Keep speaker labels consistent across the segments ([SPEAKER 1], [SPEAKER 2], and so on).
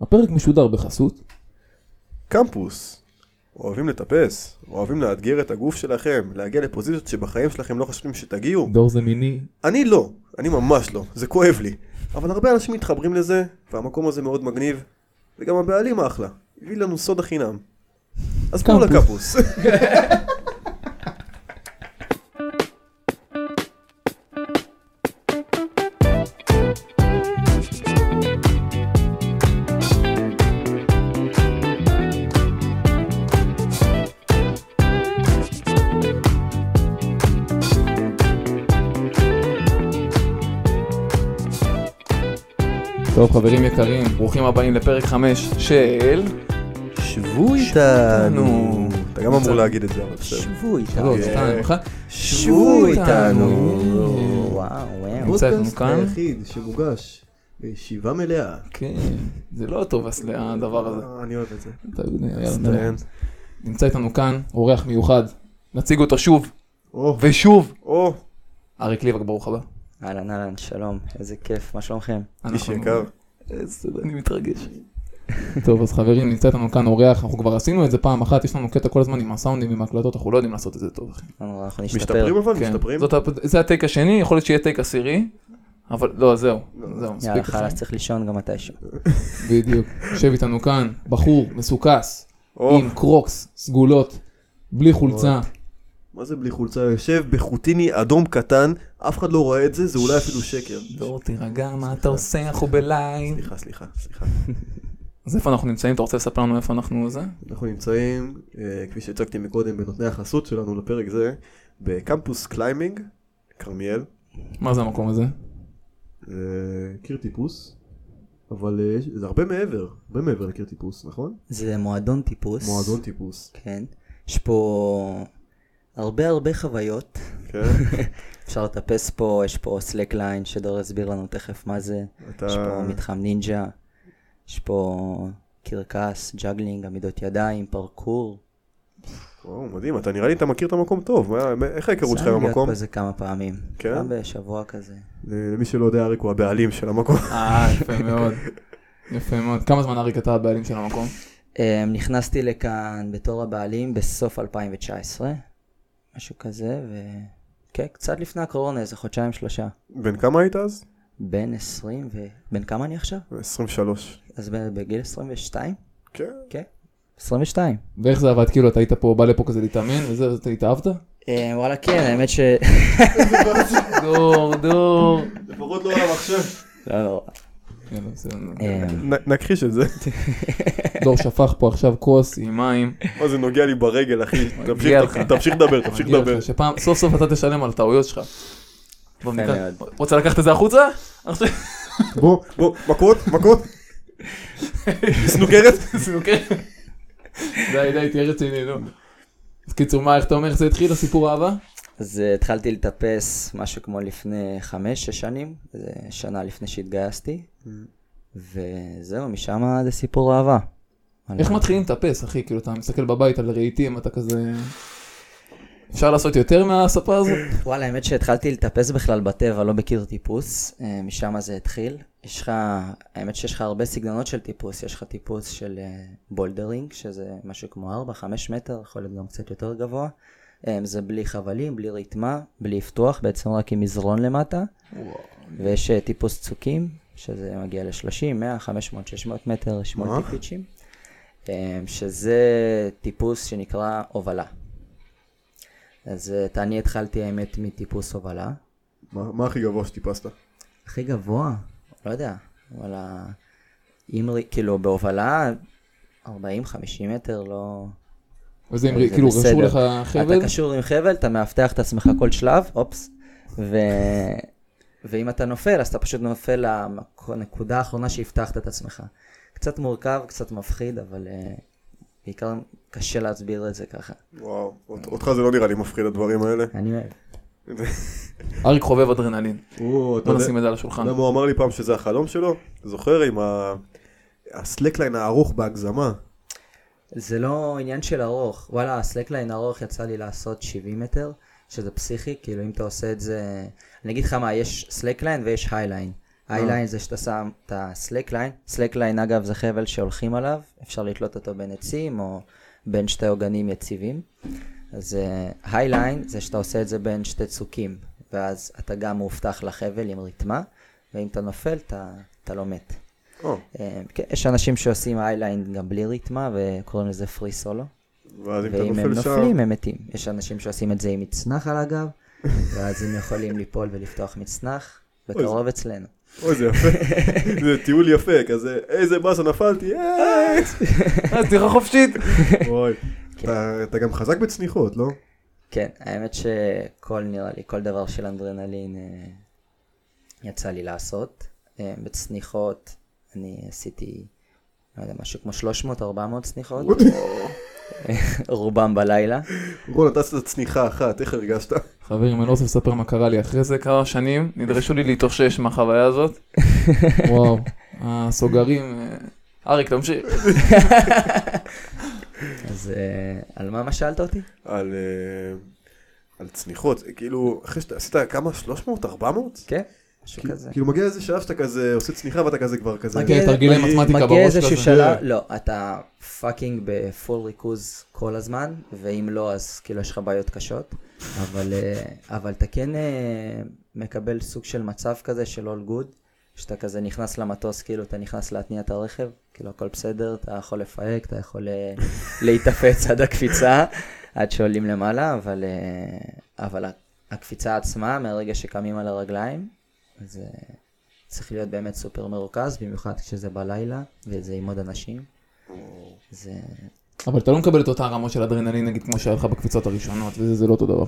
[SPEAKER 1] הפרק משודר בחסות.
[SPEAKER 2] קמפוס. אוהבים לטפס, אוהבים לאתגר את הגוף שלכם, להגיע לפוזיציות שבחיים שלכם לא חשבתם שתגיעו.
[SPEAKER 1] דור זה מיני.
[SPEAKER 2] אני לא, אני ממש לא, זה כואב לי. אבל הרבה אנשים מתחברים לזה, והמקום הזה מאוד מגניב, וגם הבעלים אחלה, הביא לנו סודה חינם. אז קוראים לה קמפוס.
[SPEAKER 3] טוב חברים יקרים, ברוכים הבאים לפרק 5 של...
[SPEAKER 4] שבו
[SPEAKER 3] נו.
[SPEAKER 4] איתנו.
[SPEAKER 2] אתה גם אמור להגיד את זה, אבל בסדר.
[SPEAKER 4] שבו איתנו.
[SPEAKER 3] שלוש, שתיים,
[SPEAKER 2] אה,
[SPEAKER 3] אחת.
[SPEAKER 4] לא, שבו איתנו. וואו, וואו.
[SPEAKER 3] נמצא איתנו
[SPEAKER 2] הפודקאסט
[SPEAKER 3] כאן.
[SPEAKER 2] היחיד שמוגש בישיבה מלאה.
[SPEAKER 3] כן, זה לא טוב אז הדבר הזה.
[SPEAKER 2] אה, אני אוהב את זה.
[SPEAKER 3] אתה יודע, יאללה, נראה.
[SPEAKER 2] מצטיין.
[SPEAKER 3] נמצא איתנו כאן אורח מיוחד, נציג אותו שוב
[SPEAKER 2] או,
[SPEAKER 3] ושוב.
[SPEAKER 2] או,
[SPEAKER 3] אריק ליבק, ברוך הבא.
[SPEAKER 4] אהלן, אהלן, שלום, איזה כיף, מה שלומכם?
[SPEAKER 2] איש
[SPEAKER 3] אנחנו-
[SPEAKER 2] יקר.
[SPEAKER 3] איזה- אני מתרגש. טוב אז חברים נמצא איתנו כאן אורח אנחנו כבר עשינו את זה פעם אחת יש לנו קטע כל הזמן עם הסאונדים עם ההקלטות אנחנו לא יודעים לעשות את זה טוב אחי.
[SPEAKER 4] לא נורא, אנחנו נשתפר.
[SPEAKER 2] משתפרים אבל?
[SPEAKER 3] כן.
[SPEAKER 2] משתפרים?
[SPEAKER 3] זאת הפ- זה הטייק השני יכול להיות שיהיה טייק עשירי אבל לא זהו זהו
[SPEAKER 4] יאללה,
[SPEAKER 3] מספיק
[SPEAKER 4] חלאס, צריך לישון גם מתישהו.
[SPEAKER 3] בדיוק יושב איתנו כאן בחור מסוכס
[SPEAKER 2] או,
[SPEAKER 3] עם קרוקס סגולות בלי חולצה
[SPEAKER 2] מה זה בלי חולצה? יושב בחוטיני אדום קטן, אף אחד לא רואה את זה, זה אולי אפילו שקר.
[SPEAKER 3] דור תירגע מה אתה עושה אנחנו בלייב
[SPEAKER 2] סליחה, סליחה, סליחה.
[SPEAKER 3] אז איפה אנחנו נמצאים אתה רוצה לספר לנו איפה אנחנו זה
[SPEAKER 2] אנחנו נמצאים, אה, כפי שהצגתי מקודם, בנותני החסות שלנו לפרק זה, בקמפוס קליימינג, כרמיאל,
[SPEAKER 3] מה זה המקום הזה
[SPEAKER 2] זה קיר טיפוס, אבל אה, יש- זה הרבה מעבר, הרבה מעבר לקיר טיפוס, נכון?
[SPEAKER 4] זה מועדון טיפוס.
[SPEAKER 2] מועדון טיפוס.
[SPEAKER 4] כן. יש פה הרבה הרבה חוויות.
[SPEAKER 2] כן,
[SPEAKER 4] אפשר לטפס פה, יש פה סלק ליין, שדור יסביר לנו תכף מה זה.
[SPEAKER 2] אתה...
[SPEAKER 4] יש פה מתחם נינג'ה. יש פה קרקס, ג'אגלינג, עמידות ידיים, פרקור.
[SPEAKER 2] וואו, מדהים, אתה נראה לי אתה מכיר את המקום טוב, מה- מה- איך ההיכרות שלך עם המקום?
[SPEAKER 4] שם להיות בזה כמה פעמים.
[SPEAKER 2] כן?
[SPEAKER 4] פעם בשבוע כזה.
[SPEAKER 2] למי שלא יודע, אריק הוא הבעלים של המקום.
[SPEAKER 3] אה יפה מאוד יפה מאוד כמה זמן אריק אתה הבעלים של המקום
[SPEAKER 4] אמ, נכנסתי לכאן בתור הבעלים בסוף 2019, משהו כזה, ו... כן, קצת לפני הקורונה, איזה חודשיים שלושה.
[SPEAKER 2] בן כמה היית אז?
[SPEAKER 4] בין 20 ו... בן כמה אני עכשיו?
[SPEAKER 2] 23.
[SPEAKER 4] אז ב- בגיל 22?
[SPEAKER 2] כן.
[SPEAKER 4] כן. 22.
[SPEAKER 3] ואיך זה עבד כאילו אתה היית פה בא לפה כזה להתאמן וזה אז אתה התאהבת
[SPEAKER 4] אמ, וואלה כן, האמת ש...
[SPEAKER 3] דור דור
[SPEAKER 2] לפחות לא על המחשב.
[SPEAKER 4] לא, לא.
[SPEAKER 3] יאללה, בסדר.
[SPEAKER 4] אמ,
[SPEAKER 2] נכחיש את זה.
[SPEAKER 3] דור שפך פה עכשיו כוס עם מים
[SPEAKER 2] מה זה נוגע לי ברגל, אחי.
[SPEAKER 3] מגיע לך.
[SPEAKER 2] תמשיך- תמשיך לדבר, תמשיך
[SPEAKER 3] מגיע לך
[SPEAKER 2] לדבר.
[SPEAKER 3] שפעם סוף סוף אתה תשלם על טעויות שלך. בוא,
[SPEAKER 4] יפה
[SPEAKER 3] מכאן-
[SPEAKER 4] מאוד.
[SPEAKER 3] רוצה לקחת את זה החוצה? עכשיו-
[SPEAKER 2] בוא, בוא, מכות, מכות. סנוקרת.
[SPEAKER 3] זה אוקיי. די די תהיה רציני נו. אז קיצור מה איך אתה אומר איך זה התחיל הסיפור אהבה?
[SPEAKER 4] אז אה, התחלתי לטפס משהו כמו לפני חמש, שש שנים, זה שנה לפני שהתגייסתי, וזהו, משם זה סיפור אהבה.
[SPEAKER 3] איך מתחילים לטפס אחי כאילו אתה מסתכל בבית על רהיטים אתה כזה. אפשר לעשות יותר מהספה הזאת?
[SPEAKER 4] וואלה, האמת שהתחלתי לטפס בכלל בטבע, לא בקיר טיפוס, אה, משם זה התחיל. יש לך, האמת שיש לך הרבה סגנונות של טיפוס, יש לך טיפוס של אה, בולדרינג, שזה משהו כמו 4-5 מטר, יכול להיות גם קצת יותר גבוה. אה, זה בלי חבלים, בלי רתמה, בלי פתוח, בעצם רק עם מזרון למטה. ויש אה, טיפוס צוקים, שזה מגיע ל-30, 100, 500, 600 מטר, יש מולטי פיצ'ים. אה, שזה טיפוס שנקרא הובלה. אז אה, את- אני התחלתי האמת מטיפוס הובלה.
[SPEAKER 2] מה מה הכי גבוה שטיפסת?
[SPEAKER 4] הכי גבוה, לא יודע, וואלה, אם ר- כאילו בהובלה 40-50 מטר, לא...
[SPEAKER 3] וזה עם
[SPEAKER 4] אוקיי, זה
[SPEAKER 3] רי- כאילו
[SPEAKER 4] בסדר.
[SPEAKER 3] רשו לך
[SPEAKER 4] אתה
[SPEAKER 3] חבל?
[SPEAKER 4] קשור עם חבל, אתה מאבטח את עצמך כל שלב, אופס, ו... ואם אתה נופל, אז אתה פשוט נופל לנקודה האחרונה שהבטחת את עצמך. קצת מורכב, קצת מפחיד, אבל אה, בעיקר קשה להסביר את זה ככה.
[SPEAKER 2] וואו, אות- אותך זה לא נראה לי מפחיד הדברים האלה.
[SPEAKER 4] אני אוהב.
[SPEAKER 3] אריק חובב אדרנלין.
[SPEAKER 2] הוא, אתה
[SPEAKER 3] בוא
[SPEAKER 2] יודע,
[SPEAKER 3] נשים את זה על
[SPEAKER 2] אתה
[SPEAKER 3] השולחן.
[SPEAKER 2] יודע מה הוא אמר לי פעם שזה החלום שלו? זוכר עם ה... הסלקליין הארוך בהגזמה.
[SPEAKER 4] זה לא עניין של ארוך, וואלה, הסלקליין ארוך יצא לי לעשות 70 מטר, שזה פסיכי, כאילו אם אתה עושה את זה, אני אגיד לך מה, יש סלקליין ויש הייליין. הייליין זה שאתה שם את הסלקליין. סלקליין אגב זה חבל שהולכים עליו, אפשר לתלות אותו בין עצים או בין שתי עוגנים יציבים. אז אה, הייליין זה שאתה עושה את זה בין שתי צוקים, ואז אתה גם מאובטח לחבל עם רתמה, ואם אתה נופל אתה, אתה לא מת.
[SPEAKER 2] או,
[SPEAKER 4] אה, כן, יש אנשים שעושים הייליין גם בלי רתמה וקוראים לזה פרי סולו.
[SPEAKER 2] ואז אם אתה
[SPEAKER 4] ואם הם
[SPEAKER 2] נופל
[SPEAKER 4] נופלים
[SPEAKER 2] שם,
[SPEAKER 4] הם מתים. יש אנשים שעושים את זה עם מצנח על הגב, ואז הם יכולים ליפול ולפתוח מצנח, בקרוב אצלנו.
[SPEAKER 2] אוי זה יפה, זה טיול יפה, כזה איזה באסה נפלתי, אה,
[SPEAKER 3] אז צריכה חופשית.
[SPEAKER 2] אוי,
[SPEAKER 4] כן.
[SPEAKER 2] אתה- אתה גם חזק בצניחות, לא?
[SPEAKER 4] כן, האמת שכל נראה לי, כל דבר של אנדרנלין אה, יצא לי לעשות. אה, בצניחות אני עשיתי, לא יודע, משהו כמו 300-400 צניחות, רובם בלילה.
[SPEAKER 2] רון, אתה עשית צניחה אחת, איך הרגשת?
[SPEAKER 3] חברים, אני לא רוצה לספר מה קרה לי אחרי זה, כמה שנים נדרשו לי להתאושש מהחוויה הזאת. וואו, הסוגרים, אה, אריק תמשיך.
[SPEAKER 4] אז אה, על מה מה שאלת אותי?
[SPEAKER 2] על אה, על צניחות, זה כאילו, אחרי שאתה עשית כמה? 300? 400?
[SPEAKER 4] כן, משהו
[SPEAKER 2] כאילו-
[SPEAKER 4] כזה.
[SPEAKER 2] כאילו מגיע איזה שלב שאתה כזה עושה צניחה ואתה כזה כבר כזה,
[SPEAKER 4] מגיע-
[SPEAKER 3] כן, תרגילי
[SPEAKER 2] מגיע-
[SPEAKER 3] מתמטיקה
[SPEAKER 4] מגיע
[SPEAKER 3] בראש
[SPEAKER 4] איזשהו
[SPEAKER 3] כזה.
[SPEAKER 4] שלב, לא, אתה פאקינג בפול ריכוז כל הזמן, ואם לא, אז כאילו יש לך בעיות קשות, אבל, אה, אבל אתה כן אה, מקבל סוג של מצב כזה של all good, שאתה כזה נכנס למטוס, כאילו אתה נכנס להתניע את הרכב, כאילו הכל בסדר, אתה יכול לפהק, אתה יכול אה, להיתפץ עד הקפיצה, עד שעולים למעלה, אבל, אה, אבל ה- הקפיצה עצמה, מהרגע שקמים על הרגליים, אז... אה, צריך להיות באמת סופר מרוכז, במיוחד כשזה בלילה, וזה עם עוד אנשים. זה...
[SPEAKER 3] אבל אתה לא מקבל את אותה רמות של אדרנלין, נגיד, כמו שהיה לך בקפיצות הראשונות, וזה זה לא אותו דבר.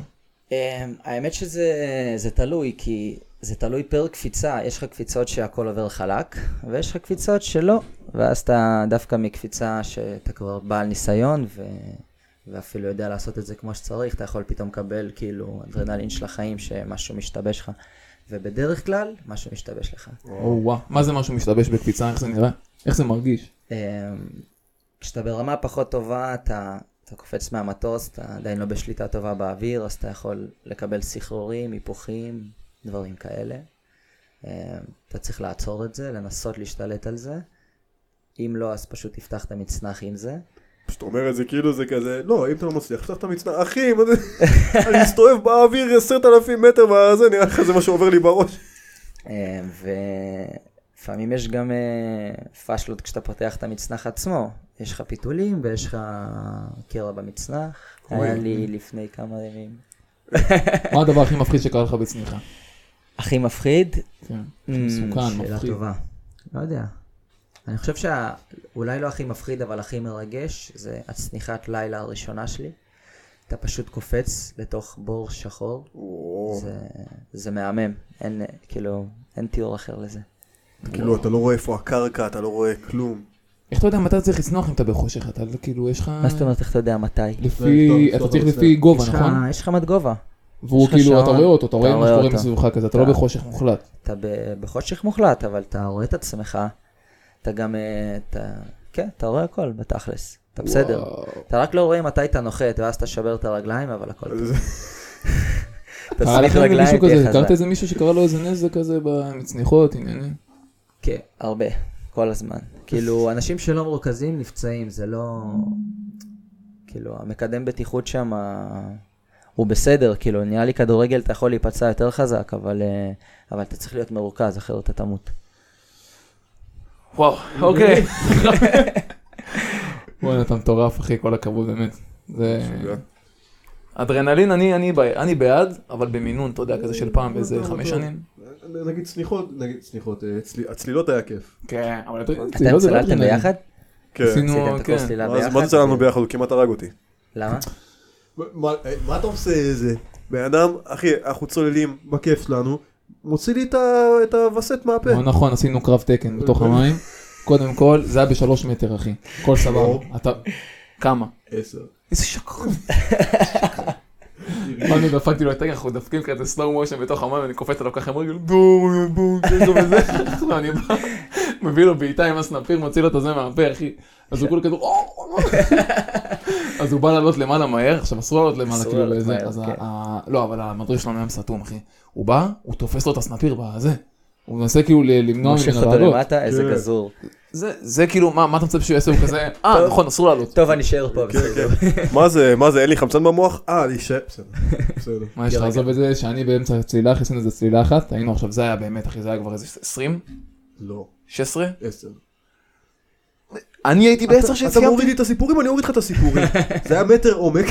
[SPEAKER 4] אמ, האמת שזה זה תלוי, כי זה תלוי פר קפיצה. יש לך קפיצות שהכל עובר חלק, ויש לך קפיצות שלא, ואז אתה דווקא מקפיצה שאתה כבר בעל ניסיון, ו... ואפילו יודע לעשות את זה כמו שצריך, אתה יכול פתאום לקבל כאילו אדרנלין של החיים שמשהו משתבש לך. ובדרך כלל, משהו משתבש לך.
[SPEAKER 3] או וואו, מה זה משהו משתבש בקפיצה, איך זה נראה? איך זה מרגיש?
[SPEAKER 4] אמ, כשאתה ברמה פחות טובה, אתה, אתה קופץ מהמטוס, אתה עדיין לא בשליטה טובה באוויר, אז אתה יכול לקבל סחרורים, היפוכים, דברים כאלה. אמ, אתה צריך לעצור את זה, לנסות להשתלט על זה. אם לא, אז פשוט תפתח את המצנח עם זה.
[SPEAKER 2] פשוט אומר את זה כאילו זה כזה, לא, אם אתה לא מצליח, שלח את המצנע, אחי, מה זה- אני מסתובב באוויר 10,000 מטר מהזה, נראה לך זה מה שעובר לי בראש.
[SPEAKER 4] אה, ולפעמים יש גם אה, פאשלות כשאתה פותח את המצנח עצמו. יש לך פיתולים ויש לך קרע במצנח. היה לי לפני כמה ימים.
[SPEAKER 3] מה הדבר הכי מפחיד שקרה לך בצניחה?
[SPEAKER 4] הכי מפחיד?
[SPEAKER 3] כן, מסוכן,
[SPEAKER 4] Hmm, Mm, שאלה
[SPEAKER 3] מפחיד.
[SPEAKER 4] טובה. לא יודע. אני חושב שאולי לא הכי מפחיד, אבל הכי מרגש, זה הצניחת לילה הראשונה שלי. אתה פשוט קופץ לתוך בור שחור. זה, זה מהמם. אין, כאילו, אין תיאור אחר לזה.
[SPEAKER 3] אה.
[SPEAKER 2] כאילו, אתה לא רואה איפה הקרקע, אתה לא רואה כלום.
[SPEAKER 3] איך אתה יודע מתי אתה צריך לצנוח אם אתה בחושך? אתה כאילו, יש לך...
[SPEAKER 4] מה זאת אומרת, לא, איך אתה יודע מתי?
[SPEAKER 3] לפי, אתה צריך לפי גובה,
[SPEAKER 4] יש לך-
[SPEAKER 3] נכון?
[SPEAKER 4] יש לך מד גובה.
[SPEAKER 3] והוא
[SPEAKER 4] יש לך
[SPEAKER 3] כאילו,
[SPEAKER 4] שעון,
[SPEAKER 3] אתה רואה אותו, אתה רואה מה שקורה
[SPEAKER 4] אותו.
[SPEAKER 3] מסביבך כזה, אתה לא
[SPEAKER 4] אתה-
[SPEAKER 3] בחושך מוחלט.
[SPEAKER 4] אתה ב- בחושך מוחלט, אבל אתה רואה את עצמך. אתה גם, אה, אתה, כן, אתה רואה הכל בתכלס. אתה בסדר.
[SPEAKER 3] וואו.
[SPEAKER 4] אתה רק לא רואה מתי אתה נוחת, ואז אתה שובר את הרגליים, אבל הכל
[SPEAKER 2] אז-
[SPEAKER 4] אתה
[SPEAKER 3] קרה
[SPEAKER 4] צריך
[SPEAKER 3] לכם איזה
[SPEAKER 4] רגליים,
[SPEAKER 3] אה, מישהו
[SPEAKER 4] תהיה
[SPEAKER 3] כזה,
[SPEAKER 4] חזק.
[SPEAKER 3] הכרת איזה מישהו שקרה לו איזה נזק כזה במצניחות, עניינים?
[SPEAKER 4] כן, הרבה, כל הזמן. כאילו, אנשים שלא מרוכזים נפצעים, זה לא... כאילו, המקדם בטיחות שם ה- הוא בסדר, כאילו, נראה לי כדורגל אתה יכול להיפצע יותר חזק, אבל, אה, אבל אתה צריך להיות מרוכז, אחרת אתה תמות.
[SPEAKER 3] וואו, אוקיי. וואלה, אתה מטורף, אחי, כל הכבוד, באמת. זה...
[SPEAKER 2] משוגע.
[SPEAKER 3] אדרנלין, אני- אני ב- אני בעד, אבל במינון, אתה יודע, כזה של פעם, באיזה חמש שנים.
[SPEAKER 2] נגיד צניחות, נגיד צניחות, אה, צלי- הצלילות היה כיף.
[SPEAKER 3] כן, אבל...
[SPEAKER 4] אתם צללתם ביחד?
[SPEAKER 2] כן.
[SPEAKER 3] עשינו,
[SPEAKER 4] עשיתם את
[SPEAKER 3] כן.
[SPEAKER 4] הקורס צלילה
[SPEAKER 2] מה זה-
[SPEAKER 4] ביחד? אוקיי.
[SPEAKER 2] מה זה צללנו ביחד? הוא כמעט הרג אותי.
[SPEAKER 4] למה?
[SPEAKER 2] מה אה, מה אתה עושה איזה? בן אדם, אחי, אנחנו צוללים בכיף שלנו, מוציא לי את ה- את הווסת מהפה.
[SPEAKER 3] לא נכון, עשינו קרב תקן בתוך המים. קודם כל, זה היה בשלוש מטר, אחי. הכל סבבה. אתה... כמה?
[SPEAKER 2] עשר.
[SPEAKER 3] איזה שקרן. באנו דפקתי לו את הגר, אנחנו דופקים כזה סלואו מושן בתוך המים, אני קופץ עליו ככה עם רגל, בום, בום, כזה וזה, עכשיו לא, אני בא, מביא לו בעיטה עם הסנפיר, מוציא לו את הזה מהפה, אחי. אז הוא כולו כזה, אז הוא בא לעלות למעלה מהר, עכשיו אסור לעלות למעלה,
[SPEAKER 4] אסור
[SPEAKER 3] כאילו
[SPEAKER 4] לעלות
[SPEAKER 3] לזה,
[SPEAKER 4] מהר,
[SPEAKER 3] אז ה-
[SPEAKER 4] כן.
[SPEAKER 3] ה- לא, אבל המדריך שלנו היה סתום, אחי. הוא בא, הוא תופס לו את הסנפיר בזה. הוא מנסה כאילו ל- למנוע
[SPEAKER 4] מושך
[SPEAKER 3] ממנו
[SPEAKER 4] אותו
[SPEAKER 3] לעלות.
[SPEAKER 4] למטה, איזה
[SPEAKER 2] כן.
[SPEAKER 4] גזור.
[SPEAKER 3] זה, זה כאילו, מה, מה אתה מצפה שהוא יעשה? הוא כזה, אה, נכון, אסור לעלות.
[SPEAKER 4] טוב, אני אשאר
[SPEAKER 2] כן,
[SPEAKER 4] פה.
[SPEAKER 3] כן,
[SPEAKER 4] בסדר.
[SPEAKER 2] מה זה, מה זה, אין לי חמצן במוח? אה, להישאר. בסדר, בסדר.
[SPEAKER 3] מה יש לך
[SPEAKER 4] רגע.
[SPEAKER 3] לעזוב את זה שאני באמצע הצלילה, חיסון איזה צלילה אחת, היינו עכשיו, זה היה באמת, אחי, זה היה כבר איזה 20?
[SPEAKER 2] לא,
[SPEAKER 3] 16?
[SPEAKER 2] עשר.
[SPEAKER 3] אני הייתי בעשר
[SPEAKER 2] אתה מוריד לי את הסיפורים, אני אוריד לך את הסיפורים. זה היה מטר עומק.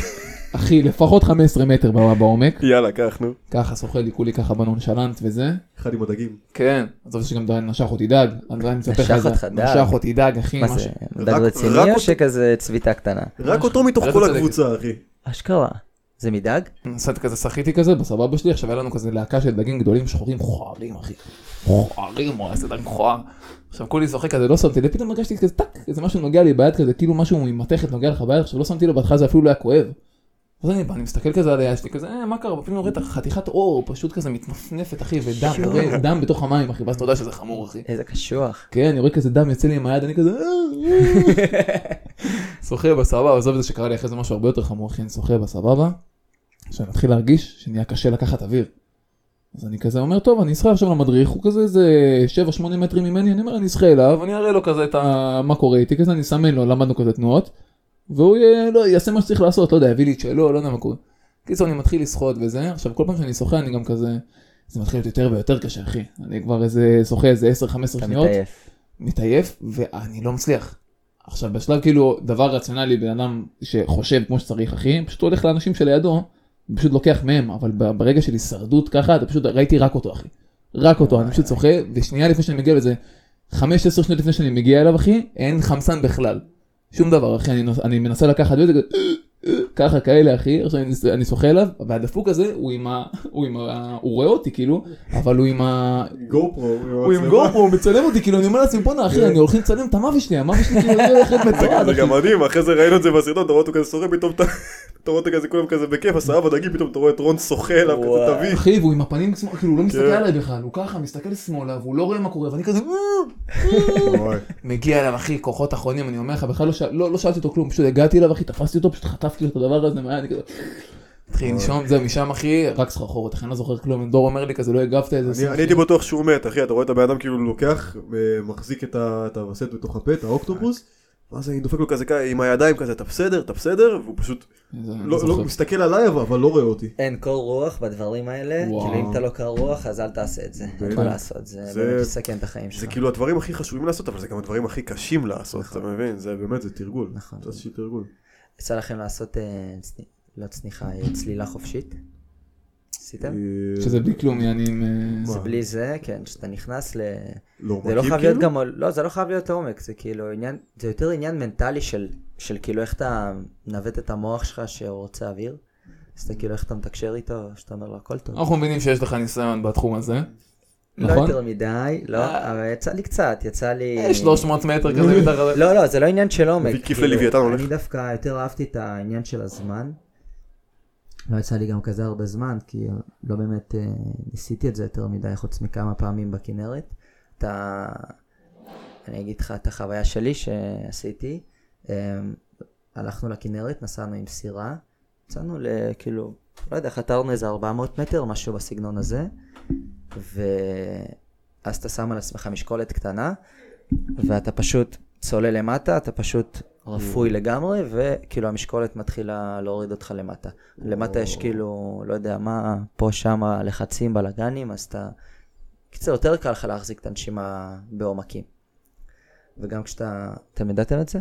[SPEAKER 3] אחי, לפחות 15 מטר בא- בעומק,
[SPEAKER 2] יאללה, קח, נו.
[SPEAKER 3] ככה סוחל לי כולי ככה בנונשלנט וזה.
[SPEAKER 2] אחד עם הדגים.
[SPEAKER 3] כן. עזוב שגם דן נשך אותי דג, אז אני מספר לך
[SPEAKER 4] נשך
[SPEAKER 3] את זה.
[SPEAKER 4] אותך דג.
[SPEAKER 3] נשך אותי דג, אחי,
[SPEAKER 4] מה
[SPEAKER 3] מה
[SPEAKER 4] זה,
[SPEAKER 3] ש-
[SPEAKER 2] רק-
[SPEAKER 4] דג
[SPEAKER 2] רק
[SPEAKER 4] רציני או
[SPEAKER 2] אותו-
[SPEAKER 4] שכזה צביטה קטנה?
[SPEAKER 2] רק אותו מתוך
[SPEAKER 3] אתה
[SPEAKER 2] כל
[SPEAKER 3] צודק.
[SPEAKER 2] הקבוצה, אחי.
[SPEAKER 4] אשכרה. זה מדג?
[SPEAKER 3] נסעתי כזה, שחיתי כזה, בסבבה שלי, עכשיו היה לנו כזה להקה של דגים גדולים שחורים חוערים, אחי. חוערים, הוא עשה דג מכוער. עכשיו כולי זוכר כזה, לא שמתי לב, פתאום הרגשתי כזה טאק, איזה משהו נוגע לי ביד כזה, כאילו משהו ממתכת נוגע לך ביד, עכשיו לא שמתי לב, בהתחלה זה אפילו לא היה כואב. אז אני בא, אני מסתכל כזה על היד שלי, כזה, אה, מה קרה, פתאום אני רואה את החתיכת אור, פשוט כזה מתנפנפת, אחי, ודם, אתה רואה דם בתוך המים, אחי, ואז אתה יודע שזה חמור, אחי.
[SPEAKER 4] איזה קשוח.
[SPEAKER 3] כן, אני רואה כזה דם יוצא לי עם היד, אני כזה... "אה, אה." שוחה בסבבה, עזוב את זה שקרה לי אחרי זה משהו הרבה יותר חמור, אחי, אני שוחה בסבבה. שאני מתחיל להרגיש שנהיה קשה לקחת אוויר. אז אני כזה אומר, טוב, אני אשחה עכשיו למדריך, הוא כזה איזה 7-8 מטרים ממני, אני אומר, אני אשחה אליו, אני אראה לו כזה את ה... מה קורה איתי, כזה אני אסמן לו, למדנו כזה תנועות, והוא יהיה, לא, יעשה מה שצריך לעשות, לא יודע, יביא לי את שלו, לא יודע מה קורה. קיצור, אני מתחיל לשחות וזה, עכשיו כל פעם שאני שוחה אני גם כזה, זה מתחיל להיות יותר ויותר קשה, אחי. אני כבר איזה, שוחה איזה 10-15
[SPEAKER 4] אתה
[SPEAKER 3] שניות,
[SPEAKER 4] מטייף.
[SPEAKER 3] מתעייף ואני לא מצליח. עכשיו בשלב כאילו דבר רציונלי בן אדם שחושב כמו שצריך אחי פשוט הולך לאנשים שלידו פשוט לוקח מהם אבל ב- ברגע של הישרדות ככה אתה פשוט ראיתי רק אותו אחי. רק אותו אני פשוט שוחה ושנייה לפני שאני מגיע לזה 5-10 שניות לפני שאני מגיע אליו אחי אין חמסן בכלל. שום דבר אחי אני, נוס, אני מנסה לקחת וזה כזה, ככה כאלה אחי עכשיו אני, אני שוחה אליו והדפוק הזה הוא עם ה... הוא עם ה... הוא רואה אותי כאילו אבל הוא עם ה...
[SPEAKER 2] גו פרו.
[SPEAKER 3] הוא עם גופו, הוא מצלם אותי, כאילו, אני אומר לעצמי, בואנה אחי, אני הולך לצלם את המוות שלי, המוות שלי כאילו הולך להיות מתועד,
[SPEAKER 2] כן. זה
[SPEAKER 3] אחי.
[SPEAKER 2] גם מדהים, אחרי זה ראינו את זה בסרטון, אתה רואה אותו כזה סורם, פתאום אתה אתה רואה אותו כזה כולם כזה בכיף, הסעה בדגים, פתאום אתה רואה את רון שוחה אליו כזה
[SPEAKER 4] וואו.
[SPEAKER 2] תביא.
[SPEAKER 3] אחי, והוא עם הפנים, שמאל, כאילו, הוא לא מסתכל
[SPEAKER 2] כן.
[SPEAKER 3] עליי בכלל, הוא ככה, מסתכל שמאלה, והוא לא רואה מה קורה, ואני כזה, "אה". מגיע אליו, אחי, כוחות אחרונים, אני אומר לך, בכלל לא שאל- לא לא שאלתי אותו כלום, פשוט הגעתי אליו, אחי, תפסתי אותו, פשוט חטפתי לו את הדבר הזה, מה, אני כזה... התחיל לנשום, זהו, משם, אחי, רק סחרחורת, אחי, אני לא זוכר כלום, דור אומר לי כזה, לא הגבת איזה...
[SPEAKER 2] אני
[SPEAKER 3] סוג
[SPEAKER 2] אני הייתי בטוח שהוא מת, אחי, אתה רואה את הבן אדם כאילו לוקח, אה, מחזיק את ה- את הווסת בתוך הפה, את האוקטופוס, ואז אני דופק לו כזה כ- עם הידיים כזה, אתה בסדר, אתה בסדר, והוא פשוט
[SPEAKER 3] של- זה- אני
[SPEAKER 2] לא-
[SPEAKER 3] זוכר.
[SPEAKER 2] לא- מסתכל עליי אבל, אבל לא רואה אותי.
[SPEAKER 4] אין קור רוח בדברים האלה,
[SPEAKER 3] וואו.
[SPEAKER 4] כאילו אם אתה לא קר רוח אז אל תעשה את זה, אין
[SPEAKER 2] בטח.
[SPEAKER 4] מה לעשות, זה
[SPEAKER 2] זה-
[SPEAKER 4] באמת יסכן את החיים
[SPEAKER 2] זה
[SPEAKER 3] אה.
[SPEAKER 4] שלך.
[SPEAKER 2] כאילו הדברים הכי חשובים לעשות, אבל זה גם הדברים הכי קשים לעשות, אתה
[SPEAKER 3] נכון.
[SPEAKER 2] מבין? זה באמת, זה תרגול.
[SPEAKER 4] נכון.
[SPEAKER 2] זה איזשהו תרגול.
[SPEAKER 4] יצא לכם לעשות, אה, צני- לא צניחה, אה, צלילה חופשית? עשיתם?
[SPEAKER 2] אה,
[SPEAKER 3] כן. שזה בלי כלום, יעני עם... אה,
[SPEAKER 2] מה?
[SPEAKER 4] זה בלי זה, כן, כשאתה נכנס ל...
[SPEAKER 2] לא
[SPEAKER 4] זה לא
[SPEAKER 2] מקים,
[SPEAKER 4] חייב להיות
[SPEAKER 2] כאילו?
[SPEAKER 4] גם, לא, זה לא חייב להיות עומק, זה כאילו עניין, זה יותר עניין מנטלי של, של כאילו איך אתה מנווט את המוח שלך שהוא רוצה אוויר, אז אתה כאילו איך אתה מתקשר איתו, שאתה אומר לו הכל טוב.
[SPEAKER 3] אנחנו מבינים שיש לך ניסיון בתחום הזה,
[SPEAKER 4] לא
[SPEAKER 3] אוקיי, נכון?
[SPEAKER 4] יותר מדי, לא,
[SPEAKER 3] אה.
[SPEAKER 4] אבל יצא לי קצת, יצא לי...
[SPEAKER 3] אה, 300 מטר כזה מתחת...
[SPEAKER 4] לא, לא, זה לא עניין של עומק.
[SPEAKER 2] וכיף
[SPEAKER 4] כאילו,
[SPEAKER 2] ללוויתן הולך.
[SPEAKER 4] אני דווקא יותר אהבתי את העניין של הזמן. לא יצא לי גם כזה הרבה זמן, כי לא באמת אה, ניסיתי את זה יותר מדי, חוץ מכמה פעמים בכנרת. אתה... אני אגיד לך את החוויה שלי שעשיתי. אה, הלכנו לכנרת, נסענו עם סירה, יצאנו לכאילו, לא יודע, חתרנו איזה 400 מטר, משהו בסגנון הזה, ואז אתה שם על עצמך משקולת קטנה, ואתה פשוט צולל למטה, אתה פשוט רפוי לגמרי, וכאילו המשקולת מתחילה להוריד אותך למטה. למטה יש כאילו, לא יודע מה, פה שם לחצים, בלאגנים, אז אתה... קיצר, יותר קל לך להחזיק את הנשימה בעומקים. וגם כשאתה... אתם ידעתם את זה?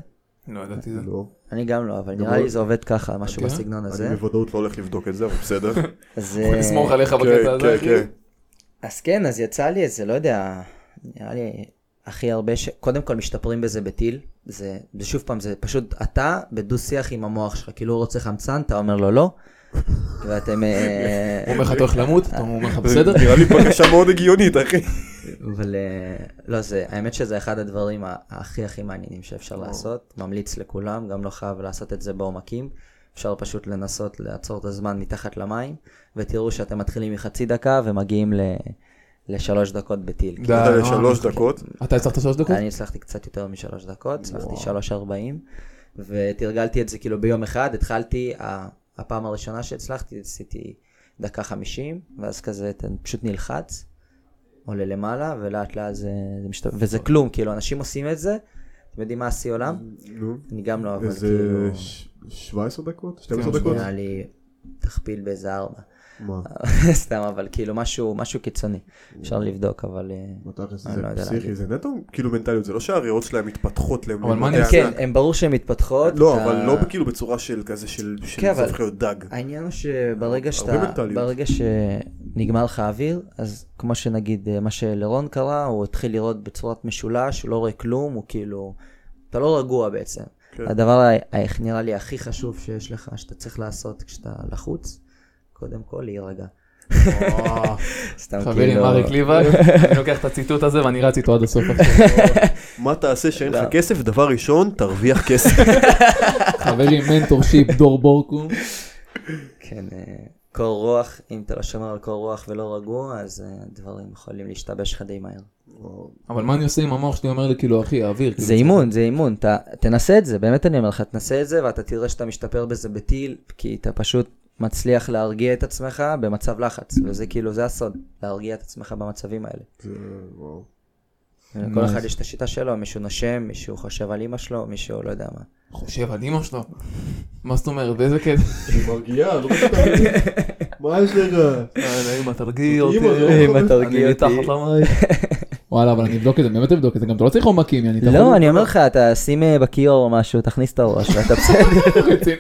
[SPEAKER 3] לא ידעתי זה.
[SPEAKER 2] לא.
[SPEAKER 4] אני גם לא, אבל
[SPEAKER 2] גם
[SPEAKER 4] נראה
[SPEAKER 2] לא.
[SPEAKER 4] לי זה עובד ככה, משהו
[SPEAKER 3] אוקיי.
[SPEAKER 4] בסגנון הזה.
[SPEAKER 2] אני בוודאות לא הולך לבדוק את זה, אבל בסדר.
[SPEAKER 4] אז, אה,
[SPEAKER 3] נסמוך עליך
[SPEAKER 2] כן,
[SPEAKER 3] בקטע הזה,
[SPEAKER 2] כן,
[SPEAKER 3] אחי.
[SPEAKER 2] כן.
[SPEAKER 4] אז כן, אז יצא לי איזה, לא יודע, נראה לי הכי הרבה ש... קודם כל משתפרים בזה בטיל. זה, זה שוב פעם, זה פשוט אתה בדו-שיח עם המוח שלך. כאילו הוא רוצה חמצן, אתה אומר לו לא, ואתם... אה,
[SPEAKER 3] הוא אומר לך אתה הולך למות, אתה אומר לך בסדר?
[SPEAKER 2] נראה לי בקשה מאוד הגיונית, אחי.
[SPEAKER 4] אבל אה, לא זה, האמת שזה אחד הדברים ה- הכי הכי מעניינים שאפשר לעשות, ממליץ לכולם, גם לא חייב לעשות את זה בעומקים, אפשר פשוט לנסות לעצור את הזמן מתחת למים, ותראו שאתם מתחילים מחצי דקה ומגיעים ל... לשלוש דקות בטיל.
[SPEAKER 3] די, אה, אוקיי.
[SPEAKER 2] אתה
[SPEAKER 3] נו.
[SPEAKER 2] יודע, שלוש דקות.
[SPEAKER 3] אתה הצלחת שלוש
[SPEAKER 1] אוקיי.
[SPEAKER 3] דקות?
[SPEAKER 4] אני הצלחתי קצת יותר משלוש דקות, הצלחתי שלוש ארבעים, ותרגלתי את זה כאילו ביום אחד, התחלתי, ה- הפעם הראשונה שהצלחתי עשיתי דקה חמישים, ואז כזה אתה פשוט נלחץ, עולה למעלה, ולאט לאט זה, זה משת... וזה כלום, כאילו, אנשים עושים את זה, אתם יודעים מה השיא עולם?
[SPEAKER 1] נו,
[SPEAKER 4] אני גם לא, אבל
[SPEAKER 1] איזה
[SPEAKER 4] כאילו,
[SPEAKER 1] ש- 17 דקות? 12
[SPEAKER 3] כן,
[SPEAKER 1] דקות?
[SPEAKER 4] נראה לי תכפיל באיזה ארבע.
[SPEAKER 1] מה?
[SPEAKER 4] אה, סתם, אבל כאילו, משהו, משהו קיצוני. אפשר לבדוק, אבל... אה,
[SPEAKER 1] בתכלס
[SPEAKER 4] אני
[SPEAKER 1] זה
[SPEAKER 4] לא יודע
[SPEAKER 1] פסיכי,
[SPEAKER 4] להגיד.
[SPEAKER 1] זה נטו כאילו מנטליות, זה לא שהריאות שלהם מתפתחות להם.
[SPEAKER 3] אבל מה
[SPEAKER 1] למדעי
[SPEAKER 3] אני-
[SPEAKER 4] כן,
[SPEAKER 1] ענק.
[SPEAKER 4] הם ברור שהן מתפתחות.
[SPEAKER 1] לא,
[SPEAKER 4] אתה-
[SPEAKER 1] אבל לא כאילו בצורה של כזה של...
[SPEAKER 4] כן,
[SPEAKER 1] כן,
[SPEAKER 4] אבל-
[SPEAKER 1] אבל... להיות דג.
[SPEAKER 4] העניין הוא שברגע
[SPEAKER 1] הרבה
[SPEAKER 4] שאתה,
[SPEAKER 1] מנטליות.
[SPEAKER 4] ברגע שנגמר לך האוויר, אז כמו שנגיד אה, מה שלרון קרה, הוא התחיל לראות בצורת משולש, הוא לא רואה כלום, הוא כאילו, אתה לא רגוע בעצם.
[SPEAKER 1] כן.
[SPEAKER 4] הדבר ה- ה- נראה לי הכי חשוב שיש לך, שאתה צריך לעשות כשאתה לחוץ, קודם כל להירגע. סתם
[SPEAKER 3] חברים,
[SPEAKER 4] כאילו-
[SPEAKER 3] אריק ליבק, אני לוקח את הציטוט הזה ואני רץ איתו עד הסוף. עכשיו.
[SPEAKER 2] מה תעשה שאין
[SPEAKER 4] לא.
[SPEAKER 2] לך כסף? דבר ראשון, תרוויח כסף.
[SPEAKER 3] חברים, מנטור שיפ, דור בורקום.
[SPEAKER 4] כן, אה, קור רוח, אם אתה לא שומר על קור רוח ולא רגוע, אז אה, דברים יכולים להשתבש לך די מהר.
[SPEAKER 3] אבל מה אני עושה אם המוח שלי אומר לי, כאילו, אחי, האוויר. כאילו,
[SPEAKER 4] זה אימון, זה אימון, אתה, תנסה את זה, באמת אני אומר לך, תנסה את זה ואתה תראה שאתה משתפר בזה בטיל, כי אתה פשוט מצליח להרגיע את עצמך במצב לחץ, וזה כאילו, זה הסוד, להרגיע את עצמך במצבים האלה.
[SPEAKER 1] זה- וואו.
[SPEAKER 4] כל
[SPEAKER 3] Nice.
[SPEAKER 4] אחד יש את השיטה שלו, מישהו נושם, מישהו חושב על אימא שלו, מישהו לא יודע מה.
[SPEAKER 3] חושב על אמא שלו. מה זאת אומרת, באיזה קטע?
[SPEAKER 1] היא מרגיעה, לא מבין. מה יש לך?
[SPEAKER 3] אמא תרגיע
[SPEAKER 1] אותי, אמא, זה אמא,
[SPEAKER 4] לא תרגיע אני אותי. מתחת
[SPEAKER 3] למים. וואלה, אבל אני אבדוק את זה, באמת אבדוק את זה, גם אתה לא צריך עומקים, יעני, אתה
[SPEAKER 4] לא, אני אומר לך, אתה שים אה, בכיור או משהו, תכניס את הראש ואתה בסדר.
[SPEAKER 3] רציני.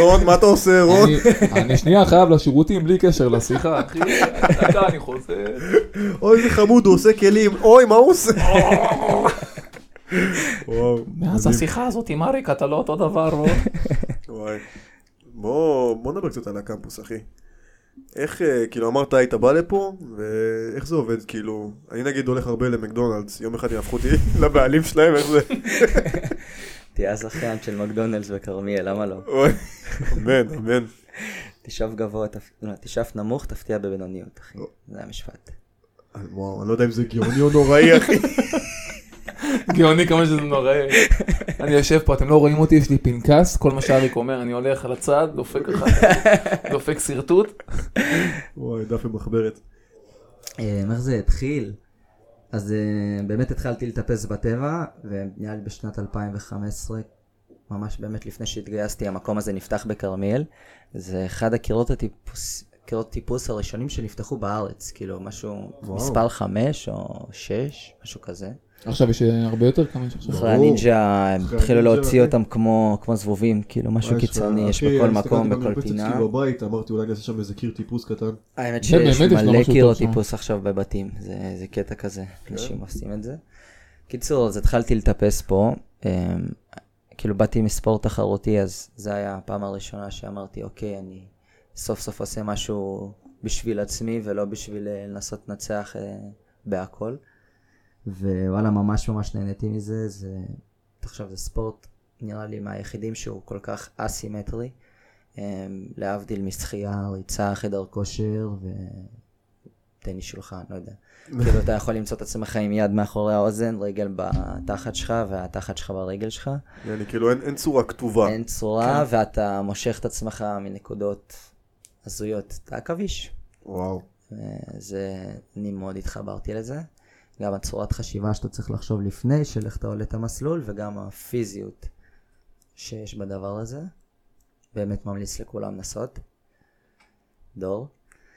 [SPEAKER 2] רון, מה אתה עושה,
[SPEAKER 4] לא.
[SPEAKER 2] רון?
[SPEAKER 3] אני- אני שנייה חייב לשירותים בלי קשר לשיחה, אחי. דקה, אני חוזר.
[SPEAKER 2] אוי, איזה חמוד, הוא עושה כלים. אוי, מה הוא עושה?
[SPEAKER 1] וואו.
[SPEAKER 3] מאז
[SPEAKER 1] מדהים.
[SPEAKER 3] השיחה הזאת עם אריק אתה לא אותו דבר, רון.
[SPEAKER 2] וואי. בוא, בוא נדבר קצת על הקמפוס, אחי. איך, אה, כאילו, אמרת היית בא לפה, ואיך זה עובד, כאילו, אני נגיד הולך הרבה למקדונלדס, יום אחד יהפכו אותי לבעלים שלהם, איך זה,
[SPEAKER 4] תהיה הזכיין של מקדונלדס בכרמיאל, למה לא?
[SPEAKER 2] אוי, אמן, אמן.
[SPEAKER 4] תשאף גבוה, תפ- לא, תשאף נמוך, תפתיע בבינוניות, אחי.
[SPEAKER 1] לא.
[SPEAKER 4] זה המשפט.
[SPEAKER 1] וואו, אני לא יודע אם זה גאוני או נוראי, אחי.
[SPEAKER 3] גאוני כמה שזה נוראי. אני יושב פה, אתם לא רואים אותי, יש לי פנקס, כל מה שאריק אומר, אני הולך על הצד, דופק ככה, דופק שרטוט.
[SPEAKER 1] וואי, דף עם מחברת.
[SPEAKER 4] אה, איך זה התחיל? אז אה, באמת התחלתי לטפס בטבע, ונראה לי בשנת 2015, ממש באמת לפני שהתגייסתי, המקום הזה נפתח בכרמיאל. זה אחד הקירות הטיפוס, קירות טיפוס הראשונים שנפתחו בארץ, כאילו משהו,
[SPEAKER 1] וואו.
[SPEAKER 4] מספר חמש או שש, משהו כזה.
[SPEAKER 3] עכשיו יש אה, הרבה יותר כמה יש עכשיו.
[SPEAKER 4] אחרי הנינג'ה, הם
[SPEAKER 1] אחרי
[SPEAKER 4] התחילו
[SPEAKER 1] הנינג'ה,
[SPEAKER 4] להוציא
[SPEAKER 1] אחי.
[SPEAKER 4] אותם כמו כמו זבובים, כאילו משהו
[SPEAKER 1] וואי,
[SPEAKER 4] קיצוני, יש
[SPEAKER 1] אחי,
[SPEAKER 4] בכל
[SPEAKER 1] אני
[SPEAKER 4] מקום,
[SPEAKER 1] הסתכלתי
[SPEAKER 4] בכל
[SPEAKER 1] במרפסת
[SPEAKER 4] פינה.
[SPEAKER 1] אצלי בבית, אמרתי אולי אני אעשה שם איזה קיר טיפוס קטן.
[SPEAKER 4] האמת
[SPEAKER 3] זה באמת
[SPEAKER 4] שיש
[SPEAKER 3] יש לו
[SPEAKER 4] מלא
[SPEAKER 3] משהו
[SPEAKER 4] קירות
[SPEAKER 3] טוב שם.
[SPEAKER 4] טיפוס עכשיו בבתים, זה, זה קטע כזה, אנשים עושים את זה. קיצור, אז התחלתי לטפס פה, אמ, כאילו באתי מספורט תחרותי, אז זה היה הפעם הראשונה שאמרתי, אוקיי, אני סוף סוף עושה משהו בשביל עצמי ולא בשביל אה, לנסות לנצח אה, בהכל. ווואלה, ממש ממש נהניתי מזה, זה... עכשיו זה ספורט, נראה לי מהיחידים שהוא כל כך אסימטרי. אמ, להבדיל משחייה, ריצה, חדר כושר וטניס שולחן, לא יודע. כאילו אתה יכול למצוא את עצמך עם יד מאחורי האוזן, רגל בתחת שלך והתחת שלך ברגל שלך.
[SPEAKER 2] אני כאילו, אין- אין צורה כתובה.
[SPEAKER 4] אין צורה ואתה מושך את עצמך מנקודות הזויות. אתה עכביש.
[SPEAKER 1] וואו.
[SPEAKER 4] זה, אני מאוד התחברתי לזה. גם הצורת חשיבה שאתה צריך לחשוב לפני, של איך אתה עולה את המסלול, וגם הפיזיות שיש בדבר הזה. באמת ממליץ לכולם לנסות. דור.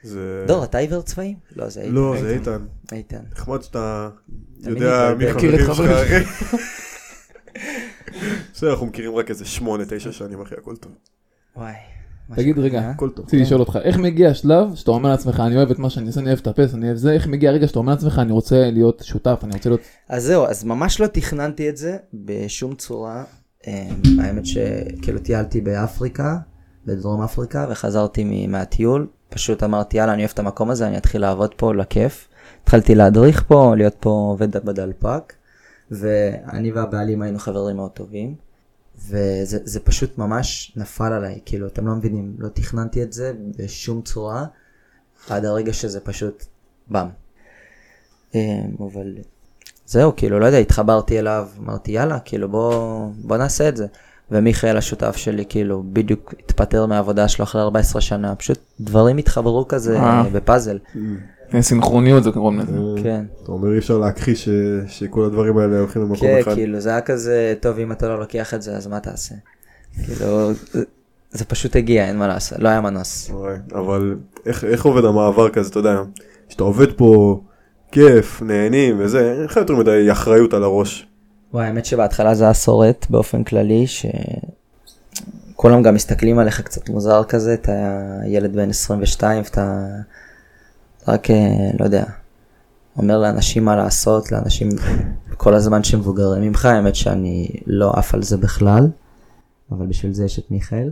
[SPEAKER 2] זה...
[SPEAKER 4] דור, אתה עיוור צבעים? לא, זה איתן.
[SPEAKER 2] אה. לא, זה איתן.
[SPEAKER 4] איתן.
[SPEAKER 2] נחמד שאתה
[SPEAKER 4] אתה
[SPEAKER 2] יודע מי
[SPEAKER 4] יודע.
[SPEAKER 3] מכיר את
[SPEAKER 2] חברים שלך.
[SPEAKER 3] חברים.
[SPEAKER 2] בסדר, אנחנו מכירים רק איזה שמונה, תשע שנים, אחי, הכל טוב.
[SPEAKER 4] וואי. אה?
[SPEAKER 3] תגיד רגע,
[SPEAKER 1] הכל טוב.
[SPEAKER 3] רציתי לשאול אותך, איך מגיע השלב שאתה אומר לעצמך, אני אוהב את מה שאני עושה, אני אוהב לטפס, אני אוהב זה, איך מגיע הרגע שאתה אומר לעצמך, אני רוצה להיות שותף, אני רוצה להיות...
[SPEAKER 4] אז זהו, אז ממש לא תכננתי את זה בשום צורה. אה, האמת שכאילו טיילתי באפריקה, בדרום אפריקה, וחזרתי מ- מהטיול. פשוט אמרתי, יאללה, אני אוהב את המקום הזה, אני אתחיל לעבוד פה לכיף. התחלתי להדריך פה, להיות פה עובד בדלפק, ואני והבעלים היינו חברים מאוד טובים. וזה זה פשוט ממש נפל עליי, כאילו, אתם לא מבינים, לא תכננתי את זה בשום צורה, עד הרגע שזה פשוט באם. אה, אבל זהו, כאילו, לא יודע, התחברתי אליו, אמרתי, יאללה, כאילו, בוא, בוא נעשה את זה. ומיכאל השותף שלי, כאילו, בדיוק התפטר מהעבודה שלו אחרי 14 שנה, פשוט דברים התחברו כזה
[SPEAKER 3] אה.
[SPEAKER 4] אה, בפאזל.
[SPEAKER 3] אה, סינכרוניות זה קוראים לזה.
[SPEAKER 4] כן.
[SPEAKER 2] אתה אומר אי אפשר להכחיש ש- שכל הדברים האלה הולכים למקום
[SPEAKER 4] כן,
[SPEAKER 2] אחד.
[SPEAKER 4] כאילו, זה היה כזה, טוב, אם אתה לא לוקח את זה, אז מה תעשה? כאילו, זה- זה פשוט הגיע, אין מה לעשות, לא היה מנוס.
[SPEAKER 2] וואי, אוקיי, אבל איך, איך עובד המעבר כזה, אתה יודע, שאתה עובד פה, כיף, נהנים וזה, אין לך יותר מדי אחריות על הראש.
[SPEAKER 4] וואי, האמת שבהתחלה זה היה שורט באופן כללי, שכולם גם מסתכלים עליך קצת מוזר כזה, אתה ילד בן 22, אתה אתה רק, אה, לא יודע, אומר לאנשים מה לעשות, לאנשים כל הזמן שמבוגרים ממך, האמת שאני לא עף על זה בכלל, אבל בשביל זה יש את מיכאל.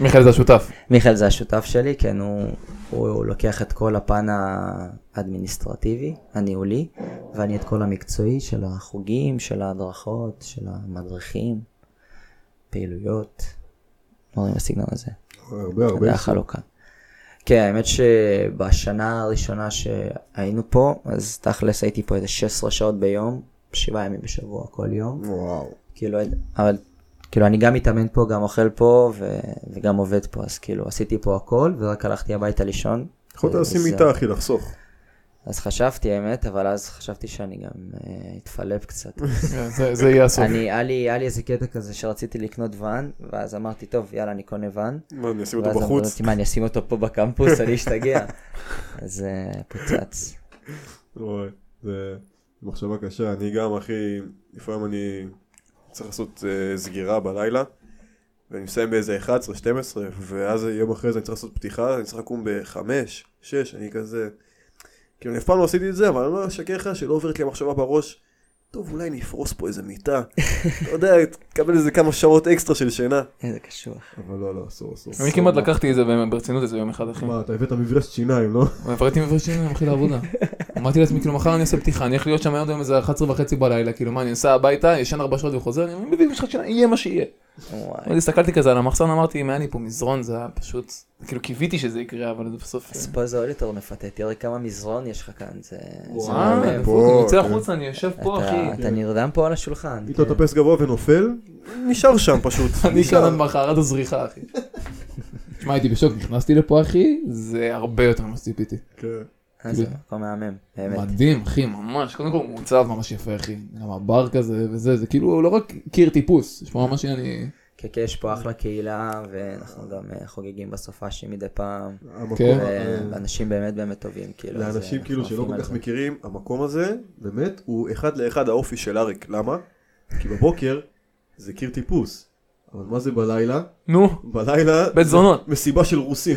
[SPEAKER 3] מיכאל זה השותף.
[SPEAKER 4] מיכאל זה השותף שלי, כן, הוא, הוא, הוא לוקח את כל הפן האדמיניסטרטיבי, הניהולי, ואני את כל המקצועי של החוגים, של ההדרכות, של המדריכים, פעילויות, לא דברים בסגנון הזה.
[SPEAKER 2] הרבה
[SPEAKER 4] זה היה חלוקה. כן, האמת שבשנה הראשונה שהיינו פה, אז תכלס הייתי פה איזה 16 שעות ביום, שבעה ימים בשבוע כל יום.
[SPEAKER 2] וואו.
[SPEAKER 4] כאילו, אבל כאילו אני גם מתאמן פה, גם אוכל פה ו... וגם עובד פה, אז כאילו עשיתי פה הכל ורק הלכתי הביתה לישון.
[SPEAKER 2] יכולת לשים
[SPEAKER 4] וזה-
[SPEAKER 2] מיטה אחי לחסוך.
[SPEAKER 4] אז חשבתי האמת, אבל אז חשבתי שאני גם אה, אתפלפ קצת.
[SPEAKER 3] כן, זה- זה יהיה הסוף.
[SPEAKER 4] אני, היה לי, היה לי איזה קטע כזה שרציתי לקנות ואן, ואז אמרתי, טוב, יאללה, אני קונה ואן.
[SPEAKER 2] מה, אני אשים
[SPEAKER 4] ואז
[SPEAKER 2] אותו בחוץ?
[SPEAKER 4] אמרתי, מה, אני אשים אותו פה בקמפוס, אני אשתגע. אז אה, פוצץ.
[SPEAKER 2] וואי, זה מחשבה קשה. אני גם, אחי, לפעמים אני צריך לעשות אה, סגירה בלילה, ואני מסיים באיזה 11-12, ואז יום אחרי זה אני צריך לעשות פתיחה, אני צריך לקום ב-5-6, אני כזה... כאילו, אני אף פעם לא עשיתי את זה, אבל אני לא אשקר לך שלא עוברת לי המחשבה בראש. טוב, אולי אני אפרוס פה איזה מיטה. אתה יודע, תקבל איזה כמה שעות אקסטרה של שינה.
[SPEAKER 4] איזה קשוח.
[SPEAKER 2] אבל לא, לא, אסור, אסור.
[SPEAKER 3] אני כמעט לקחתי את זה באמת ברצינות את זה יום אחד אחי.
[SPEAKER 2] מה, אתה הבאת מברשת שיניים, לא?
[SPEAKER 3] עברתי מפרשים אחי לעבודה. אמרתי לעצמי כאילו מחר אני עושה פתיחה אני הולך להיות שם היום איזה 11 וחצי בלילה כאילו מה אני נוסע הביתה ישן 4 שעות וחוזר אני מביא משחק שלה יהיה מה שיהיה.
[SPEAKER 4] וואי.
[SPEAKER 3] ואז הסתכלתי כזה על המחסן אמרתי אם היה לי פה מזרון זה היה פשוט כאילו קיוויתי שזה יקרה אבל זה בסוף.
[SPEAKER 4] אז פה זה עוד יותר מפתה, תראה כמה מזרון יש לך כאן, זה... זה
[SPEAKER 3] וואי,
[SPEAKER 4] מהמם.
[SPEAKER 3] אני
[SPEAKER 2] פה,
[SPEAKER 3] אה, יוצא
[SPEAKER 2] כן.
[SPEAKER 3] החוצה אני יושב פה
[SPEAKER 4] אתה-
[SPEAKER 3] אחי.
[SPEAKER 4] אתה נרדם פה על השולחן.
[SPEAKER 2] פתאום
[SPEAKER 4] כן.
[SPEAKER 2] טפס גבוה ונופל, נשאר שם פשוט.
[SPEAKER 3] אני
[SPEAKER 2] נשאר.
[SPEAKER 3] כאן בחרד הזריחה אחי. תשמע הייתי בשוק נכנסתי לפה אחי זה הרבה יותר ממה שציפיתי.
[SPEAKER 2] כן.
[SPEAKER 4] אה, זה מקום מהמם, באמת.
[SPEAKER 3] מדהים אחי ממש קודם כל הוא מעוצב ממש יפה אחי. גם הבר כזה וזה זה כאילו לא רק קיר טיפוס יש פה ממש אני.
[SPEAKER 4] כן, כן, יש פה אחלה קהילה, ואנחנו גם אה, חוגגים בסופ"ש מדי פעם,
[SPEAKER 2] המקום,
[SPEAKER 3] כן.
[SPEAKER 2] אה,
[SPEAKER 4] ואנשים באמת באמת טובים, כאילו. אז,
[SPEAKER 2] לאנשים
[SPEAKER 4] אה,
[SPEAKER 2] כאילו
[SPEAKER 4] אנחנו
[SPEAKER 2] שלא
[SPEAKER 4] עפים
[SPEAKER 2] כל
[SPEAKER 4] על
[SPEAKER 2] כך
[SPEAKER 4] זה.
[SPEAKER 2] מכירים, המקום הזה, באמת, הוא אחד לאחד האופי של אריק. למה? כי בבוקר זה קיר טיפוס. אבל מה זה בלילה?
[SPEAKER 3] נו
[SPEAKER 2] בלילה...
[SPEAKER 3] בית
[SPEAKER 2] זה
[SPEAKER 3] זונות.
[SPEAKER 2] מסיבה של רוסים.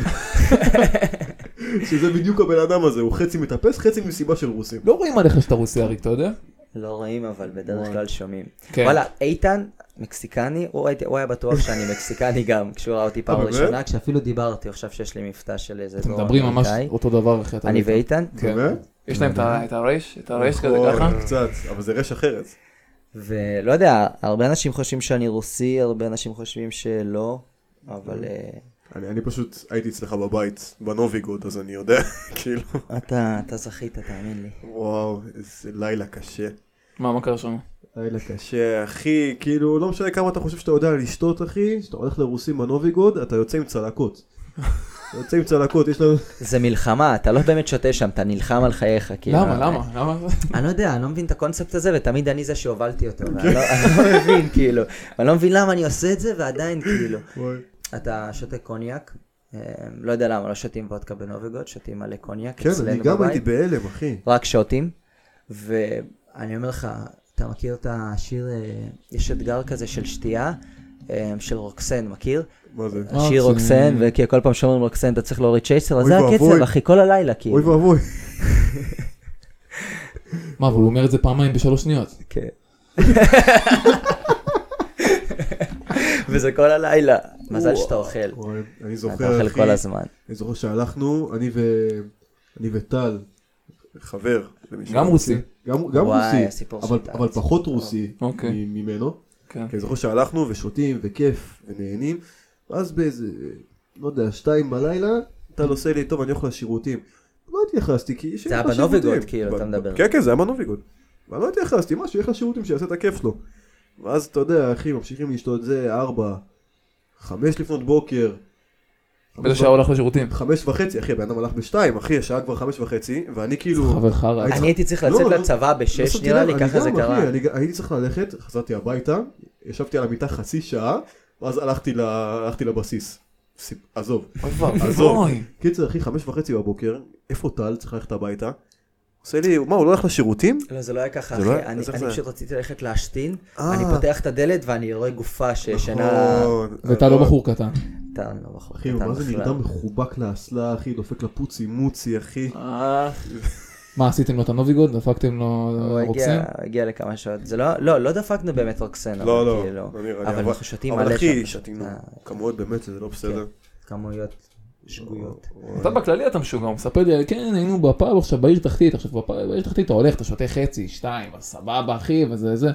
[SPEAKER 2] שזה בדיוק הבן אדם הזה, הוא חצי מטפס, חצי מסיבה של רוסים.
[SPEAKER 3] לא רואים עליך שאתה רוסי אריק אתה יודע.
[SPEAKER 4] לא רואים, אבל בדרך כלל שומעים.
[SPEAKER 3] כן.
[SPEAKER 4] וואלה, איתן, מקסיקני, הוא הייתי- הוא היה בטוח שאני מקסיקני גם, כשהוא ראה אותי פעם
[SPEAKER 2] אה, באמת?
[SPEAKER 4] ראשונה, כשאפילו דיברתי, הוא חשב שיש לי מבטא של איזה
[SPEAKER 3] אתם
[SPEAKER 4] דרום
[SPEAKER 3] מדברים ממש
[SPEAKER 4] אמריקאי.
[SPEAKER 3] אותו דבר אחי. אתה
[SPEAKER 4] לא, אני
[SPEAKER 3] יודע.
[SPEAKER 4] ואיתן,
[SPEAKER 3] כן.
[SPEAKER 2] באמת?
[SPEAKER 3] יש להם את ה- את הרייש את הרייש כזה
[SPEAKER 2] נכון,
[SPEAKER 3] ככה.
[SPEAKER 2] קצת, אבל זה רש אחרת.
[SPEAKER 4] ולא יודע, הרבה אנשים חושבים שאני רוסי, הרבה אנשים חושבים שלא, אבל אה,
[SPEAKER 2] אני אני פשוט הייתי אצלך בבית, בנוביגוד, אז אני יודע, כאילו,
[SPEAKER 4] אתה אתה זכית, תאמין לי.
[SPEAKER 2] וואו, איזה לילה קשה.
[SPEAKER 3] מה מה קרה שם?
[SPEAKER 2] לילה קשה, אחי, כאילו, לא משנה כמה אתה חושב שאתה יודע לשתות, אחי, כשאתה הולך לרוסים בנוביגוד, אתה יוצא עם צלקות. אתה יוצא עם צלקות, יש לנו...
[SPEAKER 4] זה מלחמה, אתה לא באמת שותה שם, אתה נלחם על חייך. כאילו.
[SPEAKER 3] למה למה למה?
[SPEAKER 4] אני לא יודע, אני לא מבין את הקונספט הזה, ותמיד אני זה שהובלתי אותו, ואני לא- אני לא מבין, כאילו. אני לא מבין למה אני עושה את זה, ועדיין, כאילו. אתה שותה קוניאק, אה, לא יודע למה, לא שותים וודקה בנוביגוד, שותים מלא קוניאק
[SPEAKER 2] כן, אני
[SPEAKER 4] אצלנו
[SPEAKER 2] גם
[SPEAKER 4] בבית.
[SPEAKER 2] הייתי בהלם, אחי.
[SPEAKER 4] רק שוטים, ואני אומר לך, אתה מכיר את השיר, אה, יש אתגר כזה של שתייה, אה, של רוקסן, מכיר?
[SPEAKER 2] מה זה?
[SPEAKER 4] השיר
[SPEAKER 3] רוקסן.
[SPEAKER 4] רוקסן, וכי כל פעם שאומרים רוקסן אתה צריך להוריד צ'ייסר, אז
[SPEAKER 2] אוי
[SPEAKER 4] זה
[SPEAKER 2] ואבוי.
[SPEAKER 4] הקצב, אחי, כל הלילה,
[SPEAKER 2] אוי
[SPEAKER 4] כאילו.
[SPEAKER 2] ואבוי.
[SPEAKER 3] מה אבל הוא אומר את זה פעמיים בשלוש שניות.
[SPEAKER 4] כן. וזה כל הלילה. מזל שאתה אוכל,
[SPEAKER 2] וואי, אני
[SPEAKER 4] אתה
[SPEAKER 2] זוכר,
[SPEAKER 4] אוכל
[SPEAKER 2] אחי,
[SPEAKER 4] כל הזמן.
[SPEAKER 2] אני זוכר שהלכנו, אני ו... אני וטל, חבר. למי שלא
[SPEAKER 3] גם רוסי.
[SPEAKER 2] מכיר. גם גם
[SPEAKER 4] וואי,
[SPEAKER 2] רוסי,
[SPEAKER 4] הסיפור
[SPEAKER 2] אבל-
[SPEAKER 4] של טל.
[SPEAKER 2] אבל פחות רוסי
[SPEAKER 3] אוקיי.
[SPEAKER 2] מ- ממנו.
[SPEAKER 3] כן.
[SPEAKER 2] כי אני זוכר שהלכנו ושותים וכיף ונהנים, ואז באיזה, לא יודע, שתיים בלילה, טל עושה לי, טוב, אני הולך לשירותים. לא התייחסתי, כי... שילך
[SPEAKER 4] היה
[SPEAKER 2] לשירותים.
[SPEAKER 4] בנוביגוד, כאילו,
[SPEAKER 2] ב-
[SPEAKER 4] אתה
[SPEAKER 2] ב-
[SPEAKER 4] מדבר.
[SPEAKER 2] כן, כן, זה היה בנוביגוד. אבל לא התייחסתי, מה, שילך לשירותים, שיעשה את הכיף שלו. ואז, אתה יודע, אחי, ממשיכים לשתות זה, ארבע, חמש לפנות בוקר.
[SPEAKER 3] באיזה שעה הוא הולך לשירותים?
[SPEAKER 2] חמש וחצי, אחי, הבן אדם הלך בשתיים, אחי, השעה כבר חמש וחצי, ואני כאילו...
[SPEAKER 3] חבר חרא.
[SPEAKER 2] הייתי
[SPEAKER 4] אני הייתי צריך
[SPEAKER 2] לא,
[SPEAKER 4] לצאת
[SPEAKER 2] לא.
[SPEAKER 4] לצבא
[SPEAKER 2] לא
[SPEAKER 4] בשש
[SPEAKER 2] שמתי
[SPEAKER 4] נראה
[SPEAKER 2] לב,
[SPEAKER 4] לי,
[SPEAKER 2] אני
[SPEAKER 4] ככה
[SPEAKER 2] גם,
[SPEAKER 4] זה
[SPEAKER 2] אחי,
[SPEAKER 4] קרה.
[SPEAKER 2] אני ג- הייתי צריך ללכת, חזרתי הביתה, ישבתי על המיטה חצי שעה, ואז הלכתי ל- הלכתי לבסיס. סיפ- עזוב.
[SPEAKER 3] אוי ואבוי.
[SPEAKER 2] עזוב. קיצר, אחי, חמש וחצי בבוקר, איפה טל? צריך ללכת הביתה. עושה לי, מה, הוא לא הולך לשירותים?
[SPEAKER 4] לא, זה לא היה ככה,
[SPEAKER 2] זה לא
[SPEAKER 4] אחי.
[SPEAKER 2] היה?
[SPEAKER 4] אני
[SPEAKER 2] אז איך
[SPEAKER 4] אני
[SPEAKER 2] זה היה?
[SPEAKER 4] פשוט רציתי ללכת להשתין,
[SPEAKER 2] אה.
[SPEAKER 4] אני פותח את הדלת ואני רואה גופה שישנה...
[SPEAKER 2] נכון.
[SPEAKER 3] ואתה לא בחור קטן.
[SPEAKER 4] אתה לא בחור
[SPEAKER 2] אחי, הוא
[SPEAKER 4] קטן
[SPEAKER 2] מה זה
[SPEAKER 4] בכלל.
[SPEAKER 2] נרדם מחובק לאסלה, אחי, דופק לפוצי מוצי, אחי.
[SPEAKER 4] אה,
[SPEAKER 3] אה. מה, עשיתם לו את הנוביגוד? דפקתם לו
[SPEAKER 4] הוא הגיע-
[SPEAKER 3] רוקסן?
[SPEAKER 4] הגיע לכמה שעות. זה לא, לא, לא דפקנו באמת רוקסן, אבל
[SPEAKER 2] לא, לא,
[SPEAKER 4] כאילו...
[SPEAKER 2] לא נראה לי,
[SPEAKER 4] אבל אנחנו שותים מלא
[SPEAKER 2] אבל אחי,
[SPEAKER 4] שם.
[SPEAKER 2] שתינו
[SPEAKER 4] אה, כן.
[SPEAKER 2] כמויות באמת, זה לא בסדר.
[SPEAKER 4] כמויות שגויות.
[SPEAKER 3] אתה בכללי אתה משוגע, הוא מספר לי, כן, היינו בפאב עכשיו בעיר תחתית, עכשיו בפאב, בעיר תחתית אתה הולך, אתה שותה חצי, שתיים, אז סבבה אחי, וזה זה.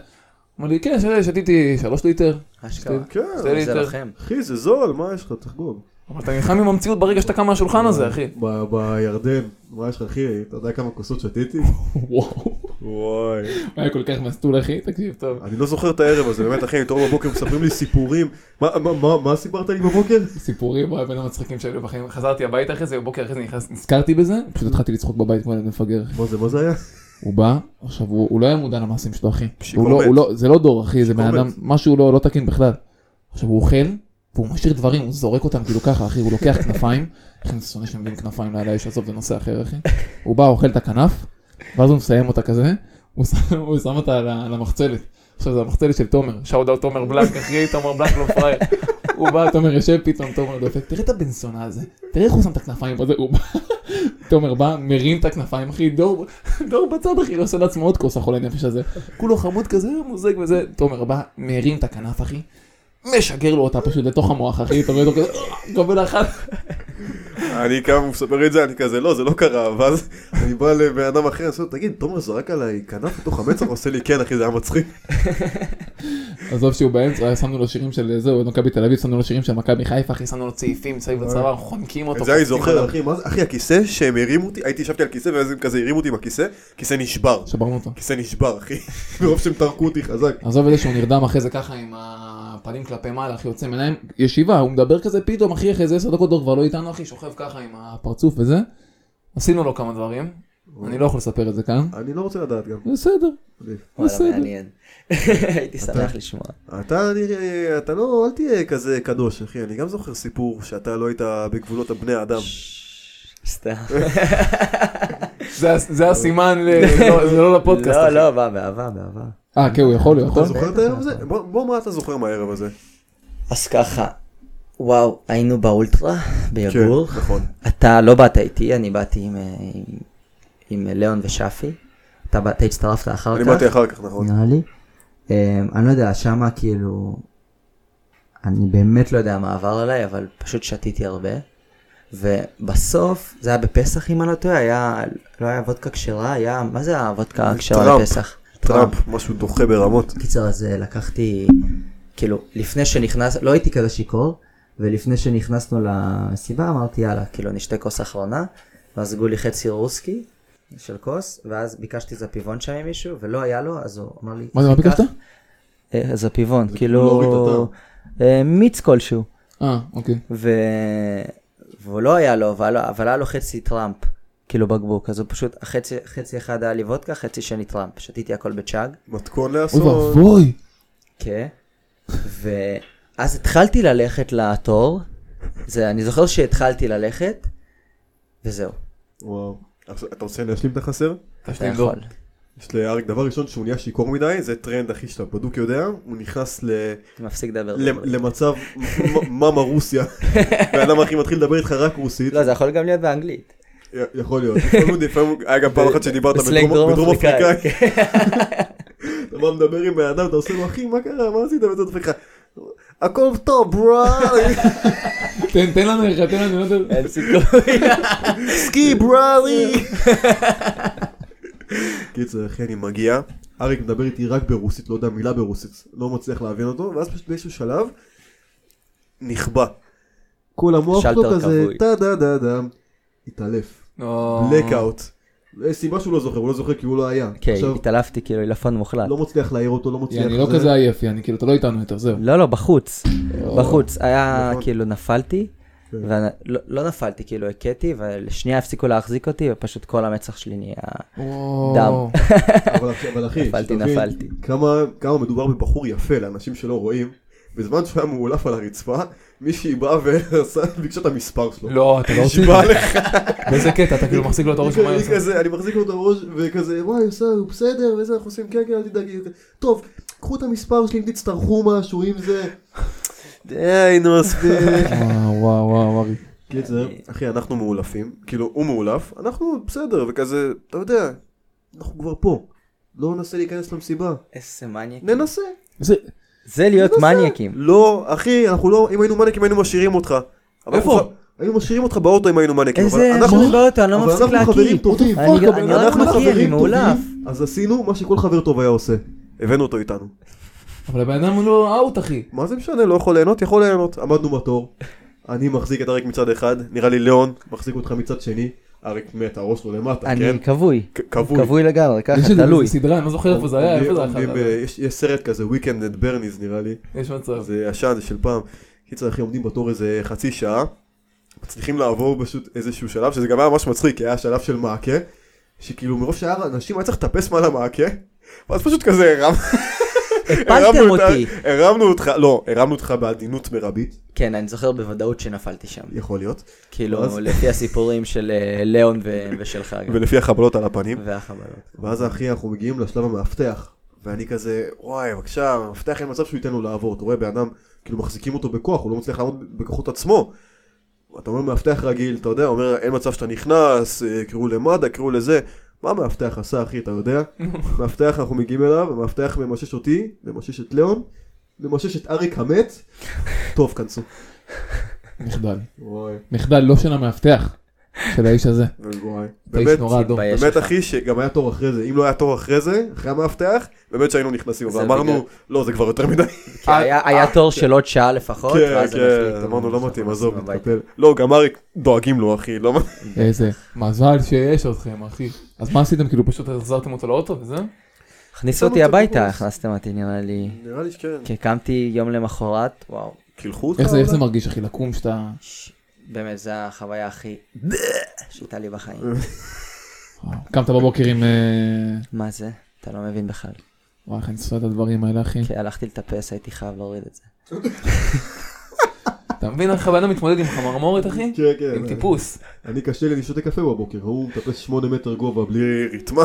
[SPEAKER 3] אמר לי, כן, שתה, שתיתי שלוש ליטר.
[SPEAKER 4] אשכרה.
[SPEAKER 2] כן,
[SPEAKER 3] שתי
[SPEAKER 4] זה
[SPEAKER 3] ליטר.
[SPEAKER 4] לכם.
[SPEAKER 2] אחי, זה זול, מה יש לך? תחגוג.
[SPEAKER 3] אבל אתה נלחם עם המציאות ברגע שאתה קם מהשולחן הזה, אחי.
[SPEAKER 2] ב- בירדן, מה יש לך אחי? אתה יודע כמה כוסות שתיתי?
[SPEAKER 3] וואו,
[SPEAKER 2] וואי.
[SPEAKER 3] היה כל כך מסטול אחי, תקשיב טוב.
[SPEAKER 2] אני לא זוכר את הערב הזה, באמת אחי, אני מתעורר בבוקר, מספרים לי סיפורים. מה- מה- מה- מה סיפרת לי בבוקר?
[SPEAKER 3] סיפורים, הוא היה בין המצחיקים שהיו לי בחיים. חזרתי הביתה אחרי זה, בבוקר אחרי זה נכנס- נזכרתי בזה, פשוט התחלתי לצחוק בבית כמו ילד מפגר.
[SPEAKER 2] מה זה, מה זה היה?
[SPEAKER 3] הוא בא, עכשיו הוא הוא לא היה מודע למעשים שלו אחי.
[SPEAKER 2] שיכור
[SPEAKER 3] הוא לא,
[SPEAKER 2] מת.
[SPEAKER 3] הוא לא, זה לא דור אחי, זה בן
[SPEAKER 2] שיכור
[SPEAKER 3] אדם,
[SPEAKER 2] מת.
[SPEAKER 3] משהו לא, לא תקין בכלל. עכשיו הוא אוכל, והוא משאיר דברים, הוא זורק אותם כאילו ככה אחי, הוא לוקח כנפיים. איך אני שונא שמביאים כנפיים לילה איש, עזוב זה נושא אחר אחי. הוא בא, אוכל את הכנף, ואז הוא מסיים אותה כזה, הוא שם, הוא שם אותה על ה- על המחצלת. עכשיו זה המחצלת של תומר, שאוט אאוט תומר בלנק אחי, תומר בלנק לא פראייר. הוא בא, תומר יושב פתאום, תומר דופק, תראה את הבן זונה הזה, תראה איך הוא שם את הכנפיים פה, זה- הוא בא, תומר בא, מרים את הכנפיים, אחי, דור, דור בצד, אחי, לא עושה לעצמו עוד כוס החולה נפש הזה. כולו חמוד כזה, מוזג וזה, תומר בא, מרים את הכנף, אחי, משגר לו אותה פשוט לתוך המוח, אחי, אתה רואה אותו כזה, "אה", מקבל אחת,
[SPEAKER 2] אני קם ומספר את זה, אני כזה, לא, זה לא קרה, ואז אני בא לבן אדם אחר, אני עושה לו, תגיד, תומר זרק עליי כנף בתוך המצח, הוא עושה לי כן, אחי, זה היה מצחיק.
[SPEAKER 3] עזוב שהוא באמצע, שמנו לו שירים של זהו, מכבי תל אביב, שמנו לו שירים של מכבי חיפה, אחי, שמנו לו צעיפים מסביב לצוואר, חונקים אותו.
[SPEAKER 2] לא. את זה אני
[SPEAKER 3] חונקים
[SPEAKER 2] זוכר,
[SPEAKER 3] אותו.
[SPEAKER 2] אחי, מה זה, אחי, הכיסא שהם הרימו אותי, הייתי ישבתי על כיסא, ואז הם כזה הרימו אותי עם הכיסא, כיסא נשבר.
[SPEAKER 3] שברנו אותו.
[SPEAKER 2] כיסא נשבר, אחי. מרוב שהם טרקו אותי חזק.
[SPEAKER 3] עזוב את זה שהוא נרדם אחרי זה ככה עם הפנים כלפי מעלה, אחי, יוצא מעיניים, ישיבה, הוא מדבר כזה פתאום, אחי, אחרי איזה עשר דקות דור כבר לא איתנו, אחי, שוכב ככה עם הפרצוף וזה. עשינו לו כמה דברים, אני לא יכול לספר את זה כאן.
[SPEAKER 2] אני לא רוצה לדעת גם.
[SPEAKER 3] בסדר,
[SPEAKER 4] וואלה,
[SPEAKER 3] בסדר.
[SPEAKER 4] מעניין. הייתי שמח לשמוע.
[SPEAKER 2] אתה, נראה- אתה לא, אל תהיה כזה קדוש, אחי. אני גם זוכר סיפור שאתה לא היית בגבולות הבני האדם.
[SPEAKER 4] סתם.
[SPEAKER 3] זה- זה הסימן, ל- לא, זה לא לפודקאסט.
[SPEAKER 4] לא,
[SPEAKER 3] אחי.
[SPEAKER 4] לא, בא, באהבה, באהבה.
[SPEAKER 3] אה, כן, הוא יכול, הוא
[SPEAKER 2] אתה
[SPEAKER 4] נכון.
[SPEAKER 3] יכול.
[SPEAKER 2] זוכר את הערב הזה? בוא, בוא, מה אתה זוכר מהערב הזה?
[SPEAKER 4] אז ככה, וואו, היינו באולטרה, ביגור.
[SPEAKER 2] נכון.
[SPEAKER 4] אתה לא באת איתי, אני באתי עם, אה, עם, עם ליאון ושאפי. אתה, בא- אתה הצטרפת אחר
[SPEAKER 2] אני
[SPEAKER 4] כך.
[SPEAKER 2] באתי אחר כך, נכון.
[SPEAKER 4] נראה לי. אה, אני לא יודע, שמה כאילו... אני באמת לא יודע מה עבר עליי, אבל פשוט שתיתי הרבה. ובסוף, זה היה בפסח אם אני לא טועה, היה, לא היה וודקה כשרה, היה, מה זה הוודקה הכשרה
[SPEAKER 2] טראמפ.
[SPEAKER 4] בפסח?
[SPEAKER 2] טראמפ, משהו דוחה ברמות.
[SPEAKER 4] קיצר, אז אה, לקחתי, כאילו, לפני שנכנס, לא הייתי כזה שיכור, ולפני שנכנסנו למסיבה אמרתי, יאללה, כאילו, נשתה כוס אחרונה, ואז הגו לי חצי רוסקי של כוס, ואז ביקשתי זפיבון שם ממישהו, ולא היה לו, אז הוא אמר לי,
[SPEAKER 3] מה זה, מה
[SPEAKER 4] "תיקח".
[SPEAKER 3] ביקשת?
[SPEAKER 4] אה, זפיבון,
[SPEAKER 2] להוריד את
[SPEAKER 4] כאילו, אה, מיץ כלשהו,
[SPEAKER 3] אה, אוקיי.
[SPEAKER 4] ו... והוא לא היה לו, אבל אבל היה לו חצי טראמפ. כאילו בקבוק, אז הוא פשוט, חצי, חצי אחד היה לי וודקה, חצי שני טראמפ, שתיתי הכל בצ'אג.
[SPEAKER 2] מתכון
[SPEAKER 3] אוי
[SPEAKER 2] לאסון.
[SPEAKER 3] ואבוי.
[SPEAKER 4] כן. ואז התחלתי ללכת לתור, זה, אני זוכר שהתחלתי ללכת, וזהו,
[SPEAKER 2] וואו. עכשיו, אתה רוצה להשלים את החסר?
[SPEAKER 4] אתה
[SPEAKER 3] לא.
[SPEAKER 4] יכול.
[SPEAKER 2] יש לאריק, דבר ראשון שהוא נהיה שיכור מדי, זה טרנד אחי שאתה בדוק יודע, הוא נכנס ל...
[SPEAKER 4] אתה מפסיק לדבר.
[SPEAKER 2] למ- למצב מ- מאמה רוסיה. בן אדם אחי מתחיל לדבר איתך רק רוסית.
[SPEAKER 4] לא, זה יכול גם להיות באנגלית.
[SPEAKER 2] י- יכול להיות. לפעמים- לפעמים, היה גם פעם אחת שדיברת
[SPEAKER 4] בסלנג
[SPEAKER 2] בדרום בדרום
[SPEAKER 4] אפריקאי.
[SPEAKER 2] אפריקאי. אתה בא מדבר עם האדם, אתה עושה לו, אחי, מה קרה? מה עשית? ואתה דופק לך, הכל טוב, ברו,
[SPEAKER 3] תן תן לנו לך, תן לנו, לא יודע.
[SPEAKER 4] אין סיכוי.
[SPEAKER 2] סקי, בראלי. קיצר, אחי, אני מגיע, אריק מדבר איתי רק ברוסית, לא יודע מילה ברוסית, לא מצליח להבין אותו, ואז פשוט באיזשהו שלב, נכבה. כל המוח שלו
[SPEAKER 4] שלטר
[SPEAKER 2] כזה,
[SPEAKER 4] כבוי. אה.
[SPEAKER 2] טה דה דה דה, התעלף.
[SPEAKER 3] לא.
[SPEAKER 2] בלקאוט. יש סיבה שהוא לא זוכר, הוא לא זוכר כי הוא לא היה.
[SPEAKER 4] כן,
[SPEAKER 2] עכשיו,
[SPEAKER 4] התעלפתי כאילו עילפון מוחלט.
[SPEAKER 2] לא מצליח להעיר אותו, לא מצליח...
[SPEAKER 3] אני לא
[SPEAKER 2] זה.
[SPEAKER 3] כזה עייף, אני כאילו, אתה לא איתנו יותר, זהו.
[SPEAKER 4] לא, לא, בחוץ. בחוץ. היה
[SPEAKER 2] נכון.
[SPEAKER 4] כאילו נפלתי, ולא לא נפלתי, כאילו הכיתי, ולשנייה הפסיקו להחזיק אותי, ופשוט כל המצח שלי נהיה...
[SPEAKER 3] וואו.
[SPEAKER 4] דם.
[SPEAKER 2] אבל אבל אחי,
[SPEAKER 4] נפלתי,
[SPEAKER 2] שתבין
[SPEAKER 4] נפלתי.
[SPEAKER 2] כמה- כמה מדובר בבחור יפה לאנשים שלא רואים. בזמן שהוא היה מאולף על הרצפה, מישהי באה וביקשה את המספר שלו.
[SPEAKER 3] לא, אתה לא רוצה...
[SPEAKER 2] נשבע לך.
[SPEAKER 3] באיזה קטע, אתה כאילו מחזיק לו את הראש
[SPEAKER 2] אני
[SPEAKER 3] ומה
[SPEAKER 2] כזה-
[SPEAKER 3] יוצא.
[SPEAKER 2] כזה, אני מחזיק לו את הראש, וכזה, וואי, בסדר, הוא בסדר, וזה, אנחנו עושים כן, כן, אל תדאג. טוב, קחו את המספר שלי אם תצטרכו משהו, אם זה... די, נו, מספיק.
[SPEAKER 3] וואו, וואו, וואו, ארי.
[SPEAKER 1] קיצר,
[SPEAKER 2] אחי, אנחנו מאולפים, כאילו, הוא מאולף, אנחנו בסדר, וכזה, אתה יודע, אנחנו כבר פה. לא ננסה להיכנס למסיבה.
[SPEAKER 4] איזה מניאקים.
[SPEAKER 2] ננסה.
[SPEAKER 3] זה-
[SPEAKER 4] זה להיות מניאקים.
[SPEAKER 2] לא, אחי, אנחנו לא, אם היינו מניאקים היינו משאירים אותך. אבל
[SPEAKER 3] איפה?
[SPEAKER 2] אנחנו- היינו משאירים אותך באוטו אם היינו מניאקים. אבל
[SPEAKER 4] איזה
[SPEAKER 2] אנחנו-
[SPEAKER 4] משהו באוטו, אני לא
[SPEAKER 2] אבל
[SPEAKER 4] מפסיק
[SPEAKER 2] אנחנו חברים
[SPEAKER 4] להקיא.
[SPEAKER 2] טובים.
[SPEAKER 1] פאק,
[SPEAKER 4] אני-
[SPEAKER 1] הבן
[SPEAKER 4] אני רק
[SPEAKER 2] אנחנו
[SPEAKER 4] מקיא, אני
[SPEAKER 2] חברים
[SPEAKER 4] מאולף.
[SPEAKER 2] טובים, אז עשינו מה שכל חבר טוב היה עושה. הבאנו אותו איתנו.
[SPEAKER 3] אבל הבן אדם הוא לא אאוט, אחי.
[SPEAKER 2] מה זה משנה, לא יכול ליהנות, יכול ליהנות. עמדנו בתור, אני מחזיק את אריק מצד אחד, נראה לי ליאון מחזיק אותך מצד שני, אריק מת, הראש לו למטה, כן?
[SPEAKER 4] אני כבוי.
[SPEAKER 2] כ- כבוי.
[SPEAKER 4] כבוי לגמרי, ככה,
[SPEAKER 3] יש איזה
[SPEAKER 4] תלוי.
[SPEAKER 3] סדרה, אני לא זוכר איפה זה היה, איפה זה
[SPEAKER 2] עומדים
[SPEAKER 3] היה.
[SPEAKER 2] ב- יש יש סרט כזה, Weekend at Bernie's נראה לי,
[SPEAKER 3] יש מצב.
[SPEAKER 2] זה ישן, זה אה, של פעם. קיצר, אחי, עומדים בתור איזה חצי שעה, מצליחים לעבור פשוט איזשהו שלב, שזה גם היה ממש מצחיק, כי היה שלב של מעקה, שכאילו מרוב שהיה אנשים היה צריך לטפס מעל המעקה, ואז פשוט כזה הרמ...
[SPEAKER 4] הפלתם
[SPEAKER 2] הרמנו את ה-
[SPEAKER 4] אותי.
[SPEAKER 2] הרמנו אותך, לא, הרמנו אותך בעדינות מרבית,
[SPEAKER 4] כן, אני זוכר בוודאות שנפלתי שם.
[SPEAKER 2] יכול להיות, אז-
[SPEAKER 4] כאילו, לפי הסיפורים של אה, ליאון ו- ושלך גם.
[SPEAKER 2] ולפי החבלות על הפנים.
[SPEAKER 4] והחבלות.
[SPEAKER 2] ואז אחי אנחנו מגיעים לשלב המאבטח ואני כזה וואי בבקשה המאבטח אין מצב שהוא ייתן לו לעבור אתה רואה בן אדם כאילו מחזיקים אותו בכוח הוא לא מצליח לעמוד בכוחות עצמו. אתה אומר מאבטח רגיל אתה יודע אומר אין מצב שאתה נכנס אה, קראו למד"א קראו לזה מה המאבטח עשה אחי אתה יודע מאבטח אנחנו מגיעים אליו המאבטח ממשש אותי ממשש את ליאון ממשש את אריק המת טוב כנסו.
[SPEAKER 3] מחדל.
[SPEAKER 2] וואי
[SPEAKER 3] מחדל לא של המאבטח, של האיש הזה.
[SPEAKER 2] וואי
[SPEAKER 3] אתה איש
[SPEAKER 2] באמת
[SPEAKER 3] נורא אדום.
[SPEAKER 4] תתבייש. יש
[SPEAKER 2] באמת
[SPEAKER 4] לך.
[SPEAKER 2] אחי שגם היה תור אחרי זה אם לא היה תור אחרי זה אחרי המאבטח באמת שהיינו נכנסים אבל
[SPEAKER 4] זה
[SPEAKER 2] אמרנו
[SPEAKER 4] בגלל-
[SPEAKER 2] לא זה כבר יותר מדי.
[SPEAKER 4] כי היה היה תור של עוד שעה לפחות,
[SPEAKER 2] אה, כן,
[SPEAKER 4] ואז הם
[SPEAKER 2] כן,
[SPEAKER 4] החליטו.
[SPEAKER 2] אמרנו לא מתאים, עזוב,
[SPEAKER 4] הביתה.
[SPEAKER 2] נטפל. לא, גם אריק דואגים לו, אחי, לא מתאים.
[SPEAKER 3] איזה מזל שיש אתכם, אחי. אז מה עשיתם? כאילו פשוט החזרתם אותו לאוטו וזהו?
[SPEAKER 4] הכניסו
[SPEAKER 2] שמו
[SPEAKER 4] אותי
[SPEAKER 2] אותו
[SPEAKER 4] הביתה,
[SPEAKER 2] בבוס.
[SPEAKER 4] הכנסתם אותי נראה לי.
[SPEAKER 2] נראה לי שכן.
[SPEAKER 4] כי קמתי יום למחרת, וואו.
[SPEAKER 2] קילחו אותך?
[SPEAKER 3] איך זה- איך זה
[SPEAKER 2] אולי?
[SPEAKER 3] מרגיש, אחי, לקום שאתה...
[SPEAKER 4] ש- באמת, זו החוויה הכי... שהייתה לי בחיים.
[SPEAKER 2] אה.
[SPEAKER 3] וואו, קמת בבוקר עם... אה,
[SPEAKER 4] מה זה? אתה לא מבין בכלל.
[SPEAKER 2] אה.
[SPEAKER 3] וואי, איך אני שונא את הדברים האלה, אחי.
[SPEAKER 2] כן.
[SPEAKER 4] כי הלכתי לטפס, הייתי חייב להוריד את זה.
[SPEAKER 3] אתה מבין איך הבן אדם מתמודד עם חמרמורת, אחי?
[SPEAKER 1] כן, כן.
[SPEAKER 3] עם טיפוס.
[SPEAKER 1] אני קשה לי, אני שותה קפה בבוקר, הוא מטפס 8 מטר גובה בלי...
[SPEAKER 2] בלי רתמה.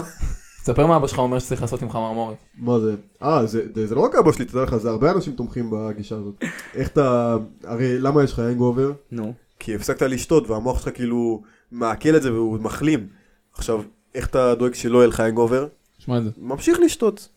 [SPEAKER 3] תספר מה אבא שלך אומר שצריך לעשות עם חמרמורת.
[SPEAKER 1] מה זה?
[SPEAKER 2] אה, זה זה לא רק אבא שלי, תדע לך, זה הרבה אנשים תומכים בגישה הזאת. איך אתה... הרי למה יש לך הנגובר?
[SPEAKER 4] נו.
[SPEAKER 2] כי הפסקת לשתות והמוח שלך כאילו מעכל את זה והוא מחלים. עכשיו, איך אתה דואג שלא יהיה לך הנגובר?
[SPEAKER 3] שמע את זה.
[SPEAKER 2] ממשיך לשתות.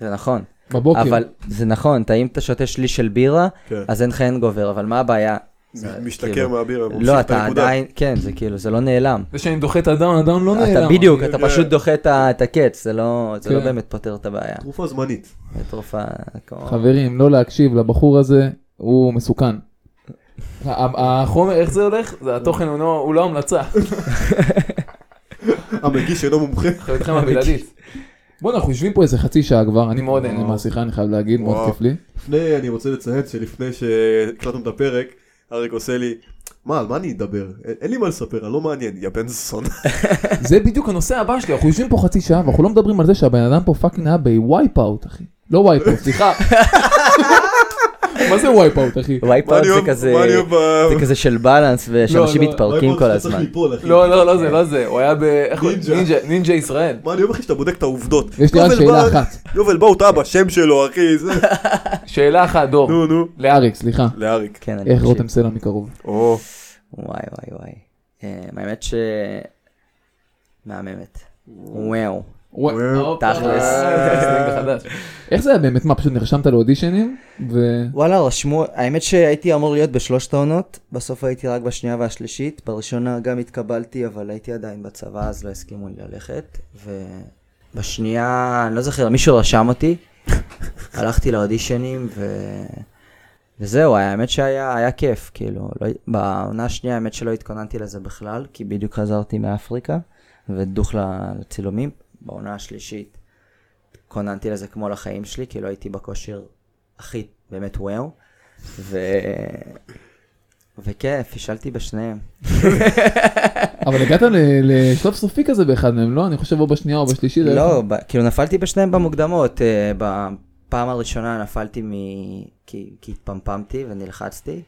[SPEAKER 4] זה נכון,
[SPEAKER 3] בבוקר.
[SPEAKER 4] אבל זה נכון, אתה- אם אתה שותה שליש של בירה,
[SPEAKER 2] כן.
[SPEAKER 4] אז אין לך הנגובר, אבל מה הבעיה? זה
[SPEAKER 2] משתכר
[SPEAKER 4] כאילו-
[SPEAKER 2] מהבירה, ממשיך
[SPEAKER 4] לא,
[SPEAKER 2] את
[SPEAKER 4] אתה
[SPEAKER 2] הנקודה.
[SPEAKER 4] עדיין, כן, זה כאילו, זה לא נעלם.
[SPEAKER 3] זה שאני דוחה את הדאון, הדאון לא נעלם.
[SPEAKER 4] אתה בדיוק, אתה
[SPEAKER 2] כן.
[SPEAKER 4] פשוט דוחה את ה- את הקץ, זה לא זה לא
[SPEAKER 3] כן.
[SPEAKER 4] באמת פותר את הבעיה.
[SPEAKER 2] תרופה זמנית.
[SPEAKER 4] זה תרופה כמו...
[SPEAKER 3] חברים, לא להקשיב לבחור הזה, הוא מסוכן. ה- החומר, איך זה הולך? זה התוכן הוא לא- הוא לא המלצה.
[SPEAKER 2] המגיש אינו מומחה.
[SPEAKER 3] אחריותכם הבלעדית. בוא'נה, אנחנו יושבים פה איזה חצי שעה כבר, אני מאוד נהנה
[SPEAKER 2] וואו.
[SPEAKER 3] מהשיחה, אני חייב להגיד, מאוד
[SPEAKER 2] וואו.
[SPEAKER 3] כיף לי.
[SPEAKER 2] לפני, אני רוצה לציין שלפני שהקלטנו את הפרק, אריק עושה לי, מה, על מה אני אדבר? אין- אין לי מה לספר, אני לא מעניין, יא בן זון.
[SPEAKER 3] זה בדיוק הנושא הבא שלי, אנחנו יושבים פה חצי שעה ואנחנו לא מדברים על זה שהבן אדם פה פאקינג היה בווייפ אאוט, אחי. לא וייפ אאוט, סליחה. מה זה וייפ אאוט, אחי?
[SPEAKER 2] מה
[SPEAKER 4] וייפאוט
[SPEAKER 2] אני
[SPEAKER 4] זה
[SPEAKER 2] אוהב-
[SPEAKER 4] כזה...
[SPEAKER 2] מה אני אוהב ב-
[SPEAKER 4] זה כזה של בלנס ושאנשים
[SPEAKER 3] לא, לא,
[SPEAKER 4] מתפרקים
[SPEAKER 1] אוי,
[SPEAKER 4] כל
[SPEAKER 1] בוא, שאתה צריך
[SPEAKER 4] הזמן.
[SPEAKER 1] ליפול, אחי.
[SPEAKER 3] לא, לא, לא זה, לא זה, הוא היה ב... איך הוא-
[SPEAKER 1] נינג'ה.
[SPEAKER 3] נינג'ה, נינג'ה ישראל.
[SPEAKER 2] מה אני אוהב אחי שאתה בודק את העובדות.
[SPEAKER 3] יש לי רק
[SPEAKER 2] יובל
[SPEAKER 3] שאלה
[SPEAKER 2] באוט-
[SPEAKER 3] אחת,
[SPEAKER 2] יובל באוט אבא, שם שלו אחי, זה.
[SPEAKER 3] שאלה אחת, דור,
[SPEAKER 2] נו נו.
[SPEAKER 3] לאריק, סליחה.
[SPEAKER 2] לאריק.
[SPEAKER 4] כן, אני
[SPEAKER 3] איך
[SPEAKER 4] מקשיב.
[SPEAKER 3] רותם סלע מקרוב?
[SPEAKER 2] או.
[SPEAKER 4] וואי וואי וואי. אמ, האמת ש... מהממת. וואו.
[SPEAKER 3] אוקיי.
[SPEAKER 4] תכלס.
[SPEAKER 3] סלנג חדש. איך זה היה באמת? מה, פשוט נרשמת לאודישנים? ו...
[SPEAKER 4] וואלה, רשמו, האמת שהייתי אמור להיות בשלושת העונות, בסוף הייתי רק בשנייה והשלישית, בראשונה גם התקבלתי, אבל הייתי עדיין בצבא, אז לא הסכימו לי ללכת, ובשנייה, אני לא זוכר, מישהו רשם אותי, הלכתי לאודישנים, ו... וזהו, האמת שהיה היה כיף, כאילו, לא, בעונה השנייה האמת שלא התכוננתי לזה בכלל, כי בדיוק חזרתי מאפריקה, ודוך ל- לצילומים, בעונה השלישית התכוננתי לזה כמו לחיים שלי, לא כאילו הייתי בכושר הכי באמת וואו, ו... וכן, פישלתי בשניהם.
[SPEAKER 3] אבל הגעת ל- לשלב סופי כזה באחד מהם, לא? אני חושב או בשנייה או בשלישי. זה היה-
[SPEAKER 4] לא, ב- כאילו נפלתי בשניהם במוקדמות. אה, בפעם הראשונה נפלתי מ... כי כי התפמפמתי ונלחצתי.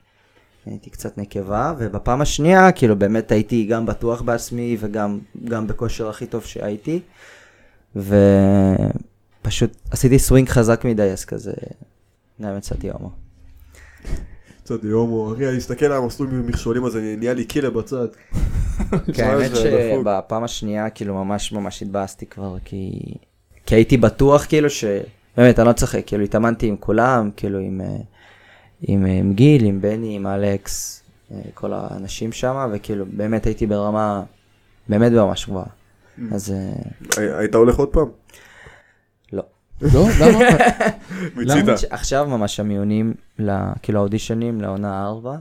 [SPEAKER 4] הייתי קצת נקבה, ובפעם השנייה, כאילו באמת הייתי גם בטוח בעצמי וגם גם בכושר הכי טוב שהייתי. ופשוט עשיתי סווינג חזק מדי, אז כזה... גם יצאתי הומו.
[SPEAKER 2] קצת יומו, אחי, אני מסתכל על המסלול במכשולים הזה, נהיה לי קילה בצד.
[SPEAKER 4] כן,
[SPEAKER 2] זה
[SPEAKER 4] האמת
[SPEAKER 2] דפוק.
[SPEAKER 4] שבפעם השנייה כאילו ממש ממש התבאסתי כבר, כי... כי הייתי בטוח כאילו ש... באמת, אני לא צוחק, כאילו התאמנתי עם כולם, כאילו עם, אה, עם, אה, עם גיל, עם בני, עם אלכס, אה, כל האנשים שם, וכאילו באמת הייתי ברמה, באמת ממש גבוהה.
[SPEAKER 2] Mm.
[SPEAKER 4] אז אה,
[SPEAKER 2] הי- היית הולך עוד פעם?
[SPEAKER 4] לא.
[SPEAKER 3] לא? למה?
[SPEAKER 2] מיצית.
[SPEAKER 4] ש- עכשיו ממש המיונים, ל- כאילו האודישנים לעונה 4,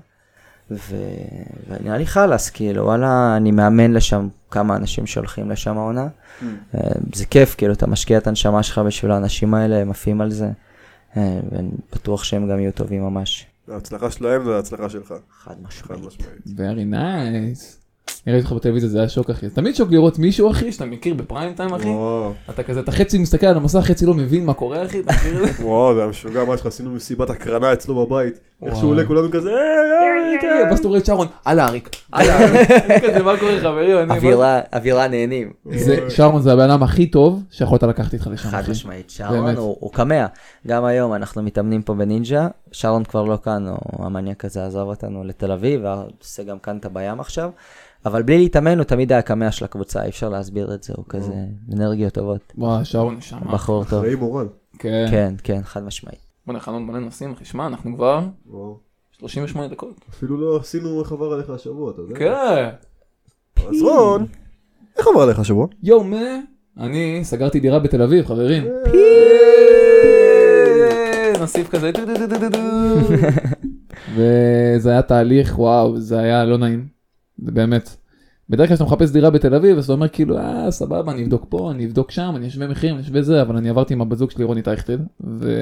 [SPEAKER 4] ונראה לי חלאס, כאילו, וואלה, אני מאמן לשם כמה אנשים שהולכים לשם העונה. אה, זה כיף, כאילו, אתה משקיע את הנשמה שלך בשביל האנשים האלה, הם עפים על זה, אה, ואני בטוח שהם גם יהיו טובים ממש.
[SPEAKER 2] ההצלחה שלהם זה ההצלחה שלך,
[SPEAKER 4] חד
[SPEAKER 2] חד
[SPEAKER 4] משמעית.
[SPEAKER 2] משמעית.
[SPEAKER 3] Very nice. נראה אותך בטלוויזיה זה היה שוק אחי. זה תמיד שוק לראות מישהו אחי שאתה מכיר בפריים טיים אחי.
[SPEAKER 2] וואו,
[SPEAKER 3] אתה כזה, אתה חצי מסתכל על המסך, חצי לא מבין מה קורה אחי. אתה מכיר את זה?
[SPEAKER 2] וואו, זה היה משוגע, מה שלך, עשינו מסיבת הקרנה אצלו בבית. איך שהוא
[SPEAKER 3] וואו.
[SPEAKER 2] עולה כולנו כזה, "אה, "היי, היי,
[SPEAKER 4] כן.
[SPEAKER 2] היי."
[SPEAKER 3] ואז אתה רואה את שרון, אהלה אריק.
[SPEAKER 4] אה,
[SPEAKER 3] אהלה אריק. כזה, מה קורה חברים? אני- מה-
[SPEAKER 4] אווירה, אווירה נהנים.
[SPEAKER 3] זה- שרון זה הבן אדם הכי טוב שיכולת לקחת איתך לשם
[SPEAKER 4] חד
[SPEAKER 3] אחי.
[SPEAKER 4] משמעית, שרון
[SPEAKER 3] אוקיי. באמת.
[SPEAKER 4] הוא הוא קמע. גם היום אנחנו מתאמנים פה בנינג'ה, שרון כבר לא כאן, הוא המניאק הזה עזב אותנו לתל אביב, ועושה גם כאן את הבים עכשיו, אבל בלי להתאמן הוא תמיד היה הקמע של הקבוצה, אי אפשר להסביר את זה, הוא כזה אנרגיות טובות,
[SPEAKER 3] וואי שרון נשמה.
[SPEAKER 4] בחור טוב.
[SPEAKER 2] ראי מורל.
[SPEAKER 3] כן.
[SPEAKER 4] כן, כן, חד משמעית.
[SPEAKER 3] בוא'נה חלון מלא נושאים אחי. שמע אנחנו כבר
[SPEAKER 2] וואו.
[SPEAKER 3] 38 דקות.
[SPEAKER 2] אפילו לא עשינו איך עבר עליך השבוע, אתה יודע?
[SPEAKER 3] כן.
[SPEAKER 2] אז רון, איך עבר עליך השבוע?
[SPEAKER 3] יואו מה? אני סגרתי דירה בתל אביב חברים. נוסיף כזה דו דו דו דו דו דו. וזה היה תהליך וואו זה היה לא נעים. זה באמת. בדרך כלל כשאתה מחפש דירה בתל אביב אז אתה אומר כאילו אה סבבה אני אבדוק פה אני אבדוק שם אני אשווה מחירים אני אשווה זה אבל אני עברתי עם הבת זוג שלי רוני טייכטל ווואו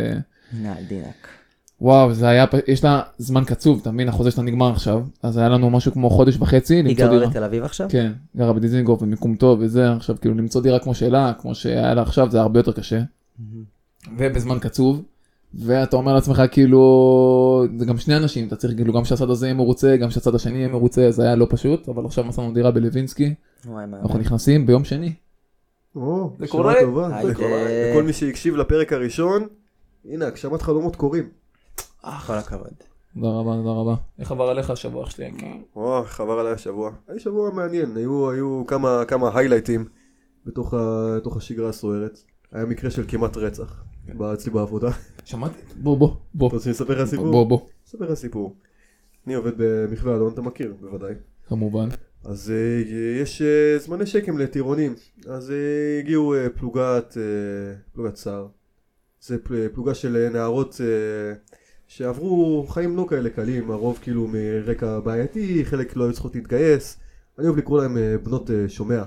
[SPEAKER 4] נעל דינק.
[SPEAKER 3] זה היה פ- יש לה זמן קצוב אתה מבין החוזה שלה נגמר עכשיו אז היה לנו משהו כמו חודש וחצי
[SPEAKER 4] היא
[SPEAKER 3] למצוא
[SPEAKER 4] גרה
[SPEAKER 3] דירה.
[SPEAKER 4] בתל אביב עכשיו?
[SPEAKER 3] כן, גרה בדיזינגוף במיקום טוב וזה, עכשיו כאילו למצוא דירה כמו שלה, כמו שהיה לה עכשיו, זה הרבה יותר קשה.
[SPEAKER 4] מהמם.
[SPEAKER 3] ובזמן קצוב. ואתה אומר לעצמך כאילו, זה גם שני אנשים, אתה צריך כאילו גם שהצד הזה יהיה מרוצה, גם שהצד השני יהיה מרוצה, זה היה לא פשוט, אבל עכשיו מצאנו דירה בלווינסקי,
[SPEAKER 4] וואי, מה-
[SPEAKER 3] אנחנו נכנסים ביום שני.
[SPEAKER 2] או,
[SPEAKER 3] זה
[SPEAKER 2] נשמה
[SPEAKER 3] קורה? אה, כן.
[SPEAKER 2] טובה.
[SPEAKER 4] היי,
[SPEAKER 2] זה
[SPEAKER 4] זה-
[SPEAKER 2] קורה. לכל מי שהקשיב לפרק הראשון, הנה, הגשמת חלומות קורים.
[SPEAKER 4] אה, כל הכבוד.
[SPEAKER 3] תודה רבה, תודה רבה. איך עבר עליך השבוע אח שלי?
[SPEAKER 2] או, איך עבר עליי השבוע. היה שבוע מעניין, היו- היו כמה- כמה היילייטים בתוך ה- בתוך השגרה הסוערת. היה מקרה של כמעט רצח. בא אצלי בעבודה.
[SPEAKER 3] שמעתי? כן. בוא, בוא, בוא,
[SPEAKER 2] אתה רוצה לספר לך סיפור?
[SPEAKER 3] בוא, בוא,
[SPEAKER 2] אספר לך סיפור. אני עובד במחווה אלון, אתה מכיר, בוודאי.
[SPEAKER 3] כמובן.
[SPEAKER 2] אז אה, יש אה, זמני שקם לטירונים. אז אה, הגיעו אה, פלוגת, אה, פלוגת סער. זה פל- פלוגה של אה, נערות אה, שעברו חיים לא כאלה קלים, הרוב כאילו מרקע בעייתי, חלק לא היו צריכות להתגייס. אני אוהב לקרוא להם אה, בנות אה, שומע.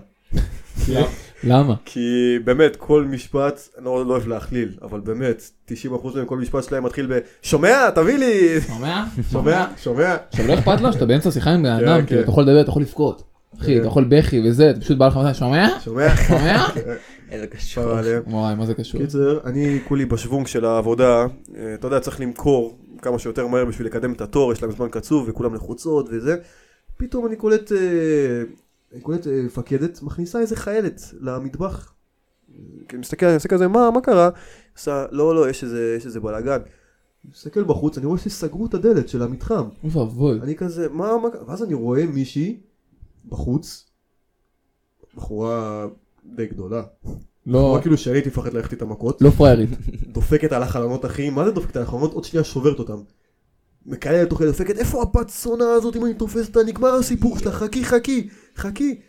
[SPEAKER 3] למה?
[SPEAKER 2] כי באמת כל משפט, אני לא לא אוהב להכליל, אבל באמת, 90% מהם כל משפט שלהם מתחיל ב שומע, תביא לי!
[SPEAKER 3] שומע?
[SPEAKER 2] שומע, שומע.
[SPEAKER 3] עכשיו לא אכפת לה שאתה באמצע שיחה עם בן
[SPEAKER 2] כן,
[SPEAKER 3] אדם, כאילו
[SPEAKER 2] כן.
[SPEAKER 3] אתה יכול לדבר, אתה יכול לבכות. אחי,
[SPEAKER 2] כן.
[SPEAKER 3] אתה יכול בכי וזה, אתה פשוט בא לך מתי, שומע?
[SPEAKER 2] שומע,
[SPEAKER 3] שומע?
[SPEAKER 2] כן.
[SPEAKER 4] איזה קשור.
[SPEAKER 2] שומע עליהם.
[SPEAKER 3] וואי, מה זה קשור?
[SPEAKER 2] קיצר, אני כולי בשוונג של העבודה, אה, אתה יודע, צריך למכור כמה שיותר מהר בשביל לקדם את התור, יש להם זמן קצוב וכולם לחוצות וזה. פתאום אני קולט, אה, אני קולט אה, מפקדת, מכניסה איזה חיילת למטבח. אני כן, מסתכל, אני מסתכל על זה, מה, מה קרה? עושה, לא, לא, יש איזה, יש איזה בלאגן. אני מסתכל בחוץ, אני רואה שסגרו את הדלת של המתחם.
[SPEAKER 3] אוי ואבוי.
[SPEAKER 2] אני כזה, מה, מה, ואז אני רואה מישהי בחוץ, בחורה די גדולה,
[SPEAKER 3] לא
[SPEAKER 2] בחורה כאילו שאני הייתי מפחד ללכת איתה מכות.
[SPEAKER 3] לא פראיירית.
[SPEAKER 2] דופקת על החלונות אחי, מה זה דופקת על החלונות? עוד שנייה שוברת אותם. מקללת תוך כדי דופקת, איפה הבת זונה הזאת אם אני תופס אותה? נגמר הסיפור שלה, חכי, חכי, חכי.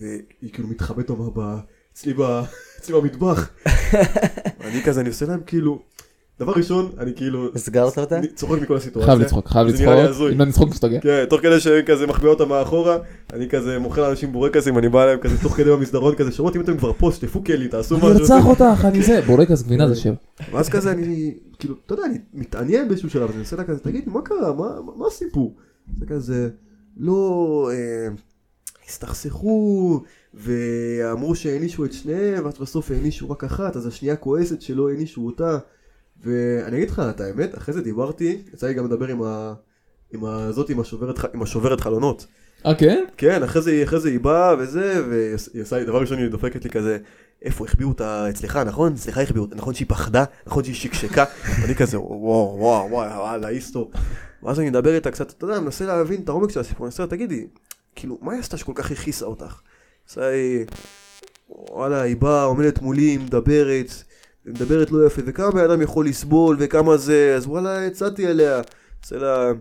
[SPEAKER 2] והיא כאילו מתחבאת טובה ב... אצלי, ב... אצלי במטבח. אני כזה, אני עושה להם כאילו... דבר ראשון, אני כאילו...
[SPEAKER 4] הסגרת אותה?
[SPEAKER 2] אני צוחק מכל הסיטואציה.
[SPEAKER 3] חייב לצחוק, חייב
[SPEAKER 2] זה נראה לי
[SPEAKER 3] לצחוק.
[SPEAKER 2] הזוי.
[SPEAKER 3] אם לא נצחוק נסתגר.
[SPEAKER 2] כן, תוך כדי שאני כזה מחביא אותם מאחורה, אני כזה מוכר לאנשים בורקסים, אני בא אליהם כזה תוך כדי במסדרון כזה, שומעות אם אתם כבר פה, שתפו קלי, תעשו משהו.
[SPEAKER 3] אני ארצח אותך, אני זה. בורקס גבינה זה שם.
[SPEAKER 2] ואז כזה אני, כאילו, אתה יודע, אני מתעניין באיזשהו שלב, אז אני עושה לה כזה, תגיד, מה קרה? מה, מה הסיפור? זה כזה, לא, אה, הסתכסכו, ואמרו שהענישו את שניהם, ואז בסוף הענישו רק אחת, אז השנייה כועסת שלא הענישו אותה. ואני אגיד לך את האמת, אחרי זה דיברתי, יצא לי גם לדבר עם, ה... עם הזאת, עם השוברת, ח- עם השוברת חלונות.
[SPEAKER 3] אה, כן?
[SPEAKER 2] כן, אחרי זה, אחרי זה היא באה וזה, והיא עושה לי, דבר ראשון היא דופקת לי כזה, איפה החביאו אותה אצלך, נכון? אצלך החביאו אותה, נכון שהיא פחדה, נכון שהיא שקשקה, אני כזה, וואו, וואו, וואו, וואלה, איסטו. ואז אני מדבר איתה קצת, אתה יודע, מנסה להבין את העומק של הסיפור, אני מנסה, תגידי, כאילו, מה היא עשתה שכל כך הכעיסה אותך? אז היא, וואלה, היא באה, עומדת מולי, מדברת, מדברת לא יפה, וכמה בן אדם יכול לסבול, וכמה זה, אז וואלה, יצאתי אליה. עושה לה,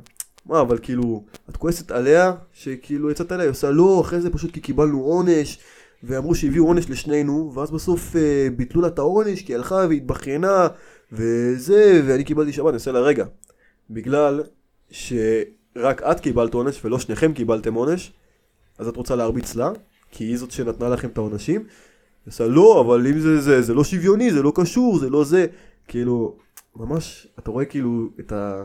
[SPEAKER 2] מה, אבל כאילו, את כועסת עליה, שכאילו יצאת עליה, היא עושה לא, אחרי זה פשוט כי קיבלנו עונש, ואמרו שהביאו עונש לשנינו, ואז בסוף אה, ביטלו לה את העונש, כי היא הלכה והתבכיינה, וזה, ואני קיבלתי שבת, אני עושה לה רגע. בגלל שרק את קיבלת עונש ולא שניכם קיבלתם עונש, אז את רוצה להרביץ לה, כי היא זאת שנתנה לכם את העונשים. היא עושה לא, אבל אם זה זה, זה לא שוויוני, זה לא קשור, זה לא זה. כאילו, ממש, אתה רואה כאילו את ה...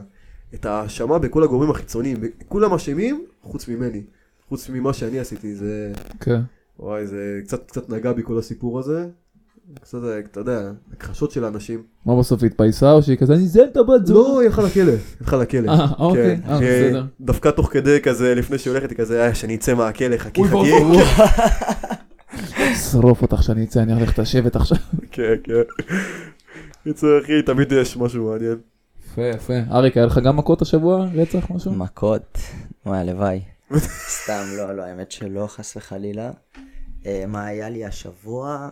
[SPEAKER 2] את ההאשמה בכל הגורמים החיצוניים, כולם אשמים חוץ ממני, חוץ ממה שאני עשיתי, זה,
[SPEAKER 3] כן.
[SPEAKER 2] וואי, זה קצת, קצת נגע בי כל הסיפור הזה, קצת, אתה יודע, הכחשות של האנשים.
[SPEAKER 3] מה בסוף היא התפייסה או שהיא כזה, אני זן את הבת זוג?
[SPEAKER 2] לא, היא הלכה לכלא, היא הלכה לכלא.
[SPEAKER 3] אה, אוקיי,
[SPEAKER 2] כן.
[SPEAKER 3] אה,
[SPEAKER 2] היא
[SPEAKER 3] בסדר.
[SPEAKER 2] דווקא תוך כדי כזה, לפני שהיא הולכת, היא כזה, אה, שאני אצא מהכלא, חכי
[SPEAKER 3] אוי ואבוי,
[SPEAKER 2] חכי.
[SPEAKER 3] אוי. שרוף אותך שאני אצא, אני הולך לשבת עכשיו.
[SPEAKER 2] כן, כן. יצא אחי, תמיד יש משהו מעניין.
[SPEAKER 3] יפה, יפה. אריק, היה לך גם מכות השבוע? רצח, משהו?
[SPEAKER 4] מכות, וואי, הלוואי. סתם, לא, לא, האמת שלא, חס וחלילה. אה, מה היה לי השבוע?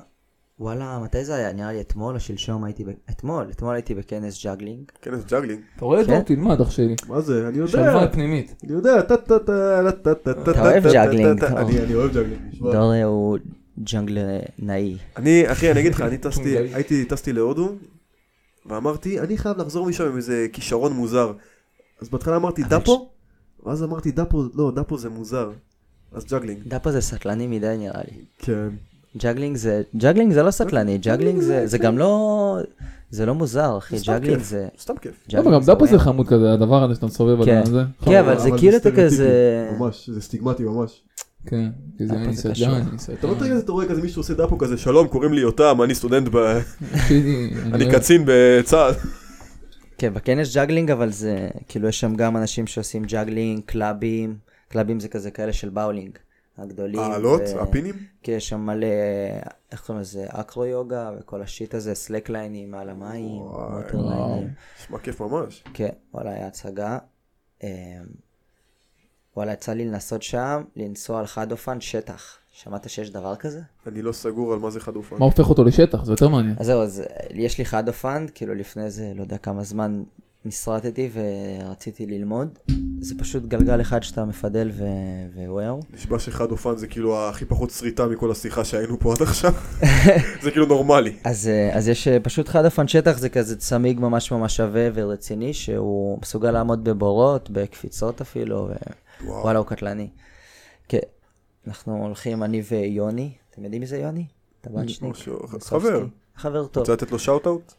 [SPEAKER 4] וואלה, מתי זה היה? נראה לי אתמול או שלשום הייתי ב... אתמול, אתמול הייתי בכנס ג'אגלינג.
[SPEAKER 2] כנס ג'אגלינג.
[SPEAKER 3] אתה רואה את
[SPEAKER 4] כן.
[SPEAKER 3] זה? תלמד, אח שלי.
[SPEAKER 2] מה זה? אני יודע.
[SPEAKER 3] שלווה פנימית.
[SPEAKER 2] אני יודע, טה טה טה טה טה טה
[SPEAKER 4] אתה אוהב
[SPEAKER 2] טה,
[SPEAKER 4] ג'אגלינג,
[SPEAKER 2] טה, טה.
[SPEAKER 4] אתה
[SPEAKER 2] אני אני אוהב ג'אגלינג. נשבע.
[SPEAKER 4] דור הוא ג'אנגלר נאי.
[SPEAKER 2] אני, אחי, אני אגיד לך, אני טסתי,
[SPEAKER 3] טונגאי.
[SPEAKER 2] הייתי, טסתי להודו, ואמרתי, אני חייב לחזור משם עם איזה כישרון מוזר. אז בהתחלה אמרתי
[SPEAKER 4] אבל
[SPEAKER 2] דאפו, ואז אמרתי דאפו, לא, דאפו זה מוזר. אז ג'אגלינג.
[SPEAKER 4] דאפה זה סטלני מדי נראה לי.
[SPEAKER 2] כן.
[SPEAKER 4] ג'אגלינג זה, ג'אגלינג זה לא סטלני, ג'אגלינג זה, זה גם לא, זה לא מוזר אחי,
[SPEAKER 2] סתם
[SPEAKER 4] ג'אגלינג
[SPEAKER 2] כיף.
[SPEAKER 4] זה,
[SPEAKER 2] סתם כיף.
[SPEAKER 3] לא, אבל גם דאפה זה
[SPEAKER 4] אוהב.
[SPEAKER 3] חמוד כזה, הדבר הזה שאתה מסובב
[SPEAKER 4] כן.
[SPEAKER 3] על זה.
[SPEAKER 4] כן, אבל זה כאילו אתה
[SPEAKER 2] סטריאוטיפי,
[SPEAKER 4] כזה-
[SPEAKER 2] ממש, זה סטיגמטי ממש.
[SPEAKER 3] כן, כי זה
[SPEAKER 4] דאפה זה
[SPEAKER 3] ניסיון,
[SPEAKER 4] קשור.
[SPEAKER 3] ניסיון.
[SPEAKER 2] אתה לא תראה אתה רואה כזה מישהו עושה דאפו כזה, שלום, קוראים לי יותם, אני לא- סטודנט ב...
[SPEAKER 3] שלי,
[SPEAKER 2] אני
[SPEAKER 3] אוהב.
[SPEAKER 2] קצין בצה"ל.
[SPEAKER 4] כן, בכנס ג'אגלינג, אבל זה, כאילו, יש שם גם אנשים שעושים ג'אגלינג, קלאבים, קלאבים זה כזה כאלה של באולינג, הגדולים.
[SPEAKER 2] העלות,
[SPEAKER 4] ו-
[SPEAKER 2] הפינים?
[SPEAKER 4] כן, יש שם מלא, איך קוראים לזה, אקרו יוגה, וכל השיט הזה, סלקליינים מעל המים,
[SPEAKER 2] וואי,
[SPEAKER 4] ווטרליינים.
[SPEAKER 2] נשמע כיף ממש.
[SPEAKER 4] כן, וואלה, היה הצגה. אמ, וואלה, יצא לי לנסות שם, לנסוע על חד אופן שטח. שמעת שיש דבר כזה?
[SPEAKER 2] אני לא סגור על מה זה חדופה.
[SPEAKER 3] מה הופך אותו לשטח? זה יותר מעניין.
[SPEAKER 4] אז זהו, אז אה, יש לי חד אופן, כאילו לפני זה, לא יודע כמה זמן נסרטתי ורציתי ללמוד. זה פשוט גלגל אחד שאתה מפדל ו... ווואו.
[SPEAKER 2] נשבע שחדופן זה כאילו הכי פחות שריטה מכל השיחה שהיינו פה עד עכשיו. זה כאילו נורמלי.
[SPEAKER 4] אז, אה, אז יש אה, פשוט חד אופן שטח, זה כזה צמיג ממש ממש עבה ורציני, שהוא מסוגל לעמוד בבורות, בקפיצות אפילו, ו...
[SPEAKER 2] וואו.
[SPEAKER 4] וואלה, הוא קטלני. כן, אנחנו הולכים, אני ויוני, אתם יודעים מי זה יוני? טבנצ'ניק?
[SPEAKER 2] משהו, חבר.
[SPEAKER 4] מוסובסקי. חבר טוב.
[SPEAKER 2] רוצה לתת לו שאוט-אאוט?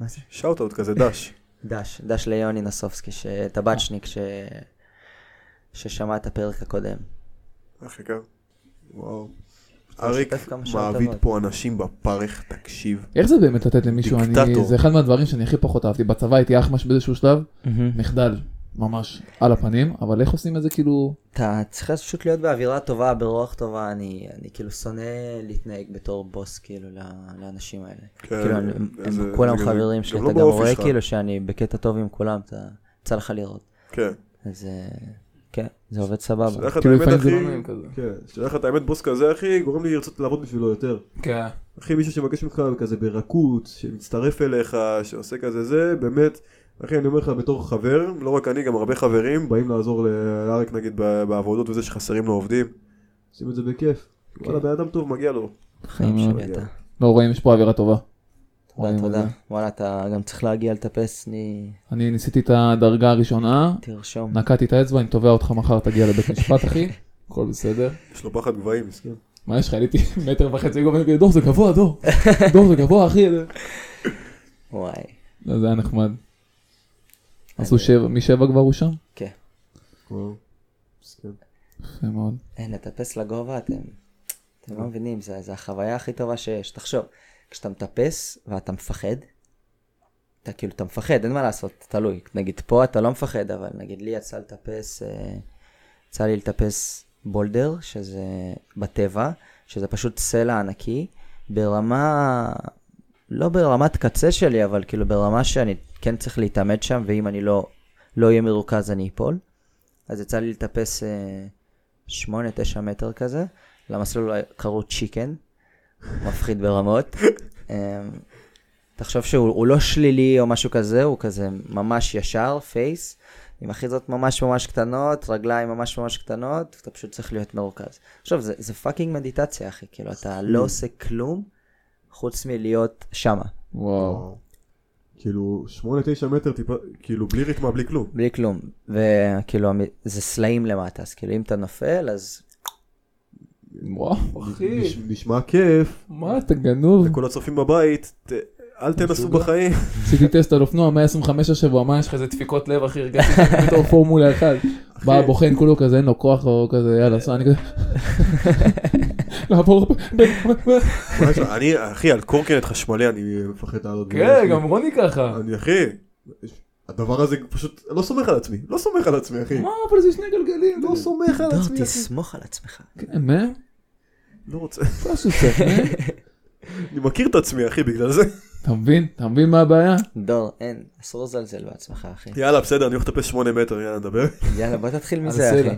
[SPEAKER 4] מה זה?
[SPEAKER 2] שאוט-אאוט כזה, דש.
[SPEAKER 4] דש, דש ליוני נסופסקי, ש- טבצ'ניק, ש... ששמע את הפרק הקודם.
[SPEAKER 2] אח יקר. כן. וואו. אריק
[SPEAKER 4] לשתף כמה שעות
[SPEAKER 2] מעביד
[SPEAKER 4] טובות.
[SPEAKER 2] פה אנשים בפרך, תקשיב.
[SPEAKER 3] איך זה באמת לתת למישהו, אני-
[SPEAKER 2] דיקטטור.
[SPEAKER 3] זה אחד מהדברים שאני הכי פחות אהבתי. בצבא הייתי אחמש באיזשהו שלב, מחדל, ממש, על הפנים, אבל איך עושים את זה כאילו...
[SPEAKER 4] אתה צריך פשוט להיות באווירה טובה, ברוח טובה, אני, אני כאילו שונא להתנהג בתור בוס כאילו ל- לאנשים האלה.
[SPEAKER 2] כן,
[SPEAKER 4] כאילו, אני- הם,
[SPEAKER 2] זה-
[SPEAKER 4] הם כולם
[SPEAKER 2] זה-
[SPEAKER 4] חברים
[SPEAKER 2] גם
[SPEAKER 4] שלי,
[SPEAKER 2] לא
[SPEAKER 4] אתה גם
[SPEAKER 2] באופי
[SPEAKER 4] רואה
[SPEAKER 2] שלך.
[SPEAKER 4] כאילו שאני בקטע טוב עם כולם, אתה יצא לך לראות.
[SPEAKER 2] כן.
[SPEAKER 4] אז אה, כן, זה עובד סבבה.
[SPEAKER 2] שתדע לך את
[SPEAKER 3] כאילו
[SPEAKER 2] האמת,
[SPEAKER 3] לפעמים זה לא נעים
[SPEAKER 2] אחי.
[SPEAKER 3] כזה.
[SPEAKER 1] כן.
[SPEAKER 2] שתדע לך את האמת, בוס כזה, אחי, גורם לי לרצות לעבוד בשבילו יותר.
[SPEAKER 3] כן.
[SPEAKER 2] אחי, מישהו שמבקש ממך כזה ברכות, שמצטרף אליך, שעושה כזה זה, באמת, אחי, אני אומר לך, בתור חבר, לא רק אני, גם הרבה חברים, באים לעזור ל- לאריק נגיד ב- בעבודות וזה שחסרים כן. לו עובדים. עושים את זה בכיף. וואלה, בן אדם טוב, מגיע לו.
[SPEAKER 4] חיים
[SPEAKER 3] אה,
[SPEAKER 4] שלי אתה.
[SPEAKER 3] לא, רואים, יש פה אווירה טובה. רואים
[SPEAKER 4] תודה,
[SPEAKER 3] את
[SPEAKER 4] תודה.
[SPEAKER 3] זה.
[SPEAKER 4] וואלה, אתה גם צריך להגיע לטפס, אני...
[SPEAKER 3] אני ניסיתי את הדרגה הראשונה,
[SPEAKER 4] תרשום.
[SPEAKER 3] נקעתי את האצבע, אני תובע אותך מחר, תגיע לבית משפט, אחי. הכל בסדר.
[SPEAKER 2] יש לו פחד גבהים, מסכן.
[SPEAKER 3] מה יש לך? עליתי מטר וחצי גובה, אני כזה, דור זה גבוה, דור. דור זה גבוה, אחי.
[SPEAKER 4] וואי.
[SPEAKER 3] לא, זה היה נחמד. אז הוא שבע, משבע כבר הוא שם?
[SPEAKER 4] כן.
[SPEAKER 1] וואו, מסכן.
[SPEAKER 3] יפה מאוד.
[SPEAKER 4] אין, לטפס אה, לגובה, אתם, אתם לא מבינים, זה, זה החוויה הכי טובה שיש. תחשוב, כשאתה מטפס ואתה מפחד, אתה כאילו, אתה מפחד, אין מה לעשות, תלוי. נגיד פה אתה לא מפחד, אבל נגיד לי יצא לטפס, אה, יצא לי לטפס בולדר, שזה בטבע, שזה פשוט סלע ענקי, ברמה, לא ברמת קצה שלי, אבל כאילו ברמה שאני כן צריך להתעמת שם, ואם אני לא, לא אהיה מרוכז אני אפול. אז יצא לי לטפס אה, 8-9 מטר כזה, למסלול קראו צ'יקן, מפחיד ברמות. אה, תחשוב שהוא הוא לא שלילי או משהו כזה, הוא כזה ממש ישר, פייס, עם אחיזות ממש ממש קטנות, רגליים ממש ממש קטנות, אתה פשוט צריך להיות מרוכז. עכשיו, זה, זה פאקינג מדיטציה, אחי, כאילו, אתה לא עושה כלום חוץ מלהיות שמה,
[SPEAKER 3] וואו.
[SPEAKER 1] וואו. כאילו, שמונה, תשע מטר טיפה,
[SPEAKER 2] כאילו, בלי רתמה, בלי כלום.
[SPEAKER 4] בלי כלום. וכאילו, המ- זה סלעים למטה, אז כאילו, אם אתה נופל, אז
[SPEAKER 3] וואו, אחי.
[SPEAKER 1] נש- נשמע כיף.
[SPEAKER 3] מה, אתה גנוב?
[SPEAKER 2] לכל הצופים בבית, ת- אל תנסו בחיים.
[SPEAKER 3] עשיתי טסט על אופנוע 125 השבוע, מה יש לך איזה דפיקות לב אחי, הרגשתי שאני בתור פורמולה 1. בא הבוחן כולו כזה, אין לו כוח או כזה, יאללה, סע, אני כזה... לעבור...
[SPEAKER 2] מה יש לך? אני, אחי, על קורקינט חשמלי, אני...
[SPEAKER 1] אני מפחד לעלות.
[SPEAKER 3] כן,
[SPEAKER 1] בדרך.
[SPEAKER 3] גם רוני ככה.
[SPEAKER 2] אני, אחי,
[SPEAKER 1] הדבר הזה פשוט, לא סומך על עצמי.
[SPEAKER 2] לא סומך על עצמי, אחי.
[SPEAKER 3] מה, אבל זה שני גלגלים,
[SPEAKER 1] לא סומך על
[SPEAKER 4] לא,
[SPEAKER 1] עצמי. אחי.
[SPEAKER 4] תסמוך על עצמך.
[SPEAKER 3] כן, מה?
[SPEAKER 2] לא רוצה.
[SPEAKER 3] תעשו קצת, מה?
[SPEAKER 2] אני מכיר את עצמי, אחי, בגלל זה.
[SPEAKER 3] אתה מבין? אתה מבין מה הבעיה?
[SPEAKER 4] דור, אין, אסור לזלזל בעצמך, אחי.
[SPEAKER 2] יאללה, בסדר, אני הולך לטפס 8 מטר, יאללה, נדבר.
[SPEAKER 4] יאללה, בוא תתחיל
[SPEAKER 3] על
[SPEAKER 4] מזה,
[SPEAKER 3] הסלע.
[SPEAKER 4] אחי.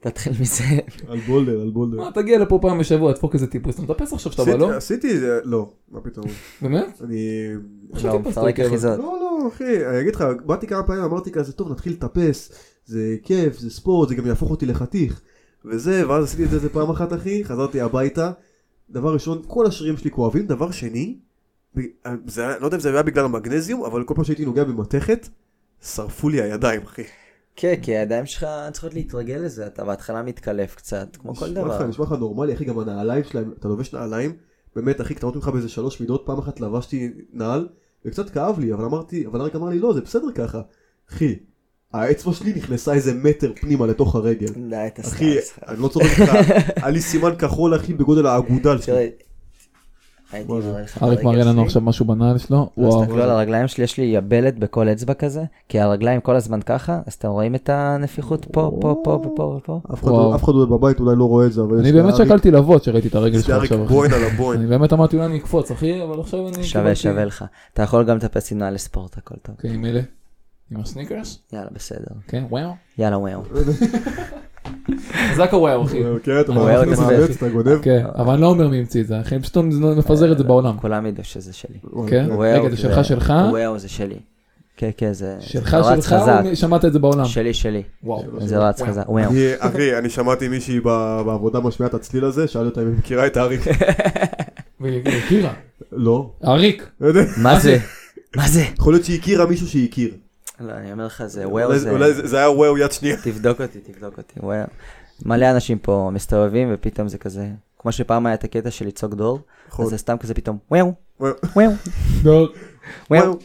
[SPEAKER 4] תתחיל מזה.
[SPEAKER 1] על בולדר, על בולדר.
[SPEAKER 3] מה, תגיע לפה פעם בשבוע, תפוק איזה טיפוס, אתה מטפס עכשיו שאתה בא,
[SPEAKER 2] עשיתי-
[SPEAKER 3] לא?
[SPEAKER 2] עשיתי, זה- לא, מה פתאום.
[SPEAKER 3] באמת?
[SPEAKER 2] אני...
[SPEAKER 3] חשבתי
[SPEAKER 4] לא,
[SPEAKER 3] פה
[SPEAKER 4] מפרק
[SPEAKER 3] סטריקר.
[SPEAKER 4] אחיזות.
[SPEAKER 1] לא, לא, אחי, אני אגיד לך, באתי כמה פעמים, אמרתי כזה, טוב, נתחיל לטפס, זה כיף, זה ספורט, זה גם יהפוך אותי לחתיך, וזה, ואז עשיתי את זה איזה פעם אחת, אחי, חזרתי הביתה, דבר ראשון, כל השרירים שלי כואבים, דבר שני, ב- זה היה- לא יודע אם זה היה בגלל המגנזיום, אבל כל פעם שהייתי נוגע במתכת, שרפו לי הידיים, אחי.
[SPEAKER 4] כן, כי הידיים שלך צריכות להתרגל לזה, אתה בהתחלה מתקלף קצת, כמו כל
[SPEAKER 1] נשמע לך-
[SPEAKER 4] דבר.
[SPEAKER 1] נשמע לך נורמלי, אחי, גם הנעליים שלהם, אתה לובש נעליים, באמת, אחי, קטנות ממך באיזה שלוש מידות, פעם אחת לבשתי נעל, וקצת כאב לי, אבל אמרתי, אבל אריק אמר לי, לא, זה בסדר ככה. אחי, האצבע שלי נכנסה איזה מטר פנימה לתוך הרגל.
[SPEAKER 4] די, אתה
[SPEAKER 1] אחי,
[SPEAKER 4] סתם.
[SPEAKER 1] אני לא צודק לך, היה לי סימן כחול אחי בגודל האגודל שלי.
[SPEAKER 4] תראה, הייתי
[SPEAKER 1] מה זה?
[SPEAKER 4] מראה לך את
[SPEAKER 3] אריק
[SPEAKER 4] הרגל
[SPEAKER 3] מראה לנו
[SPEAKER 4] שלי.
[SPEAKER 3] עכשיו משהו בנעל שלו, וואו.
[SPEAKER 4] תסתכלו על הרגליים שלי, יש לי יבלת בכל אצבע כזה, כי הרגליים כל הזמן ככה, אז אתם רואים את הנפיחות פה, פה, פה, ופה, ופה.
[SPEAKER 1] אף אחד
[SPEAKER 3] וואו.
[SPEAKER 1] לא- אף אחד עוד בבית אולי לא רואה את זה, אבל
[SPEAKER 3] אני
[SPEAKER 1] יש
[SPEAKER 3] באמת
[SPEAKER 1] לאריק-
[SPEAKER 3] שקלתי לבוא שראיתי את הרגל
[SPEAKER 2] זה
[SPEAKER 3] שלך
[SPEAKER 2] אריק
[SPEAKER 3] עכשיו, אחי.
[SPEAKER 2] בוין על הבוין.
[SPEAKER 3] אני באמת אמרתי אולי אני אקפוץ, אחי, אבל עכשיו אני...
[SPEAKER 4] שווה,
[SPEAKER 3] קיבלתי-
[SPEAKER 4] שווה לך. אתה יכול גם לטפס עם נעל לספורט, הכל טוב.
[SPEAKER 3] אוקיי, עם אלה. עם הסניקרס?
[SPEAKER 4] יאללה, בסדר.
[SPEAKER 3] כן, וואו.
[SPEAKER 4] יאללה, וואו. אוקיי.
[SPEAKER 3] חזק הוואו, אחי.
[SPEAKER 1] כן, אתה
[SPEAKER 4] אני רואה
[SPEAKER 1] מאמץ,
[SPEAKER 4] את
[SPEAKER 1] אתה
[SPEAKER 4] זה.
[SPEAKER 1] מאמץ, אתה גונב.
[SPEAKER 3] כן,
[SPEAKER 4] אה,
[SPEAKER 3] אבל אני לא אומר מי המציא את זה, אחי, אני פשוט לא מפזר את זה בעולם.
[SPEAKER 4] כולם ידעו שזה שלי.
[SPEAKER 3] כן?
[SPEAKER 1] וואי,
[SPEAKER 4] וואו,
[SPEAKER 3] רגע, זה שלך, שלך?
[SPEAKER 4] וואו, זה שלי. כן, כן, זה...
[SPEAKER 3] שלך,
[SPEAKER 4] זה רץ
[SPEAKER 3] שלך,
[SPEAKER 4] חזק.
[SPEAKER 3] או מי- שמעת את זה בעולם?
[SPEAKER 4] שלי, שלי.
[SPEAKER 3] וואו.
[SPEAKER 4] זה רץ חזק. וואו.
[SPEAKER 2] אני- אחי, אני שמעתי מישהי ב-
[SPEAKER 1] בעבודה משמיעה את הצליל הזה, שאלתי אותה אם היא
[SPEAKER 2] מכירה את אריק.
[SPEAKER 3] והיא הכירה.
[SPEAKER 1] לא.
[SPEAKER 3] אריק.
[SPEAKER 4] מה זה? מה זה?
[SPEAKER 1] יכול להיות שהיא הכירה מישהו שהיא הכיר.
[SPEAKER 4] לא, אני אומר לך, זה
[SPEAKER 2] אולי
[SPEAKER 4] וואו
[SPEAKER 2] זה-
[SPEAKER 4] זה...
[SPEAKER 2] אולי זה זה היה וואו יד שנייה.
[SPEAKER 4] תבדוק אותי, תבדוק אותי, וואו. מלא אנשים פה מסתובבים ופתאום זה כזה, כמו שפעם היה את הקטע של לצעוק דור,
[SPEAKER 2] נכון.
[SPEAKER 4] אז זה סתם כזה פתאום וואו,
[SPEAKER 2] וואו.
[SPEAKER 4] וואו,
[SPEAKER 3] דור.
[SPEAKER 4] וואו.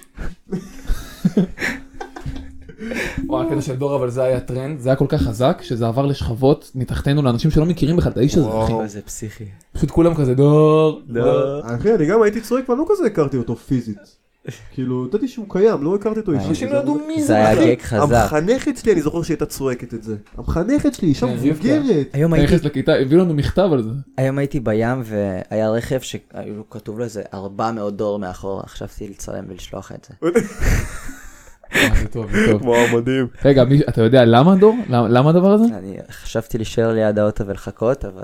[SPEAKER 3] וואי, הקטע של דור, אבל זה היה טרנד, זה היה כל כך חזק, שזה עבר לשכבות מתחתנו לאנשים שלא מכירים בכלל את האיש הזה, אחי.
[SPEAKER 4] וואו, זה פסיכי.
[SPEAKER 3] פשוט כולם כזה דור. דור.
[SPEAKER 1] לא. אחי, אני גם הייתי צועק, אבל לא כזה הכרתי אותו פיזית. כאילו, ידעתי שהוא קיים, לא הכרתי אותו אישית.
[SPEAKER 3] אנשים לא ידעו מי
[SPEAKER 4] זה
[SPEAKER 3] זה.
[SPEAKER 4] היה
[SPEAKER 3] אחי.
[SPEAKER 4] גג חזק.
[SPEAKER 1] המחנכת שלי, אני זוכר שהייתה צועקת את זה. המחנכת שלי, אישה
[SPEAKER 3] כן, רבקה.
[SPEAKER 1] מבוגרת.
[SPEAKER 4] היום
[SPEAKER 3] אתה
[SPEAKER 4] הייתי-
[SPEAKER 3] נכנס לכיתה, הביאו לנו מכתב על זה.
[SPEAKER 4] היום הייתי בים והיה רכב שכתוב לו איזה 400 דור מאחורה, חשבתי לצלם ולשלוח את זה.
[SPEAKER 3] אה, זה טוב, זה טוב.
[SPEAKER 2] וואו, מדהים.
[SPEAKER 3] רגע, מי- אתה יודע למה דור? למה למה הדבר הזה?
[SPEAKER 4] אני חשבתי להישאר ליד האוטו ולחכות, אבל...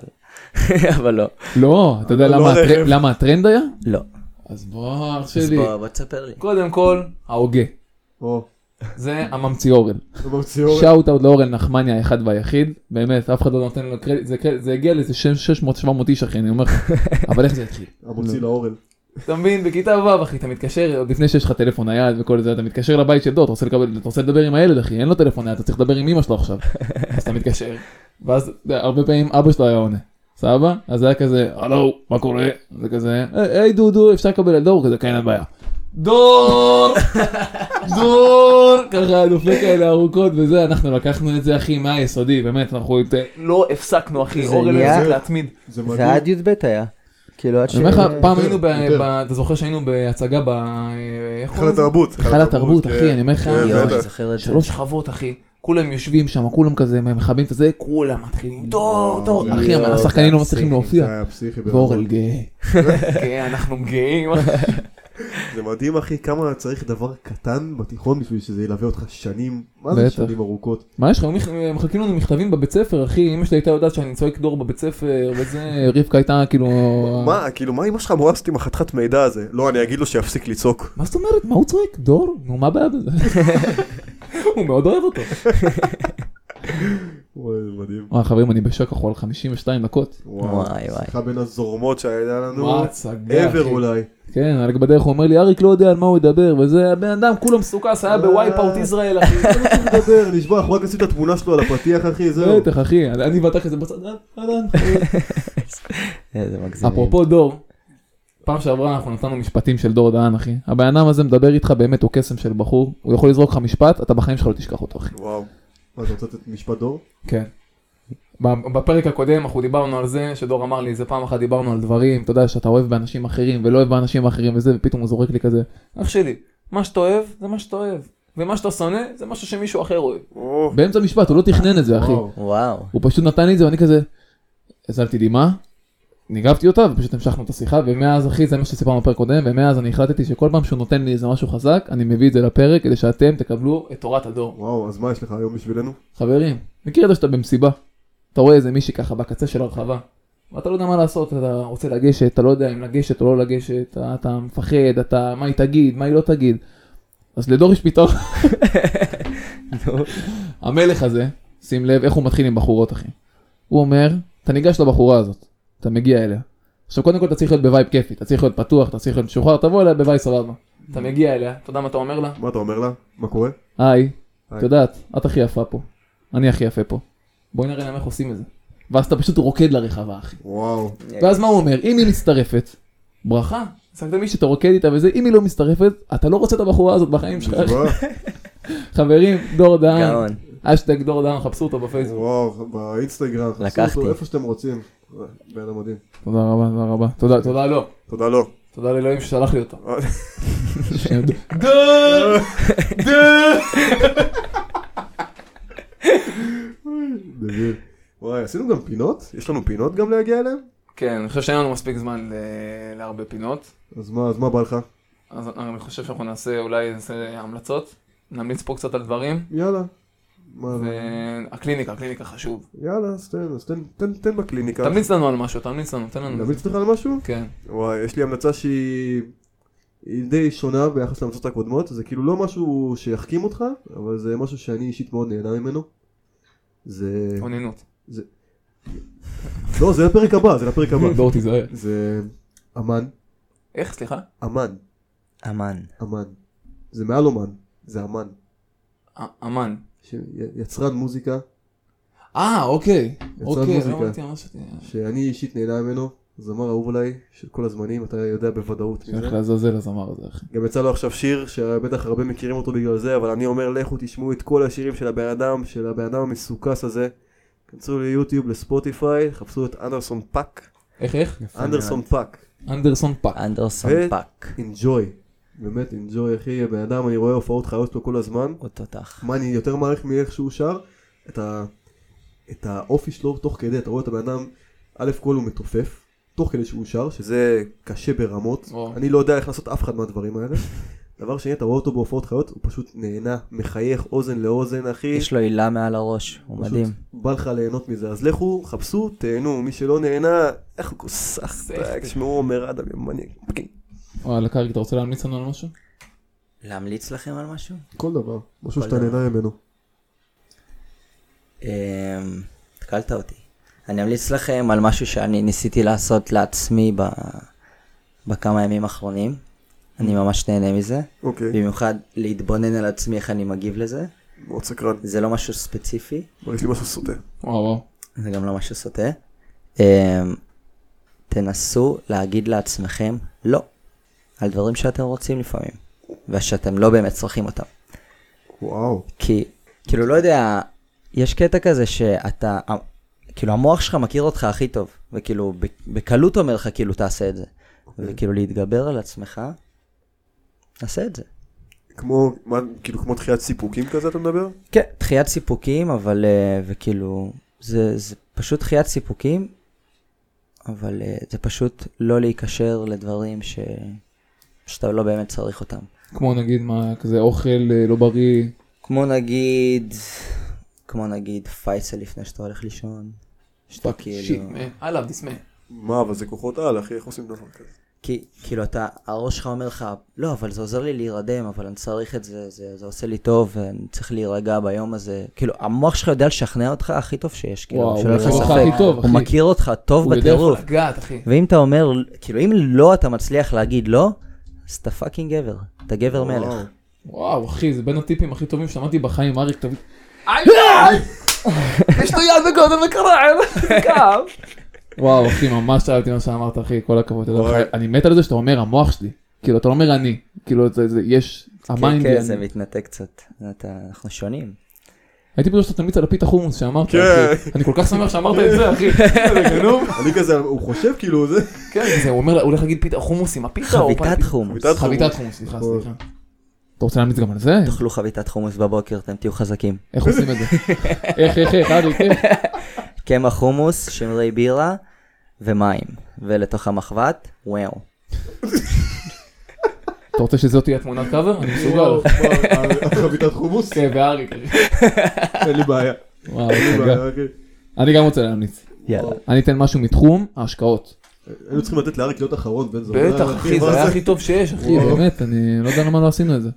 [SPEAKER 4] אבל לא.
[SPEAKER 3] לא, אתה יודע
[SPEAKER 2] לא
[SPEAKER 3] למה הטר-
[SPEAKER 2] רכב.
[SPEAKER 3] למה הטרנד היה?
[SPEAKER 4] לא.
[SPEAKER 3] אז בוא, אח
[SPEAKER 4] אז
[SPEAKER 3] שלי.
[SPEAKER 4] בוא, בוא תספר לי.
[SPEAKER 3] קודם כל, ההוגה.
[SPEAKER 1] או,
[SPEAKER 3] זה הממציא אורן.
[SPEAKER 1] במציאות.
[SPEAKER 3] שאוט אאוט לאורן נחמני האחד והיחיד, באמת, אף אחד לא נותן לו קרדיט, זה קרדיט- זה הגיע לאיזה 600-700 איש אחי, אני אומר לך, אבל איך זה התחיל? לא.
[SPEAKER 1] המוציא לאורן.
[SPEAKER 3] אתה מבין, בכיתה ו' אחי, אתה מתקשר, עוד לפני שיש לך טלפון נייד וכל זה, אתה מתקשר לבית של דוד, אתה רוצה לקבל- אתה רוצה לדבר עם הילד אחי, אין לו טלפון נייד, אתה צריך לדבר עם אמא שלו עכשיו, אז אתה מתקשר, ואז אתה יודע, הרבה פעמים אבא שלו היה עונה, סבבה? "אה, אז זה היה כזה, הלו, מה קורה? זה כזה, היי דודו, אפשר לקבל את דור? כזה, כן, אין בעיה. דור! דור! ככה דופק כאלה ארוכות וזה, אנחנו לקחנו את זה אחי מהיסודי, באמת, אנחנו את- לא הפסקנו אחי,
[SPEAKER 4] זה
[SPEAKER 3] אורן
[SPEAKER 4] נהיה-
[SPEAKER 3] הפסיק להתמיד.
[SPEAKER 2] זה
[SPEAKER 4] זה
[SPEAKER 2] מדהים.
[SPEAKER 4] עד י"ב היה. כאילו עד ש...
[SPEAKER 3] אני אומר לך, פעם
[SPEAKER 2] יותר,
[SPEAKER 3] היינו, ב-
[SPEAKER 1] כן.
[SPEAKER 2] יותר.
[SPEAKER 3] אה, ב- אתה זוכר שהיינו בהצגה ב... אה, איך
[SPEAKER 1] היכל
[SPEAKER 3] קוראים לזה?
[SPEAKER 1] התרבות.
[SPEAKER 3] היכל התרבות, אחי, אני אומר לך,
[SPEAKER 1] כן,
[SPEAKER 4] יואו,
[SPEAKER 1] בטח.
[SPEAKER 4] אני זוכר את זה.
[SPEAKER 3] שלוש שכבות אחי, כולם יושבים שם, כולם כזה מכבים את זה, כולם מתחילים, דור, דור, אחי,
[SPEAKER 4] יואו,
[SPEAKER 3] השחקנים
[SPEAKER 4] זה
[SPEAKER 3] לא מצליחים
[SPEAKER 4] פסיכי,
[SPEAKER 2] זה
[SPEAKER 3] להופיע,
[SPEAKER 2] היה פסיכי. ברמות.
[SPEAKER 3] ואורל גאה. גאה, כן, אנחנו גאים.
[SPEAKER 1] זה מדהים אחי כמה צריך דבר
[SPEAKER 2] קטן בתיכון בשביל שזה ילווה אותך שנים, מה זה
[SPEAKER 3] בטח.
[SPEAKER 2] שנים ארוכות?
[SPEAKER 3] מה יש לך, הם מחכים לנו מכתבים בבית ספר, אחי, אמא שלי הייתה יודעת שאני צועק דור בבית ספר, וזה, רבקה הייתה כאילו...
[SPEAKER 1] מה כאילו מה אמא שלך מואסת עם החתיכת מידע הזה לא אני אגיד לו שיפסיק לצעוק.
[SPEAKER 3] מה זאת אומרת? מה הוא צועק? דור? נו, מה הבעיה בזה? הוא מאוד אוהב אותו.
[SPEAKER 2] וואי, זה מדהים.
[SPEAKER 3] וואי, חברים, אני בשוק, אנחנו על 52 דקות.
[SPEAKER 4] וואי, וואי.
[SPEAKER 2] שיחה בין הזורמות
[SPEAKER 1] הזורמות שהיה לנו
[SPEAKER 3] מה הצגה,
[SPEAKER 1] ever
[SPEAKER 3] אחי.
[SPEAKER 1] אולי.
[SPEAKER 3] כן, רק בדרך הוא אומר לי, אריק לא יודע על מה הוא ידבר, וזה, הבן אדם כולו מסוכס, היה בווייפאוט ישראל, אחי.
[SPEAKER 2] לא לדבר, נשבע, אנחנו רק נשים את התמונה שלו על הפתיח אחי,
[SPEAKER 1] אה,
[SPEAKER 2] זהו.
[SPEAKER 3] בטח, אחי, אני ואתה כזה בצד, אה, אהלן.
[SPEAKER 4] איזה מגזימים.
[SPEAKER 3] אפרופו דור, פעם שעברה אנחנו נתנו משפטים של דור דהן, אחי. הבן אדם הזה מדבר איתך באמת, הוא קסם של בחור, הוא יכול לזרוק לך משפט, אתה בחיים שלך לא תשכח אותו, אחי.
[SPEAKER 1] וואו.
[SPEAKER 2] מה, אתה רוצה לתת משפט דור?
[SPEAKER 3] כן. ב- בפרק הקודם אנחנו דיברנו על זה שדור אמר לי איזה פעם אחת דיברנו על דברים אתה יודע שאתה אוהב באנשים אחרים ולא אוהב באנשים אחרים וזה ופתאום הוא זורק לי כזה אח שלי מה שאתה אוהב זה מה שאתה אוהב ומה שאתה שונא זה משהו שמישהו אחר אוהב.
[SPEAKER 1] או,
[SPEAKER 3] באמצע משפט הוא לא תכנן את זה אחי
[SPEAKER 2] וואו.
[SPEAKER 4] וואו.
[SPEAKER 3] הוא פשוט נתן לי את זה ואני כזה הזלתי דמעה ניגבתי אותה ופשוט המשכנו את השיחה ומאז אחי זה מה שסיפרנו בפרק קודם ומאז אני החלטתי שכל פעם שהוא נותן לי איזה משהו חזק אני מביא את זה לפרק כדי שאתם תקבלו את תורת הדור.
[SPEAKER 2] וואו, אז מה יש לך היום בשבילנו?
[SPEAKER 3] חברים, מכיר את זה שאתה במסיבה, אתה רואה איזה מישהי ככה בקצה של הרחבה, ואתה לא יודע מה לעשות, אתה רוצה לגשת, אתה לא יודע אם לגשת או לא לגשת, אתה, אתה מפחד, אתה, מה היא תגיד, מה היא לא תגיד. אז לדור יש פתרון. המלך הזה, שים לב איך הוא מתחיל עם בחורות אחי. הוא אומר, אתה ניגש לבחורה הזאת, אתה מגיע אליה. עכשיו קודם כל אתה צריך להיות בווייב כיפי, אתה צריך להיות פתוח, אתה צריך להיות משוחרר, תבוא אליה בווייב סבבה. אתה מגיע אליה, אתה יודע מה אתה אומר לה?
[SPEAKER 2] מה אתה אומר לה? מה קורה?
[SPEAKER 3] היי, את
[SPEAKER 2] היי.
[SPEAKER 3] יודעת, את הכי יפה פה, אני הכי יפה פה. בואי נראה להם איך עושים את זה. ואז אתה פשוט רוקד לרחבה, אחי.
[SPEAKER 2] וואו.
[SPEAKER 3] ואז מה הוא אומר? אם היא מצטרפת, ברכה. שחקת מי שאתה רוקד איתה וזה, אם היא לא מצטרפת, אתה לא רוצה את הבחורה הזאת בחיים שלך.
[SPEAKER 2] נשבע?
[SPEAKER 3] חברים, דור דהן,
[SPEAKER 4] לא- גאון.
[SPEAKER 3] אשטג דור דהן, חפשו אותו בפייסבוק.
[SPEAKER 2] וואו, באינסטגרם. חפשו
[SPEAKER 4] לקחתי.
[SPEAKER 2] אותו איפה שאתם רוצים. אה, בן אדם מדהים.
[SPEAKER 3] תודה רבה, תודה רבה. תודה, תודה לא. לו.
[SPEAKER 1] תודה לו.
[SPEAKER 3] תודה לאלוהים ששלח לי אותו.
[SPEAKER 2] דביל. וואי, עשינו גם פינות?
[SPEAKER 1] יש לנו פינות גם להגיע אליהן?
[SPEAKER 3] כן, אני חושב שאין לנו מספיק זמן ל- להרבה פינות.
[SPEAKER 2] אז מה, אז מה בא לך?
[SPEAKER 3] אז אני חושב שאנחנו נעשה, אולי נעשה המלצות. נמליץ פה קצת על דברים.
[SPEAKER 2] יאללה.
[SPEAKER 4] אה.
[SPEAKER 2] מה זה?
[SPEAKER 3] והקליניקה, הקליניקה חשוב.
[SPEAKER 2] יאללה, אז תן, אז תן, תן, תן
[SPEAKER 4] כן.
[SPEAKER 2] בקליניקה.
[SPEAKER 3] תמליץ לנו על משהו, תמליץ לנו, תן לנו.
[SPEAKER 2] תמליץ לך על משהו?
[SPEAKER 3] כן.
[SPEAKER 2] וואי, יש לי המלצה שהיא היא די שונה ביחס להמלצות הקודמות, זה כאילו לא משהו שיחכים אותך, אבל זה משהו שאני אישית מאוד נהנה ממנו. זה...
[SPEAKER 3] אוננות.
[SPEAKER 2] לא, זה לפרק הבא, זה לפרק הבא.
[SPEAKER 3] דור תיזהר.
[SPEAKER 2] זה אמן,
[SPEAKER 3] איך, סליחה?
[SPEAKER 2] אמן,
[SPEAKER 4] אמן.
[SPEAKER 2] אמן. זה מעל אומן, זה אמן.
[SPEAKER 3] א- אמן.
[SPEAKER 2] ש- יצרן מוזיקה,
[SPEAKER 3] אה, אוקיי. אוקיי,
[SPEAKER 2] מוזיקה.
[SPEAKER 3] לא אמרתי מה שאתה...
[SPEAKER 2] שאני אישית נהנה ממנו, זמר אהוב עליי, של כל הזמנים, אתה יודע בוודאות מי זה.
[SPEAKER 3] הולך לעזאזל הזמר הזה, אחי.
[SPEAKER 2] גם יצא לו עכשיו שיר שבטח הרבה מכירים אותו בגלל זה, אבל אני אומר לכו תשמעו את כל השירים של הבן אדם, של הבן אדם המסוכס הזה. כנסו ליוטיוב, לספוטיפיי, חפשו את אנדרסון פאק.
[SPEAKER 3] איך, איך?
[SPEAKER 2] אנדרסון פאק.
[SPEAKER 3] אנדרסון פאק.
[SPEAKER 4] אנדרסון
[SPEAKER 2] ו-
[SPEAKER 4] פאק.
[SPEAKER 2] אינג'וי. באמת אינג'וי אחי, הבן אדם אני רואה הופעות חיות שלו כל הזמן.
[SPEAKER 4] הוא תותח.
[SPEAKER 2] מה אני יותר מעריך מאיך שהוא שר? את, ה... את האופי שלו תוך כדי, אתה רואה את הבן אדם, א' כל הוא מתופף, תוך כדי שהוא שר, שזה קשה ברמות.
[SPEAKER 3] או.
[SPEAKER 2] אני לא יודע איך לעשות אף אחד מהדברים האלה. דבר שני, אתה רואה אותו בהופעות חיות, הוא פשוט נהנה, מחייך אוזן לאוזן, אחי.
[SPEAKER 4] יש לו הילה מעל הראש, הוא
[SPEAKER 2] פשוט
[SPEAKER 4] מדהים.
[SPEAKER 2] בא לך ליהנות מזה, אז לכו, חפשו, תהנו, מי שלא נהנה, איך הוא
[SPEAKER 3] סחטק.
[SPEAKER 2] סחטק, שמעו עומר אדם, יא מניאק.
[SPEAKER 3] וואלה, קרעי, אתה רוצה להמליץ לנו על משהו?
[SPEAKER 4] להמליץ לכם על משהו?
[SPEAKER 2] כל דבר, משהו
[SPEAKER 4] שאתה נהנה
[SPEAKER 2] ממנו.
[SPEAKER 4] אמ, התקלת אותי. אני אמליץ לכם על משהו שאני ניסיתי לעשות לעצמי ב... בכמה ימים האחרונים. אני ממש נהנה מזה.
[SPEAKER 1] אוקיי.
[SPEAKER 4] במיוחד להתבונן על עצמי איך אני מגיב לזה.
[SPEAKER 1] מאוד סקרן.
[SPEAKER 4] זה לא משהו ספציפי,
[SPEAKER 1] מרגיש לי משהו סוטה.
[SPEAKER 3] וואו וואו.
[SPEAKER 4] זה גם לא משהו סוטה. אמ, תנסו להגיד לעצמכם לא. על דברים שאתם רוצים לפעמים, ושאתם לא באמת צריכים אותם.
[SPEAKER 1] וואו.
[SPEAKER 4] כי, כאילו, לא יודע, יש קטע כזה שאתה, כאילו, המוח שלך מכיר אותך הכי טוב, וכאילו, בקלות אומר לך, כאילו, תעשה את זה. וכאילו, להתגבר על עצמך, תעשה את זה.
[SPEAKER 2] כמו, מה, כאילו כמו דחיית סיפוקים כזה אתה מדבר?
[SPEAKER 4] כן, דחיית סיפוקים, אבל, אה, וכאילו, זה, זה פשוט דחיית סיפוקים, אבל אה, זה פשוט לא להיקשר לדברים ש... שאתה לא באמת צריך אותם.
[SPEAKER 3] כמו נגיד מה, כזה אוכל אה, לא בריא,
[SPEAKER 4] כמו נגיד, כמו נגיד פייסל לפני שאתה הולך לישון. שאתה
[SPEAKER 3] פאק שיט,
[SPEAKER 4] כאילו,
[SPEAKER 3] I love this man.
[SPEAKER 2] מה, אבל זה כוחות על, אחי, איך עושים דבר כזה?
[SPEAKER 4] כי, כאילו אתה, הראש שלך אומר לך, לא, אבל זה עוזר לי להירדם, אבל אני צריך את זה, זה, זה עושה לי טוב, ואני צריך להירגע ביום הזה. כאילו, המוח שלך יודע לשכנע אותך הכי טוב שיש, כאילו,
[SPEAKER 3] וואו,
[SPEAKER 4] שלא
[SPEAKER 3] הוא
[SPEAKER 4] יהיה לך
[SPEAKER 3] מכיר אותך
[SPEAKER 4] ספק.
[SPEAKER 3] הכי טוב,
[SPEAKER 4] הוא
[SPEAKER 3] אחי.
[SPEAKER 4] מכיר אותך טוב
[SPEAKER 3] הוא יודע איפה
[SPEAKER 4] בטירוף.
[SPEAKER 3] לגעת, אחי.
[SPEAKER 4] ואם אתה אומר, כאילו, אם לא אתה מצליח להגיד לא, אז אתה פאקינג גבר, אתה גבר
[SPEAKER 3] אה,
[SPEAKER 4] מלך.
[SPEAKER 3] וואו, אחי, זה בין הטיפים הכי טובים ששמעתי בחיים, אריק, תביא... אה!
[SPEAKER 4] יש לו יד בגודל
[SPEAKER 3] כן.
[SPEAKER 4] וקרעם,
[SPEAKER 3] וואו, אחי, ממש אהבתי מה שאמרת, אחי, כל הכבוד. אתה יודע,
[SPEAKER 2] וואי.
[SPEAKER 3] אני מת על זה שאתה אומר המוח שלי. כאילו, אתה לא אומר אני. כאילו, זה- זה- יש...
[SPEAKER 4] כן,
[SPEAKER 3] המיינד
[SPEAKER 4] כן,
[SPEAKER 3] לי
[SPEAKER 4] זה
[SPEAKER 3] אני.
[SPEAKER 4] מתנתק קצת, אתה- אנחנו שונים.
[SPEAKER 3] הייתי בטוח שאתה תמיץ על הפיתה חומוס שאמרת,
[SPEAKER 2] כן.
[SPEAKER 3] אחי. אני כל כך שמח שאמרת את זה, אחי. זה גנוב.
[SPEAKER 2] אני כזה, הוא חושב כאילו זה...
[SPEAKER 3] כן, זה, הוא אומר, הוא הולך להגיד פיתה חומוס עם הפיתה. או
[SPEAKER 4] חביתת
[SPEAKER 3] פ-
[SPEAKER 4] חומוס.
[SPEAKER 2] חביתת
[SPEAKER 3] חביתת חומוס, סליחה, סליחה. אתה רוצה להמליץ גם על זה?
[SPEAKER 4] תאכלו חביתת חומוס בבוקר, אתם תהיו חזקים.
[SPEAKER 3] איך עושים את זה? איך, איך, איך, אריק, איך?
[SPEAKER 4] קמח חומוס, שמרי בירה ומים. ולתוך המחבת, וואו.
[SPEAKER 3] אתה רוצה שזאת תהיה תמונת קאבר? אני מסוגל.
[SPEAKER 2] אה, חביתת חומוס?
[SPEAKER 3] כן, ואריק. אחי.
[SPEAKER 2] אין לי בעיה.
[SPEAKER 3] וואו,
[SPEAKER 2] אין לי
[SPEAKER 3] הצגה.
[SPEAKER 2] בעיה, אוקיי. אחי.
[SPEAKER 3] אני גם רוצה להמליץ.
[SPEAKER 4] יאללה.
[SPEAKER 3] אני אתן משהו מתחום ההשקעות.
[SPEAKER 1] היינו צריכים לתת לאריק להיות אחרון בן זמן.
[SPEAKER 3] בטח, אחי, זה היה הכי טוב שיש, אחי,
[SPEAKER 1] וואו.
[SPEAKER 3] באמת, אני לא יודע למה לא עשינו את זה.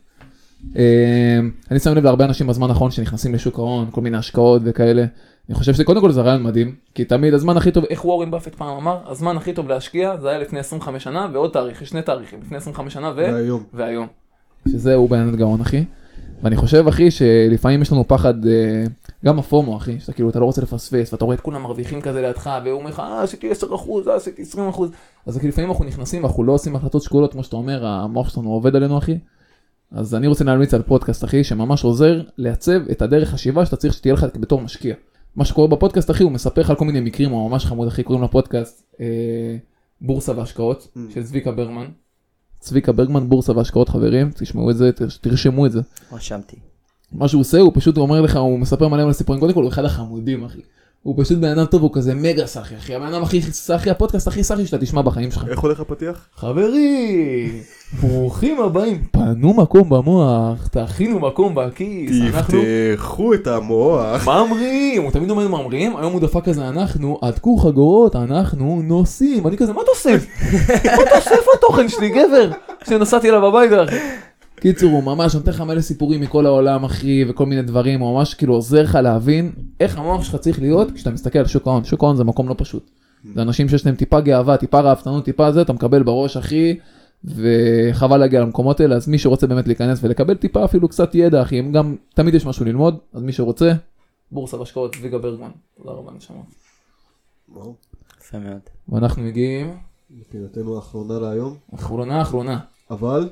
[SPEAKER 3] אמ, אני שם לב להרבה אנשים בזמן האחרון שנכנסים לשוק ההון, כל מיני השקעות וכאלה. אני חושב שקודם כל זה רעיון מדהים, כי תמיד הזמן הכי טוב, איך וורן באפט פעם אמר, הזמן הכי טוב להשקיע זה היה לפני 25 שנה ועוד תאריך, יש שני תאריכים, לפני 25 שנה ו...
[SPEAKER 1] היום.
[SPEAKER 3] והיום. שזה הוא בן אדם גאון אחי. ואני חושב אחי שלפעמים יש לנו פחד, אה, גם הפומו אחי, שאתה כאילו אתה לא רוצה לפספס ואתה רואה את כולם מרוויחים כזה לידך והוא אומר לך אה עשיתי 10 אחוז, אה עשיתי 20 אחוז. אז כאילו לפעמים אנחנו נכנסים ואנחנו לא עושים החלטות שקולות כמו שאתה אומר, המוח שלנו עובד עלינו אחי. אז אני רוצה להמליץ על פודקאסט אחי שממש עוזר לעצב את הדרך חשיבה שאתה צריך שתהיה לך בתור משקיע. מה שקורה בפודקאסט אחי הוא מספר לך על כל מיני מקרים, הוא ממש חמוד אחי, קוראים לפודקאסט אה, בורסה והשקעות של צביקה ברמן. צביקה ברגמן, בורסה והשקעות חברים, תשמעו את זה, תרש- תרשמו את זה.
[SPEAKER 4] רשמתי.
[SPEAKER 3] מה שהוא עושה, הוא פשוט אומר לך, הוא מספר מלא מלא סיפורים, קודם כל הוא אחד החמודים אחי. הוא פשוט בן אדם טוב, הוא כזה מגה סאחי אחי, הבן אדם הכי סאחי, הפודקאסט הכי סאחי שאתה תשמע בחיים שלך.
[SPEAKER 2] איך הולך הפתיח?
[SPEAKER 3] חברים, ברוכים הבאים, פנו מקום במוח, תכינו מקום בכיס, אנחנו
[SPEAKER 2] תפתחו את המוח.
[SPEAKER 3] ממרים, הוא תמיד אומר ממרים, היום הוא דפק כזה אנחנו, הדקו חגורות, אנחנו נוסעים, אני כזה מה אתה עושה? מה אתה עושה? איפה התוכן שלי גבר? שנסעתי אליו הביתה אחי. קיצור הוא ממש נותן לך מלא סיפורים מכל העולם אחי וכל מיני דברים, הוא ממש כאילו עוזר לך להבין איך המוח שלך צריך להיות כשאתה מסתכל על שוק ההון, שוק ההון זה מקום לא פשוט. זה אנשים שיש להם טיפה גאווה, טיפה ראוותנות, טיפה זה, אתה מקבל בראש אחי. וחבל להגיע למקומות האלה אז מי שרוצה באמת להיכנס ולקבל טיפה אפילו קצת ידע אחי הם גם תמיד יש משהו ללמוד אז מי שרוצה בורסה והשקעות צביקה ברגמן. תודה רבה נשמה.
[SPEAKER 4] יפה מאוד.
[SPEAKER 3] ואנחנו מגיעים,
[SPEAKER 1] מבחינתנו האחרונה להיום,
[SPEAKER 3] אחרונה אחרונה,
[SPEAKER 1] אבל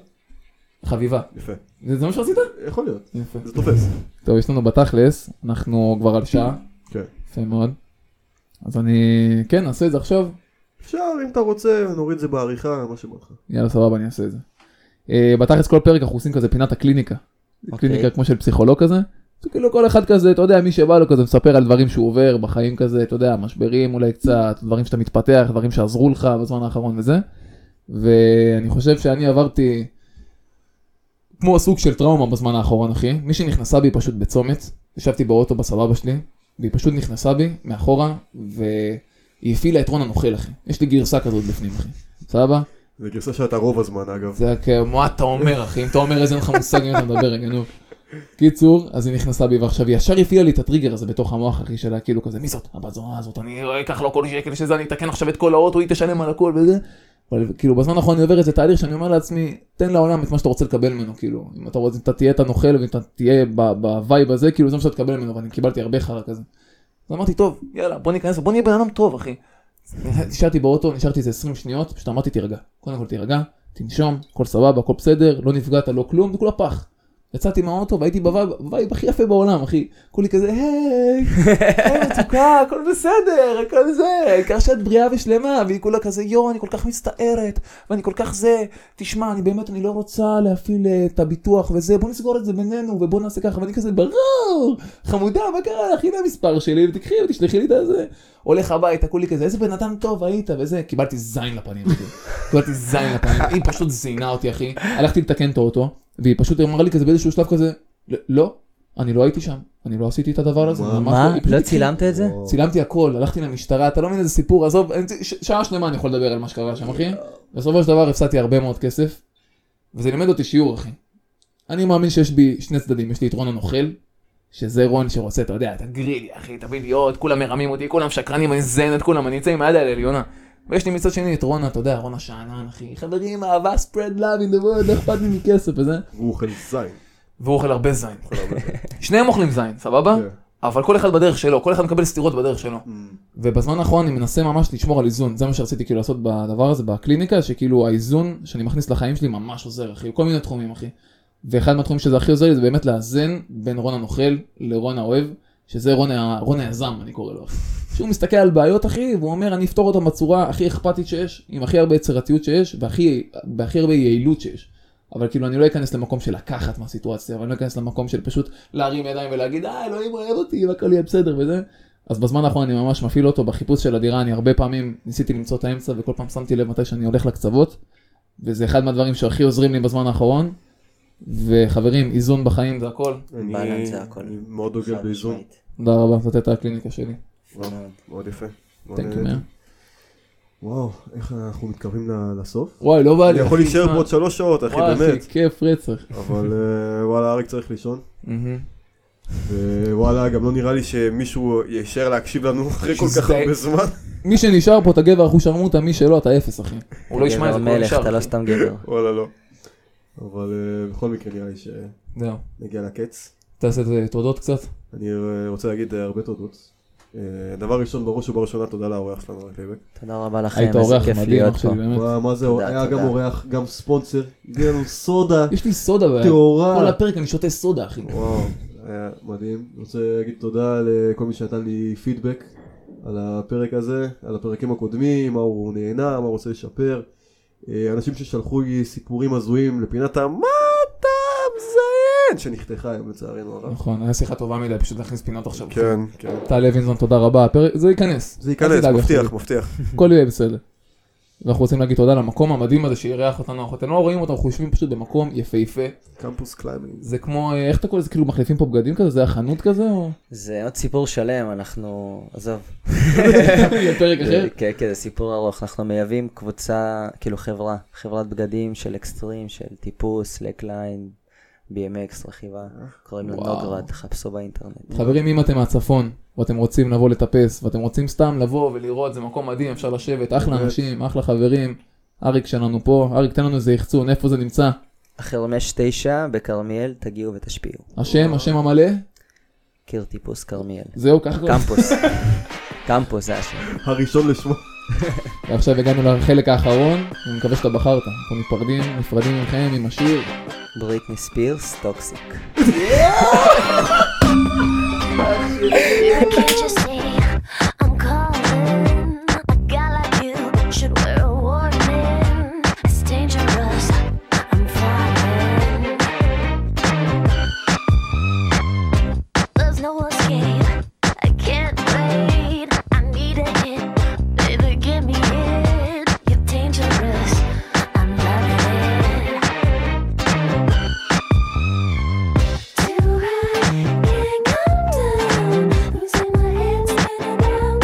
[SPEAKER 3] חביבה.
[SPEAKER 2] יפה.
[SPEAKER 3] זה זה מה שרצית?
[SPEAKER 1] יכול להיות.
[SPEAKER 3] יפה.
[SPEAKER 2] זה תופס.
[SPEAKER 3] טוב, יש לנו בתכלס, אנחנו כבר על שעה.
[SPEAKER 2] כן.
[SPEAKER 3] יפה מאוד. אז אני, כן, נעשה את זה עכשיו.
[SPEAKER 2] אפשר, אם אתה רוצה, נוריד את זה בעריכה, מה שבא לך.
[SPEAKER 3] יאללה, סבבה, אני אעשה את זה. אה, בתכלס כל פרק אנחנו עושים כזה פינת הקליניקה.
[SPEAKER 4] אוקיי.
[SPEAKER 3] קליניקה כמו של פסיכולוג כזה. זה כאילו כל אחד כזה, אתה יודע, מי שבא לו כזה מספר על דברים שהוא עובר בחיים כזה, אתה יודע, משברים אולי קצת, דברים שאתה מתפתח, דברים שעזרו לך בזמן האחרון וזה. ואני חושב שאני עברתי כמו סוג של טראומה בזמן האחרון, אחי. מי שנכנסה בי פשוט בצומת, ישבתי באוטו בסבבה שלי, והיא פשוט נכנסה בי מאחורה, והיא הפעילה את רון הנוכל, אחי. יש לי גרסה כזאת בפנים, אחי. סבבה?
[SPEAKER 2] זה גרסה שאתה רוב הזמן, אגב.
[SPEAKER 3] זה היה כמו מה אתה אומר אחי, אם אתה אומר אז אין לך מושג אם אתה מדבר רגע נו. קיצור, אז היא נכנסה בי ועכשיו היא ישר הפעילה לי את הטריגר הזה בתוך המוח אחי שלה, כאילו כזה מי זאת? הבת זונה הזאת, אני לא אקח לו כל שקל שזה, אני אתקן עכשיו את כל האוטו, היא תשלם על הכל וזה. אבל כאילו בזמן האחרון אני עובר איזה תהליך שאני אומר לעצמי, תן לעולם את מה שאתה רוצה לקבל ממנו, כאילו, אם אתה רוצה, אם אתה תהיה את הנוכל ואם אתה תהיה ב- בווייב הזה, כאילו זה מה שאתה תקבל ממנו, ואני קיבלתי הרבה חרא כזה. אז אמרתי, טוב, יאללה, בוא ניכנס, בוא נהיה בן אדם טוב, אחי. נשארתי באוטו, נשארתי איזה 20 שניות, פשוט אמרתי, תירגע. קודם כל תירגע, תנשום, הכל סבבה, הכל בסדר, לא נפגעת, לא כלום, זה כולה פח. יצאתי מהאוטו והייתי בווייב בווייב הכי יפה בעולם, אחי. כולי כזה, היי, היי מתוקה, הכל בסדר, הכל זה, העיקר שאת בריאה ושלמה, והיא כולה כזה, יואו, אני כל כך מצטערת, ואני כל כך זה, תשמע, אני באמת, אני לא רוצה להפעיל אה, את הביטוח וזה, בוא נסגור את זה בינינו, ובוא נעשה ככה, ואני כזה, ברור, חמודה, מה קרה לך, הנה המספר שלי, ותקחי ותשלחי לי את זה. הולך הביתה, כולי כזה, איזה בן אדם טוב היית, וזה, קיבלתי זין לפנים, אחי. קיבלתי זין לפנים, היא פשוט זינה אותי, אחי. הלכתי לתקן את האוטו, והיא פשוט אמרה לי כזה באיזשהו שלב כזה, "ל- לא, אני לא הייתי שם, אני לא עשיתי את הדבר הזה.
[SPEAKER 1] מה?
[SPEAKER 3] ממש
[SPEAKER 4] מה?
[SPEAKER 3] היא פשוט
[SPEAKER 4] לא
[SPEAKER 3] התחילה-
[SPEAKER 4] צילמת את זה?
[SPEAKER 1] וואו.
[SPEAKER 3] צילמתי הכל, הלכתי למשטרה, אתה לא מבין איזה סיפור, עזוב, אין- ש- שעה שלמה אני יכול לדבר על מה שקרה שם, אחי. בסופו של דבר הפסדתי הרבה מאוד כסף, וזה לימד אותי שיעור, אחי. אני מאמין שיש בי שני צדדים, יש לי את רון הנוכל, שזה רון שרוצה, אתה יודע, את הגרידי, אחי, את הבליות, כולם מרמים אותי, כולם שקרנים, אני זן את כולם, אני אצא עם היד על העליונה. ויש לי מצד שני את רון, אתה יודע, רון השאנן, אחי, חברים, אהבה, spread love in the world, לא אכפת לי מכסף וזה.
[SPEAKER 1] הוא אוכל זין.
[SPEAKER 3] והוא אוכל הרבה זין. שניהם אוכלים זין, סבבה?
[SPEAKER 1] כן.
[SPEAKER 3] אבל כל אחד בדרך שלו, כל אחד מקבל סטירות בדרך שלו. ובזמן האחרון אני מנסה ממש לשמור על איזון, זה מה שרציתי כאילו לעשות בדבר הזה בקליניקה, שכאילו האיזון שאני מכניס לחיים שלי ממש עוזר אחי, בכל מיני תחומים אחי. ואחד מהתחומים שזה הכי עוזר לי זה באמת לאזן בין רון הנוכל לרון האוהב, שזה רון, ה... רון היזם אני קורא לו. אחי. שהוא מסתכל על בעיות אחי, והוא אומר אני אפתור אותם בצורה הכי אכפתית שיש, עם הכי הרבה יצירתיות שיש, והכי בהכי הרבה יעילות שיש. אבל כאילו אני לא אכנס למקום של לקחת מהסיטואציה, אבל אני לא אכנס למקום של פשוט להרים ידיים ולהגיד אה אלוהים אוהב אותי והכל יהיה בסדר וזה. אז בזמן האחרון אני ממש מפעיל אותו בחיפוש של הדירה, אני הרבה פעמים ניסיתי למצוא את האמצע וכל פעם שמתי לב מתי שאני הולך לקצוות, וזה אחד מהדברים שהכי עוזרים לי בזמן האחרון. וחברים, איזון בחיים זה הכל.
[SPEAKER 1] אני-
[SPEAKER 4] בלנס זה הכל.
[SPEAKER 1] אני מאוד דוגל
[SPEAKER 4] חד
[SPEAKER 1] באיזון.
[SPEAKER 4] משמעית.
[SPEAKER 3] תודה רבה, זאת הייתה הקליניקה שלי.
[SPEAKER 4] יפה מאוד.
[SPEAKER 2] מאוד יפה. מאוד
[SPEAKER 3] Thank you,
[SPEAKER 2] נהניתי.
[SPEAKER 3] man.
[SPEAKER 1] וואו, איך אנחנו מתקרבים ל- לסוף?
[SPEAKER 3] וואי, לא בא לי.
[SPEAKER 2] אני יכול
[SPEAKER 3] אחי,
[SPEAKER 2] להישאר
[SPEAKER 3] מה?
[SPEAKER 2] פה עוד שלוש שעות, אחי,
[SPEAKER 3] וואי,
[SPEAKER 2] באמת.
[SPEAKER 3] אחי, כיף רצח.
[SPEAKER 2] אבל...
[SPEAKER 1] אה, וואלה, אריק צריך לישון. אה,
[SPEAKER 3] מהמם.
[SPEAKER 2] וואלה, גם לא נראה לי שמישהו יישאר להקשיב לנו אחרי כל כך
[SPEAKER 3] שזה-
[SPEAKER 2] הרבה זמן.
[SPEAKER 3] מי שנשאר פה, אתה גבר אחושרמוטה, מי שלא, אתה אפס, אחי. הוא לא ישמע את זה,
[SPEAKER 4] גבר
[SPEAKER 3] הוא לא
[SPEAKER 4] מלך, אתה
[SPEAKER 3] נשאר.
[SPEAKER 4] לא
[SPEAKER 3] אחי.
[SPEAKER 4] סתם גבר.
[SPEAKER 2] וואלה, לא.
[SPEAKER 1] אבל אה, בכל מקרה נראה לי שנגיע
[SPEAKER 3] זהו.
[SPEAKER 1] לקץ.
[SPEAKER 3] תעשה את זה, תודות קצת.
[SPEAKER 1] אני אה, רוצה להגיד אה, הרבה תודות. אה, דבר ראשון, בראש ובראשונה, תודה לאורח שלנו, אריק לייבק.
[SPEAKER 4] תודה רבה לכם,
[SPEAKER 3] היית
[SPEAKER 4] כן, איזה
[SPEAKER 3] אורח
[SPEAKER 4] כיף
[SPEAKER 3] מדהים,
[SPEAKER 4] להיות
[SPEAKER 3] אח
[SPEAKER 4] פה.
[SPEAKER 3] שלי, באמת.
[SPEAKER 1] מה- מה זה,
[SPEAKER 4] תודה,
[SPEAKER 1] היה גם
[SPEAKER 4] תודה.
[SPEAKER 1] אורח, גם ספונסר, הגיע לנו סודה
[SPEAKER 3] יש לי סודה, אבל- כל
[SPEAKER 2] אה.
[SPEAKER 1] טהורה.
[SPEAKER 3] הפרק אני שותה סודה, אחי.
[SPEAKER 1] וואו, היה מדהים. רוצה להגיד תודה לכל מי שנתן לי פידבק על הפרק הזה, על הפרקים הקודמים, מה הוא נהנה, מה הוא רוצה לשפר. אה, אנשים ששלחו לי סיפורים הזויים לפינת ה... מה אתה מזיין? שנחתכה היום לצערנו הרב.
[SPEAKER 3] נכון, היה שיחה טובה מדי, פשוט להכניס פינות עכשיו.
[SPEAKER 2] כן, כן.
[SPEAKER 3] טל לוינזון, תודה רבה, הפרק- זה ייכנס.
[SPEAKER 1] זה
[SPEAKER 3] אל
[SPEAKER 2] ייכנס,
[SPEAKER 3] תדאג,
[SPEAKER 2] מבטיח,
[SPEAKER 3] אחי.
[SPEAKER 2] מבטיח.
[SPEAKER 3] הכל יהיה בסדר. ואנחנו רוצים להגיד תודה למקום המדהים הזה שאירח אותנו, אנחנו אתם לא רואים אותו, אנחנו יושבים פשוט במקום יפהפה.
[SPEAKER 1] קמפוס קליימינג.
[SPEAKER 3] זה כמו, אה, איך אתה קורא לזה, כאילו מחליפים פה בגדים כזה, זה היה חנות כזה, או
[SPEAKER 4] זה עוד סיפור שלם, אנחנו... עזוב.
[SPEAKER 3] זה פרק אחר?
[SPEAKER 4] כן, כן, זה סיפור ארוך. אנחנו מייבאים קבוצה, כאילו חברה, חברת בגדים של אקסטרים, של טיפוס, לקליין, BMX, רכיבה. קוראים לה
[SPEAKER 3] וואו.
[SPEAKER 4] נוגרד, חפשו באינטרנט.
[SPEAKER 3] חברים, אם אתם מהצפון, ואתם רוצים לבוא לטפס, ואתם רוצים סתם לבוא ולראות, זה מקום מדהים, אפשר לשבת, אחלה
[SPEAKER 1] באמת.
[SPEAKER 3] אנשים, אחלה חברים. אריק שלנו פה, אריק תן לנו איזה יחצון, איפה זה נמצא?
[SPEAKER 4] החרמש 9 בכרמיאל, תגיעו ותשפיעו.
[SPEAKER 3] השם, השם המלא?
[SPEAKER 4] קיר טיפוס כרמיאל.
[SPEAKER 3] זהו, ככה קוראים.
[SPEAKER 4] קמפוס. קמפוס זה השם.
[SPEAKER 1] הראשון לשמו.
[SPEAKER 3] ועכשיו הגענו לחלק האחרון, אני מקווה שאתה בחרת. אנחנו נפרדים, נפרדים מכם עם השיר.
[SPEAKER 4] בריטני ספירס, טוקסיק.
[SPEAKER 5] Can't you see I'm calling? A guy like you should wear a warning. It's dangerous. I'm falling. There's no escape. I can't wait. I need a hit, baby. Give me it. You're dangerous. I'm loving it. Do I can't come down? Losing my head.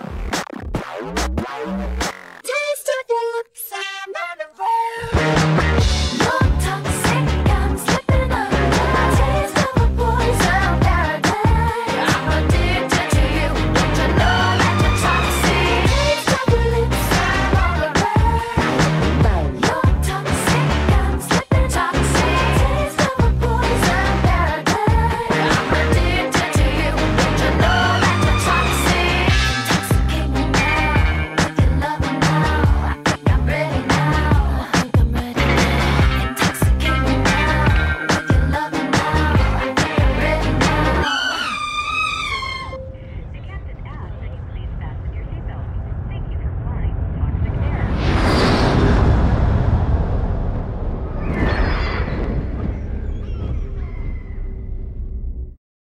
[SPEAKER 5] it.